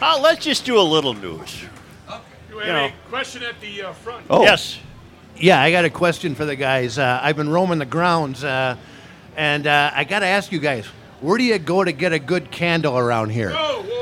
Speaker 2: Uh, let's just do a little news.
Speaker 5: You
Speaker 2: have a
Speaker 5: question at the uh, front?
Speaker 1: Oh.
Speaker 2: Yes.
Speaker 23: Yeah, I got a question for the guys. Uh, I've been roaming the grounds, uh, and uh, I got to ask you guys, where do you go to get a good candle around here?
Speaker 2: Whoa, whoa.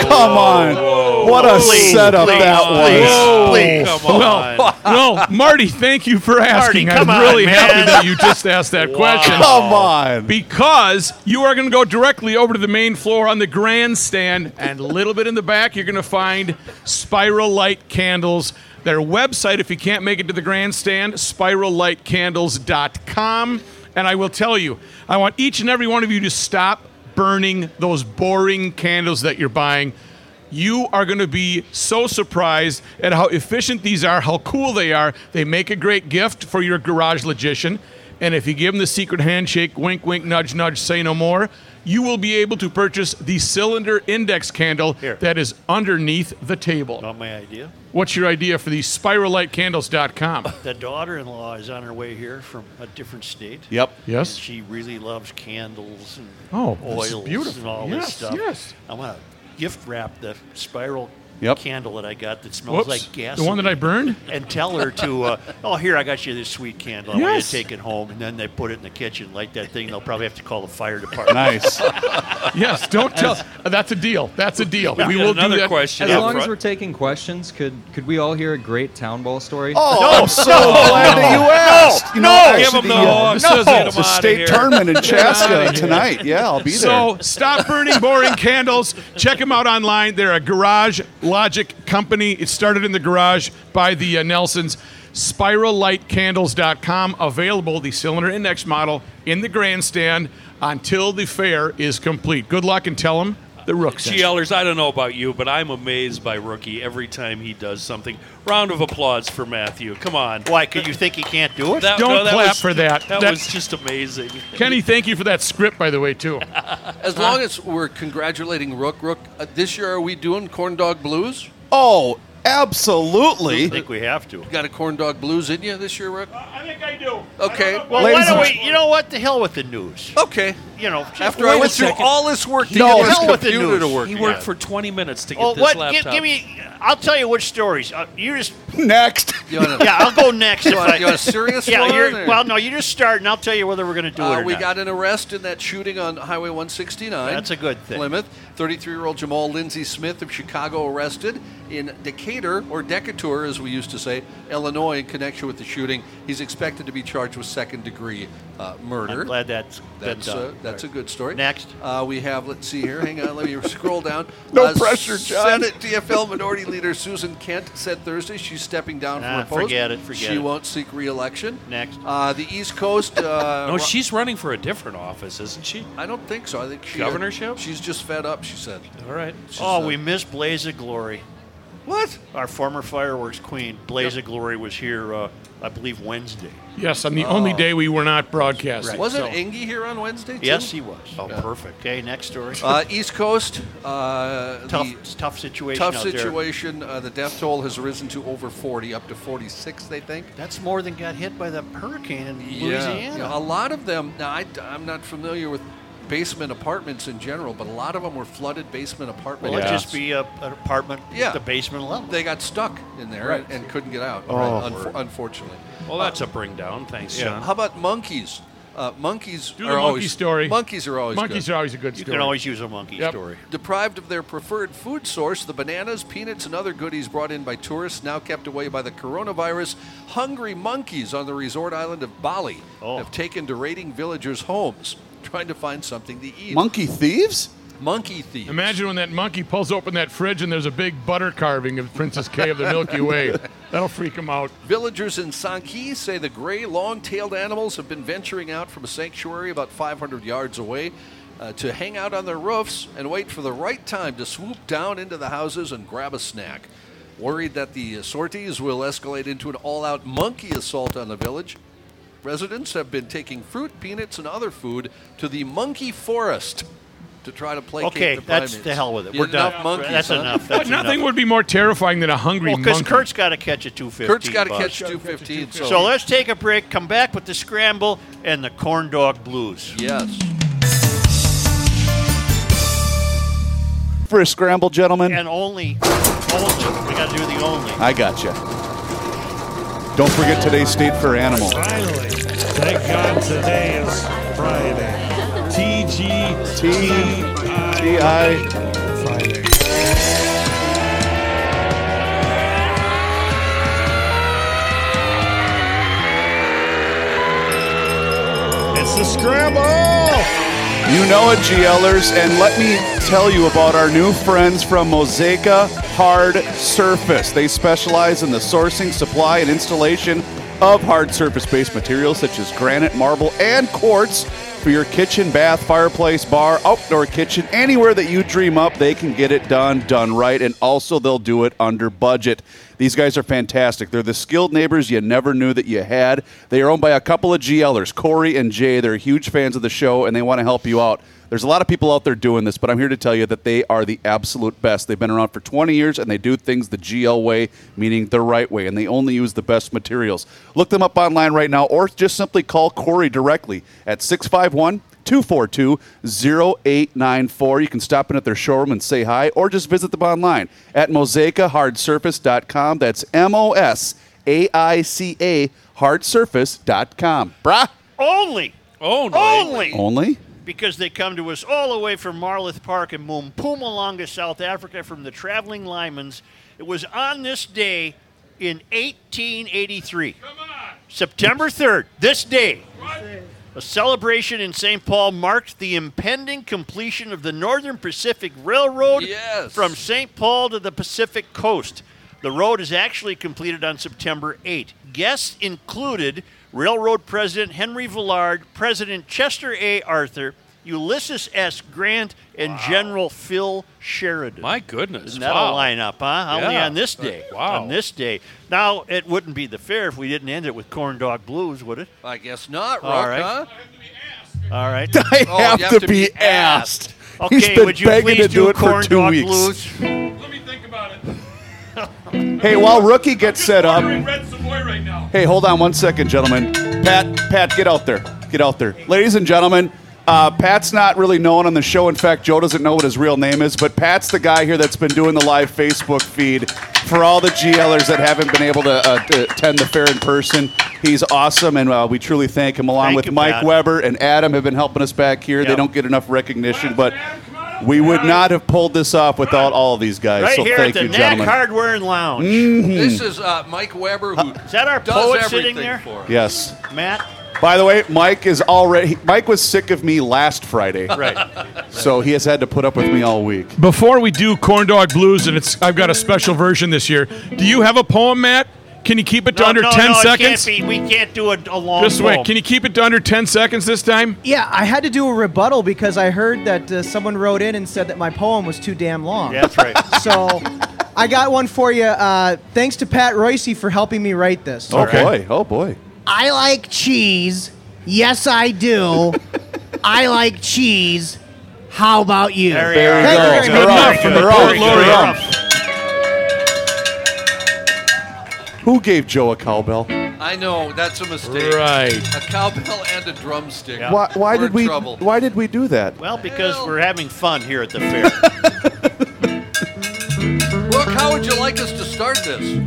Speaker 23: Come on. What a
Speaker 5: Please,
Speaker 23: setup
Speaker 5: please,
Speaker 23: that was.
Speaker 5: please,
Speaker 23: Whoa.
Speaker 5: please.
Speaker 23: Come on.
Speaker 5: No, no, Marty, thank you for asking.
Speaker 23: Marty, come
Speaker 5: I'm
Speaker 23: on,
Speaker 5: really
Speaker 23: man.
Speaker 5: happy that you just asked that question.
Speaker 23: Come on.
Speaker 5: Because you are going to go directly over to the main floor on the grandstand, and a little bit in the back, you're going to find Spiral Light Candles. Their website, if you can't make it to the grandstand, spirallightcandles.com. And I will tell you, I want each and every one of you to stop burning those boring candles that you're buying you are going to be so surprised at how efficient these are, how cool they are. They make a great gift for your garage logician. And if you give them the secret handshake, wink, wink, nudge, nudge, say no more, you will be able to purchase the cylinder index candle that is underneath the table. Not
Speaker 2: my idea.
Speaker 5: What's your idea for the spirallightcandles.com?
Speaker 2: The daughter-in-law is on her way here from a different state.
Speaker 5: Yep. Yes.
Speaker 2: And she really loves candles and
Speaker 5: Oh,
Speaker 2: oils
Speaker 5: that's beautiful.
Speaker 2: and all
Speaker 5: Yes,
Speaker 2: this stuff.
Speaker 5: yes.
Speaker 2: I want to gift wrap the spiral
Speaker 5: Yep.
Speaker 2: candle that I got that smells
Speaker 5: Whoops.
Speaker 2: like gas.
Speaker 5: The one that I burned?
Speaker 2: And tell her to, uh, oh, here, I got you this sweet candle. I want you to
Speaker 5: Yes.
Speaker 2: take it home. And then they put it in the kitchen, light that thing. They'll probably have to call the fire department.
Speaker 5: Nice. yes, don't tell. That's a deal. That's a deal. We will do that.
Speaker 9: As long as we're taking questions, could could we all hear a great town ball story?
Speaker 23: Oh, No, I'm so no, glad that you no, asked. You know, no. actually, Give 'em the uh,
Speaker 5: This
Speaker 23: no.
Speaker 5: is it.
Speaker 23: It's a state tournament in
Speaker 5: Get 'em outta
Speaker 23: Chaska
Speaker 5: here.
Speaker 23: tonight. Yeah, I'll be
Speaker 5: So stop burning boring candles. Check them out online. They're a garage logic company. It started in the garage by the uh, Nelsons. SpiralLightCandles.com available the cylinder index model in the grandstand until the fair is complete. Good luck and tell them The Rook Sense.
Speaker 3: GLers, I don't know about you, but I'm amazed by Rookie every time he does something. Round of applause for Matthew. Come on.
Speaker 2: Why? Because you think he can't do it?
Speaker 3: That,
Speaker 5: Don't
Speaker 3: no, that
Speaker 5: clap
Speaker 3: was-
Speaker 5: for that.
Speaker 3: That
Speaker 5: That-
Speaker 3: was just amazing.
Speaker 5: Kenny, thank you for that script, by the way, too.
Speaker 7: As long as we're congratulating Rook, Rook, uh, this year are we doing corn dog blues?
Speaker 6: Oh, absolutely.
Speaker 7: I
Speaker 2: think we have to.
Speaker 7: Got a corn dog blues in you this year, Rook?
Speaker 2: I think I do.
Speaker 7: Okay.
Speaker 2: Well, why don't we? You know what? The hell with the news.
Speaker 7: Okay.
Speaker 2: You know, just
Speaker 7: After I
Speaker 2: wait a
Speaker 7: went through
Speaker 2: second.
Speaker 7: all this work to
Speaker 2: No,
Speaker 7: get this
Speaker 2: hell with the
Speaker 7: computer to
Speaker 2: news.
Speaker 7: work.
Speaker 2: He
Speaker 3: He
Speaker 7: yeah.
Speaker 3: worked for 20 minutes to get
Speaker 2: Oh,
Speaker 3: this
Speaker 2: what? Give,
Speaker 3: laptop.
Speaker 2: give me. I'll tell you which stories. Uh, you just
Speaker 6: next.
Speaker 7: You wanna-
Speaker 2: yeah, I'll go next.
Speaker 7: You
Speaker 2: if
Speaker 7: wanna-
Speaker 2: I-
Speaker 7: you want a serious
Speaker 2: yeah,
Speaker 7: one,
Speaker 2: you're-
Speaker 7: or-
Speaker 2: well, no, you just start, and I'll tell you whether we're going to do
Speaker 7: Uh,
Speaker 2: it or
Speaker 7: we
Speaker 2: not.
Speaker 7: got an arrest in that shooting on Highway 169.
Speaker 2: That's a good thing.
Speaker 7: Plymouth. 33-year-old Jamal Lindsay Smith of Chicago arrested in Decatur, or Decatur as we used to say, Illinois, in connection with the shooting. He's expected to be charged with second-degree uh, murder.
Speaker 2: I'm glad that's been
Speaker 7: That's,
Speaker 2: done.
Speaker 7: uh, that's a good story.
Speaker 2: Next.
Speaker 7: Uh, we have, let's see here. Hang on, let me scroll down.
Speaker 6: No
Speaker 7: Uh,
Speaker 6: pressure, John.
Speaker 7: Senate DFL Minority Leader Susan Kent said Thursday she's stepping down from
Speaker 2: Ah,
Speaker 7: her post.
Speaker 2: forget it, forget
Speaker 7: She
Speaker 2: it.
Speaker 7: won't seek re-election.
Speaker 2: Next.
Speaker 7: Uh, the East Coast. Uh,
Speaker 3: No,
Speaker 7: Ro-
Speaker 3: she's running for a different office, isn't she?
Speaker 7: I don't think so. I think she
Speaker 3: Governorship?
Speaker 7: she's just fed up. She said.
Speaker 3: All right.
Speaker 2: Oh, we missed Blaze of Glory.
Speaker 7: What?
Speaker 2: Our former fireworks queen, Blaze of Glory, was here, uh, I believe, Wednesday.
Speaker 5: Yes, on the only
Speaker 2: Oh.
Speaker 5: day we were not broadcasting.
Speaker 7: Wasn't Inge here on Wednesday? Too?
Speaker 2: Yes, he was. Oh, perfect. Okay, next story.
Speaker 7: Uh, East Coast. Uh,
Speaker 2: Tough-
Speaker 7: the
Speaker 2: it's tough situation
Speaker 7: Tough
Speaker 2: out there.
Speaker 7: situation. Uh, the death toll has risen to over 40, up to 46, they think.
Speaker 2: That's more than got hit by the hurricane in
Speaker 7: Yeah.
Speaker 2: Louisiana.
Speaker 7: a lot of them. Now, I, am not familiar with basement apartments in general, but a lot of them were flooded basement
Speaker 2: Well,
Speaker 7: apartments.
Speaker 2: it'd just be uh, a, an apartment
Speaker 7: Yeah.
Speaker 2: at the basement level.
Speaker 7: They got stuck in there
Speaker 2: Right.
Speaker 7: and, and couldn't get out.
Speaker 2: Oh.
Speaker 7: right, unfor- unfortunately.
Speaker 3: Well, that's a bring down. Thanks,
Speaker 7: Yeah.
Speaker 3: John.
Speaker 7: How about monkeys? Uh, monkeys
Speaker 3: Do
Speaker 7: are
Speaker 3: the monkey
Speaker 7: always
Speaker 3: story.
Speaker 7: Monkeys are always
Speaker 3: Monkeys
Speaker 7: good.
Speaker 3: are always a good You can story. always use a monkey Yep. story.
Speaker 7: Deprived of their preferred food source, the bananas, peanuts, and other goodies brought in by tourists now kept away by the coronavirus, hungry monkeys on the resort island of Bali
Speaker 3: Oh.
Speaker 7: have taken to raiding villagers' homes, trying to find something to eat.
Speaker 6: Monkey thieves?
Speaker 7: Monkey thieves.
Speaker 5: Imagine when that monkey pulls open that fridge and there's a big butter carving of Princess K of the Milky Way. That'll freak him out.
Speaker 7: Villagers in Sanki say the gray, long tailed animals have been venturing out from a sanctuary about 500 yards away uh, to hang out on their roofs and wait for the right time to swoop down into the houses and grab a snack. Worried that the sorties will escalate into an all out monkey assault on the village, residents have been taking fruit, peanuts, and other food to the monkey forest. To try to placate
Speaker 2: Okay,
Speaker 7: the primates.
Speaker 2: that's the hell with it. We're
Speaker 7: enough
Speaker 2: done.
Speaker 7: Monkeys,
Speaker 2: That's
Speaker 7: huh?
Speaker 2: enough. That's
Speaker 5: Nothing would be more terrifying than a hungry
Speaker 2: Well, because
Speaker 5: monkey.
Speaker 2: Kurt's got to catch a 215.
Speaker 5: Kurt's gotta
Speaker 2: bus.
Speaker 5: catch a 215,
Speaker 2: So.
Speaker 5: so-
Speaker 2: let's take a break. Come back with the scramble and the corn dog blues.
Speaker 7: Yes.
Speaker 6: For a scramble, gentlemen.
Speaker 2: And only, only. We got to do the only.
Speaker 6: I gotcha. Don't forget today's state for animal.
Speaker 24: Finally, thank God today is Friday. T G T
Speaker 6: T I
Speaker 24: Friday. It's the scramble.
Speaker 6: You know it, GLers, and let me tell you about our new friends from Mosaica Hard Surface. They specialize in the sourcing, supply, and installation of hard surface based materials such as granite, marble, and quartz for your kitchen, bath, fireplace, bar, outdoor kitchen, anywhere that you dream up, they can get it done, done right, and also they'll do it under budget. These guys are fantastic. They're the skilled neighbors you never knew that you had. They are owned by a couple of GLers, Corey and Jay. They're huge fans of the show and they want to help you out. There's a lot of people out there doing this, but I'm here to tell you that they are the absolute best. They've been around for 20 years and they do things the GL way, meaning the right way, and they only use the best materials. Look them up online right now or just simply call Corey directly at 651 242 0894. You can stop in at their showroom and say hi or just visit them online at mosaicahardsurface.com. That's M O S A I C A hardsurface.com. Brah!
Speaker 2: Only.
Speaker 3: Only.
Speaker 2: Only.
Speaker 6: Only?
Speaker 2: Because they come to us all the way from Marloth Park in Mpumalanga, South Africa, from the Traveling Lymans. It was on this day in 1883. September 3rd, this day. A celebration in St. Paul marked the impending completion of the Northern Pacific Railroad from St. Paul to the Pacific coast. The road is actually completed on September 8. Guests included Railroad President Henry Villard, President Chester A. Arthur, Ulysses S. Grant and General Phil Sheridan.
Speaker 3: My goodness.
Speaker 2: Isn't that
Speaker 3: wow.
Speaker 2: a lineup, huh? Only
Speaker 3: Yeah.
Speaker 2: on this day.
Speaker 3: Wow.
Speaker 2: On this day. Now, it wouldn't be the fair if we didn't end it with Corn Dog Blues, would it?
Speaker 7: I guess not,
Speaker 2: All
Speaker 7: Rock,
Speaker 2: right.
Speaker 7: huh?
Speaker 2: All right.
Speaker 7: I Oh, have you have to to be be asked. asked.
Speaker 2: Okay,
Speaker 7: He's been
Speaker 2: would you
Speaker 7: begging
Speaker 2: please
Speaker 7: to do it for
Speaker 2: corn
Speaker 6: two
Speaker 2: dog
Speaker 6: weeks.
Speaker 2: Blues?
Speaker 6: Hey, while Rookie gets set up. Hey, hold on one second, gentlemen. Pat, Pat, get out there. Get out there. Ladies and gentlemen, uh, Pat's not really known on the show. In fact, Joe doesn't know what his real name is, but Pat's the guy here that's been doing the live Facebook feed for all the GLers that haven't been able to, uh, to attend the fair in person. He's awesome, and uh, we truly thank him, along
Speaker 2: Thank
Speaker 6: with
Speaker 2: you,
Speaker 6: Mike
Speaker 2: Pat.
Speaker 6: Weber and Adam have been helping us back here. They
Speaker 2: Yep.
Speaker 6: don't get enough recognition, but we would not have pulled this off without all of these guys.
Speaker 2: Right
Speaker 6: so
Speaker 2: here
Speaker 6: thank
Speaker 2: at the
Speaker 6: you,
Speaker 2: Knack
Speaker 6: gentlemen.
Speaker 2: Hardware and Lounge.
Speaker 6: Mhm.
Speaker 7: This is uh, Mike Weber, who
Speaker 2: Is that our
Speaker 7: does
Speaker 2: poet
Speaker 7: everything
Speaker 2: sitting there?
Speaker 7: for us.
Speaker 6: Yes.
Speaker 2: Matt?
Speaker 6: By the way, Mike is already. Mike was sick of me last Friday.
Speaker 2: Right.
Speaker 6: So he has had to put up with me all week.
Speaker 5: Before we do corn dog blues, and it's I've got a special version this year. Do you have a poem, Matt? Can you keep it to
Speaker 2: No,
Speaker 5: under
Speaker 2: no,
Speaker 5: ten
Speaker 2: no, it can't
Speaker 5: seconds?
Speaker 2: be. we can't do a, a long
Speaker 5: Just wait.
Speaker 2: poem.
Speaker 5: Can you keep it to under ten seconds this time?
Speaker 1: Yeah, I had to do a rebuttal because I heard that uh, someone wrote in and said that my poem was too damn long.
Speaker 2: Yeah, that's right.
Speaker 1: so I got one for you. Uh, thanks to Pat Royce for helping me write this.
Speaker 6: Oh boy! Oh boy!
Speaker 25: I like cheese. Yes, I do. I like cheese. How about you?
Speaker 2: There you There you
Speaker 25: Thank
Speaker 2: go.
Speaker 25: very
Speaker 2: Good
Speaker 25: much.
Speaker 2: enough. Very good. Very good. Very good.
Speaker 6: Who gave Joe a cowbell?
Speaker 7: I know that's a mistake.
Speaker 6: Right.
Speaker 7: A cowbell and a drumstick.
Speaker 6: Why, why
Speaker 7: We're
Speaker 6: did
Speaker 7: in
Speaker 6: we?
Speaker 7: Trouble.
Speaker 6: Why did we do that?
Speaker 2: Well, because we're having fun here at the fair.
Speaker 7: Brooke, how would you like us to start this?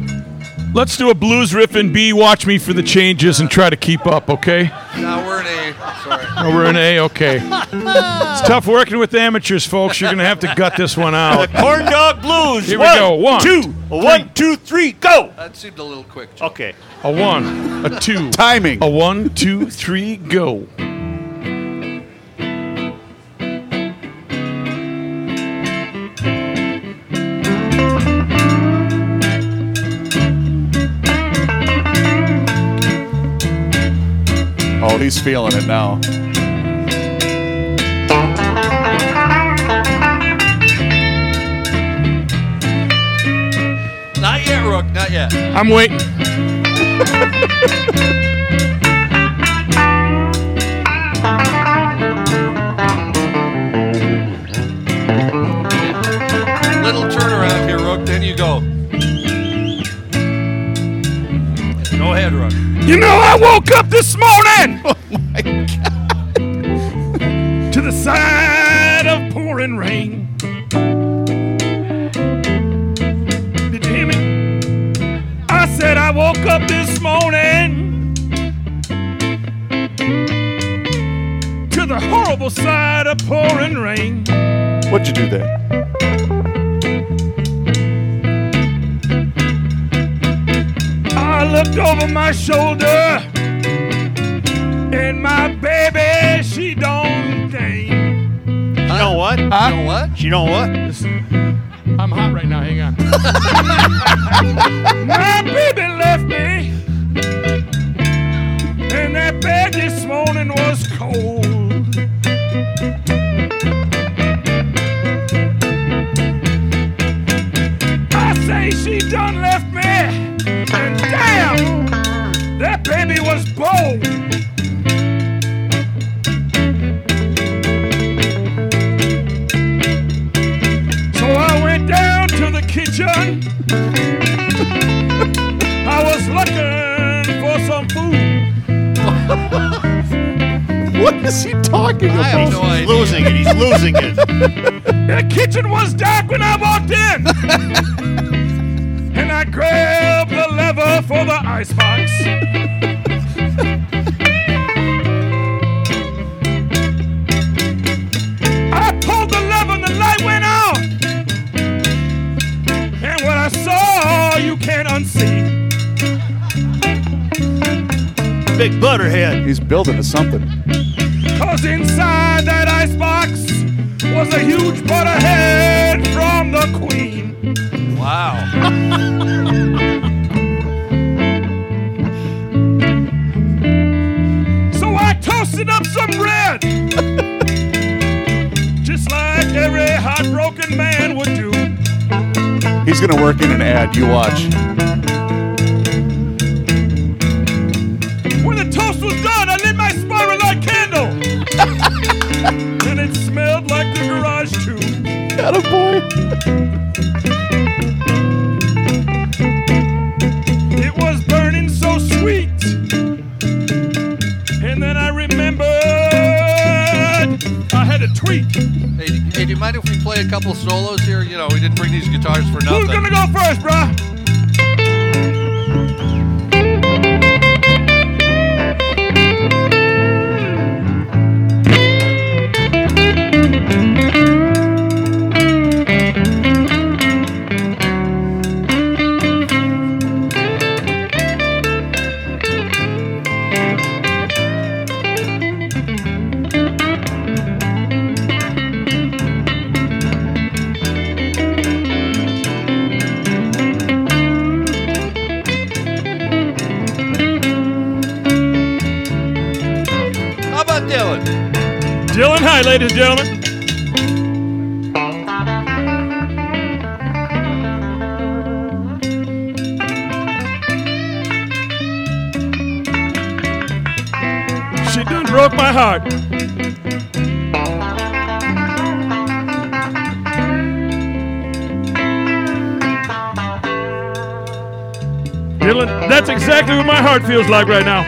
Speaker 5: Let's do a blues riff in B. Watch me for the changes and try to keep up. Okay?
Speaker 7: Now we're in a. Sorry.
Speaker 5: Oh, we're in A. Okay. It's tough working with amateurs, folks. You're gonna have to gut this one out.
Speaker 2: Corn Dog Blues.
Speaker 5: Here we
Speaker 2: one,
Speaker 5: go. One,
Speaker 2: two,
Speaker 5: three.
Speaker 2: one, two, three, go.
Speaker 7: That seemed a little quick.
Speaker 2: Okay.
Speaker 5: A one, a two.
Speaker 6: Timing.
Speaker 5: A one, two, three, go.
Speaker 6: Oh, he's feeling it now.
Speaker 7: Not yet, Rook. Not yet.
Speaker 5: I'm waiting.
Speaker 7: Little turnaround here, Rook. Then you go. Go ahead, Rook.
Speaker 11: You know, I woke up this morning. Oh my God. to the side of pouring rain. Did you hear me? I said I woke up this morning to the horrible side of pouring rain.
Speaker 6: What'd you do there?
Speaker 11: I looked over my shoulder and my baby, she don't think.
Speaker 2: You know what?
Speaker 11: Huh?
Speaker 2: You know
Speaker 7: what?
Speaker 2: You know what?
Speaker 5: I'm hot right now. Hang on.
Speaker 11: my baby left me, and that bed this morning was cold. I say she done left me, and damn, that baby was bold. So I went down to the kitchen. I was looking for some food.
Speaker 6: what is he talking
Speaker 11: about?
Speaker 2: He's losing it. He's losing it.
Speaker 11: The kitchen was dark when I walked in. and I grabbed the lever for the icebox. I pulled the lever and the light went out. And what I saw, you can't unsee.
Speaker 2: Big butterhead.
Speaker 6: He's building to something.
Speaker 11: Cause inside that icebox was a huge butterhead from the queen.
Speaker 7: Wow.
Speaker 11: so I toasted up some bread man would do.
Speaker 1: He's going to work in an ad. You watch.
Speaker 11: When the toast was done, I lit my spiral light candle. and it smelled like the garage too.
Speaker 1: Got a boy.
Speaker 11: It was burning so sweet. And then I remembered I had a tweet.
Speaker 7: Hey, d- hey, do you mind if we play a couple solos here? You know, we didn't bring these guitars for nothing.
Speaker 11: Who's gonna go first, bruh?
Speaker 7: How about Dylan?
Speaker 11: Dylan High, ladies and gentlemen. She done broke my heart. Dylan, that's exactly what my heart feels like right now.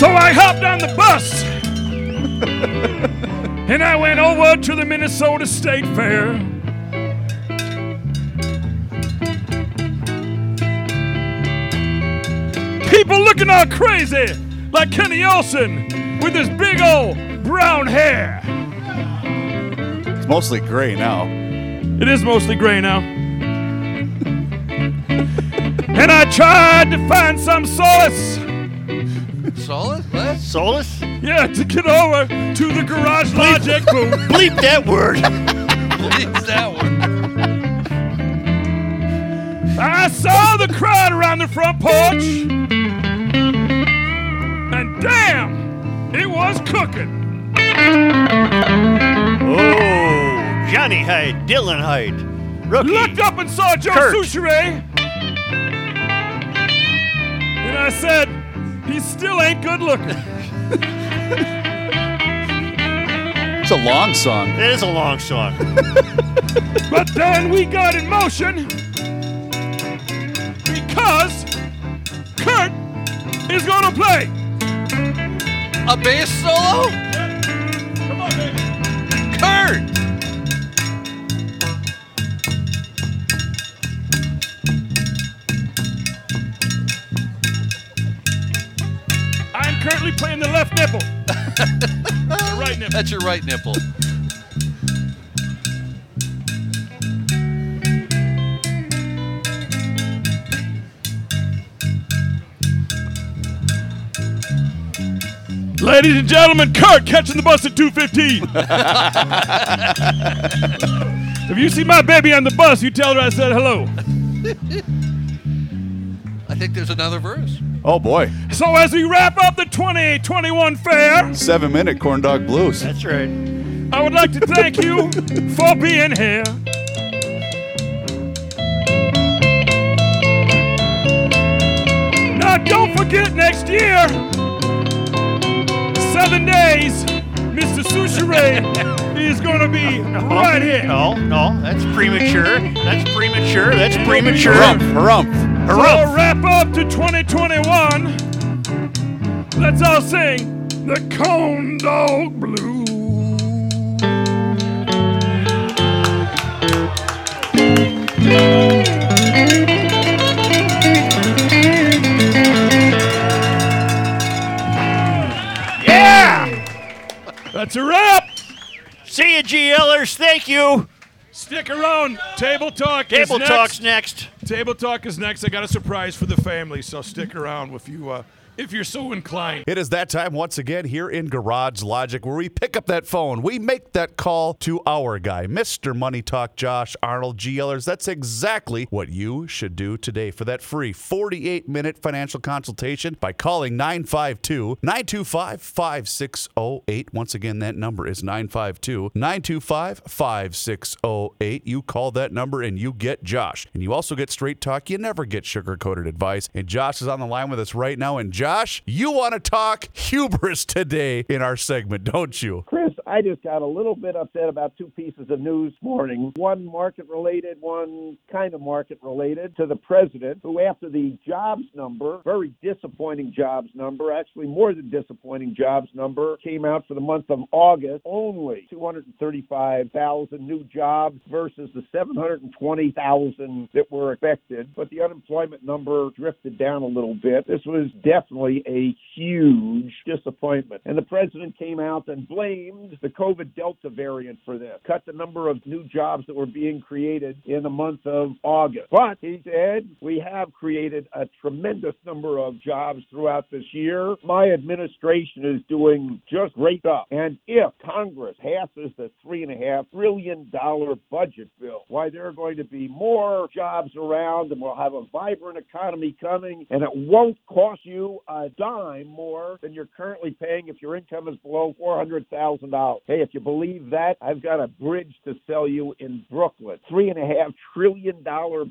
Speaker 11: So I hopped on the bus and I went over to the Minnesota State Fair. People looking all crazy, like Kenny Olsen with his big old brown hair.
Speaker 1: It's mostly gray now.
Speaker 11: It is mostly gray now. and I tried to find some solace.
Speaker 7: Solace? What?
Speaker 11: Solace? Yeah, to get over to the Garage Logic booth. Bleep that word.
Speaker 7: Bleep that
Speaker 11: word. I saw the crowd around the front porch. And damn, it was cooking.
Speaker 2: Oh, Johnny Hyde, Dylan Hyde, rookie.
Speaker 11: Looked up and saw Joe
Speaker 2: Kurt.
Speaker 11: Souchere. And I said, he still ain't good looking.
Speaker 1: It's a long song.
Speaker 2: It is a long song.
Speaker 11: but then we got in motion because Kurt is going to play
Speaker 7: a bass solo.
Speaker 11: Come on, baby.
Speaker 7: Kurt.
Speaker 11: I'm currently playing the left nipple. the right nipple.
Speaker 7: That's your right nipple.
Speaker 11: Ladies and gentlemen, Kurt catching the bus at 215. if you see my baby on the bus, you tell her I said hello.
Speaker 7: I think there's another verse.
Speaker 1: Oh boy,
Speaker 11: So as we wrap up the 2021 fair,
Speaker 1: seven minute corn dog blues.
Speaker 2: That's right.
Speaker 11: I would like to thank you for being here. Now don't forget next year, seven days, Mr. Souchere is gonna be right here.
Speaker 2: Oh, No, no, that's premature. That's premature. That's premature.
Speaker 1: Harumph, harumph.
Speaker 11: So
Speaker 2: Harumph.
Speaker 11: wrap up to 2021. Let's all sing the Cone Dog Blues.
Speaker 2: Yeah!
Speaker 11: That's a wrap.
Speaker 2: See you, GLers. Thank you.
Speaker 11: Stick around. Table talk.
Speaker 2: Table
Speaker 11: is next.
Speaker 2: Talk's next.
Speaker 11: Table talk is next. I got a surprise for the family, so stick around if you uh,
Speaker 5: if you're so inclined.
Speaker 6: It is that time once again here in Garage Logic where we pick up that phone. We make that call to our guy, Mr. Money Talk Josh Arnold GLers. That's exactly what you should do today for that free 48 minute financial consultation by calling 952 925 5608. Once again, that number is 952 925 5608. You call that number and you get Josh. And you also get straight talk. You never get sugar coated advice. And Josh is on the line with us right now. And Josh, you want to talk hubris today in our segment, don't you?
Speaker 12: Chris, I just got a little bit upset about two pieces of news this morning. One market related, one kind of market related to the president, who, after the jobs number, very disappointing jobs number, actually more than disappointing jobs number, came out for the month of August, only 235,000 new jobs versus the 720,000 that were affected. But the unemployment number drifted down a little bit. This was definitely a huge disappointment. And the president came out and blamed the COVID Delta variant for this, cut the number of new jobs that were being created in the month of August. But he said, we have created a tremendous number of jobs throughout this year. My administration is doing just great stuff. And if Congress passes the $3.5 trillion budget bill, why, there are going to be more jobs around and we'll have a vibrant economy coming, and it won't cost you a dime more than you're currently paying if your income is below $400,000. Hey, if you believe that, I've got a bridge to sell you in Brooklyn. $3.5 trillion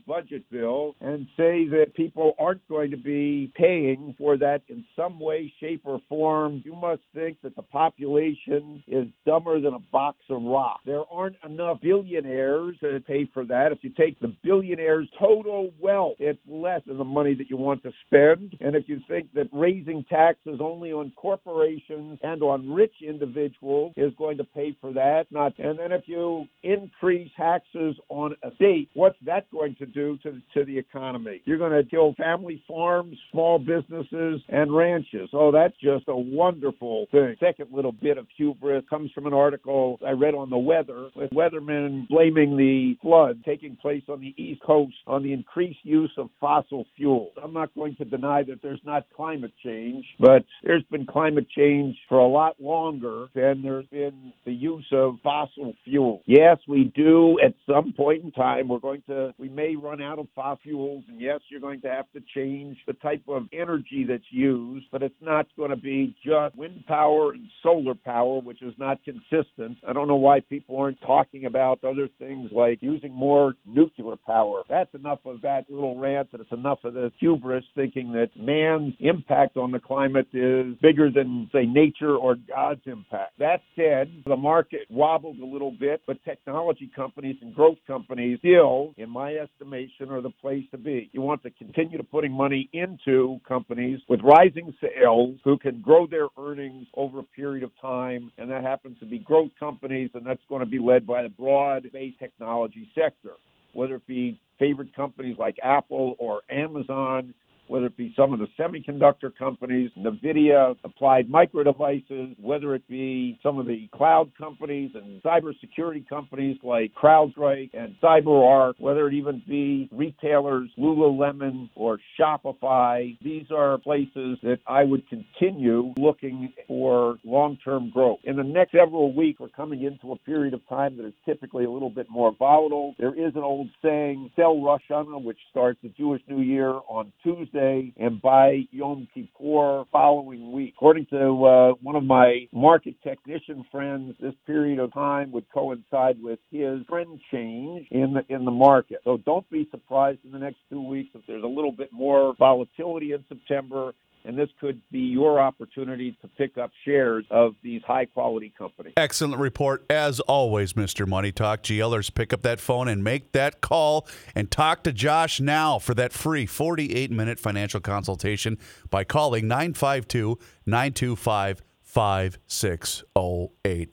Speaker 12: budget bill, and say that people aren't going to be paying for that in some way, shape, or form. You must think that the population is dumber than a box of rocks. There aren't enough billionaires to pay for that. If you take the billionaires' total wealth, it's less than the money that you want to spend. And if you think that raising taxes only on corporations and on rich individuals is going to pay for that, not. And then if you increase taxes on estate, what's that going to do to to the economy? You're going to kill family farms, small businesses, and ranches. Oh, that's just a wonderful thing. Second little bit of hubris comes from an article I read on the weather with weathermen blaming the flood taking place on the East Coast on the increased use of fossil fuels. I'm not going to deny that there's not climate change, but there's been climate change for a lot longer than there's been the use of fossil fuel. Yes, we do at some point in time. We're going to, we may run out of fossil fuels, and yes, you're going to have to change the type of energy that's used, but it's not going to be just wind power and solar power, which is not consistent. I don't know why people aren't talking about other things like using more nuclear power. That's enough of that little rant, and it's enough of the hubris thinking that man's impact on the climate is bigger than, say, nature or God's impact. That said, the market wobbled a little bit, but technology companies and growth companies still, in my estimation, are the place to be. You want to continue to putting money into companies with rising sales who can grow their earnings over a period of time, and that happens to be growth companies, and that's going to be led by the broad-based technology sector, whether it be favorite companies like Apple or Amazon, whether it be some of the semiconductor companies, NVIDIA, Applied Micro Devices, whether it be some of the cloud companies and cybersecurity companies like CrowdStrike and CyberArk, whether it even be retailers, Lululemon or Shopify. These are places that I would continue looking for long-term growth. In the next several weeks, we're coming into a period of time that is typically a little bit more volatile. There is an old saying, sell Rosh Hashanah, which starts the Jewish New Year on Tuesday. Tuesday and by Yom Kippur following week. According to uh, one of my market technician friends, this period of time would coincide with his trend change in the, in the market. So don't be surprised in the next two weeks if there's a little bit more volatility in September. And this could be your opportunity to pick up shares of these high quality companies.
Speaker 6: Excellent report, as always, Mr. Money Talk. GLers, pick up that phone and make that call and talk to Josh now for that free 48 minute financial consultation by calling 952 925 5608.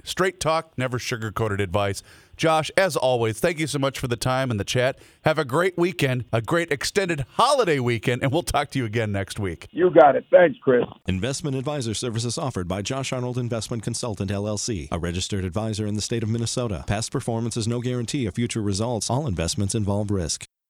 Speaker 6: Straight talk, never sugar coated advice. Josh, as always, thank you so much for the time and the chat. Have a great weekend, a great extended holiday weekend, and we'll talk to you again next week.
Speaker 12: You got it. Thanks, Chris.
Speaker 10: Investment advisor services offered by Josh Arnold Investment Consultant LLC, a registered advisor in the state of Minnesota. Past performance is no guarantee of future results. All investments involve risk.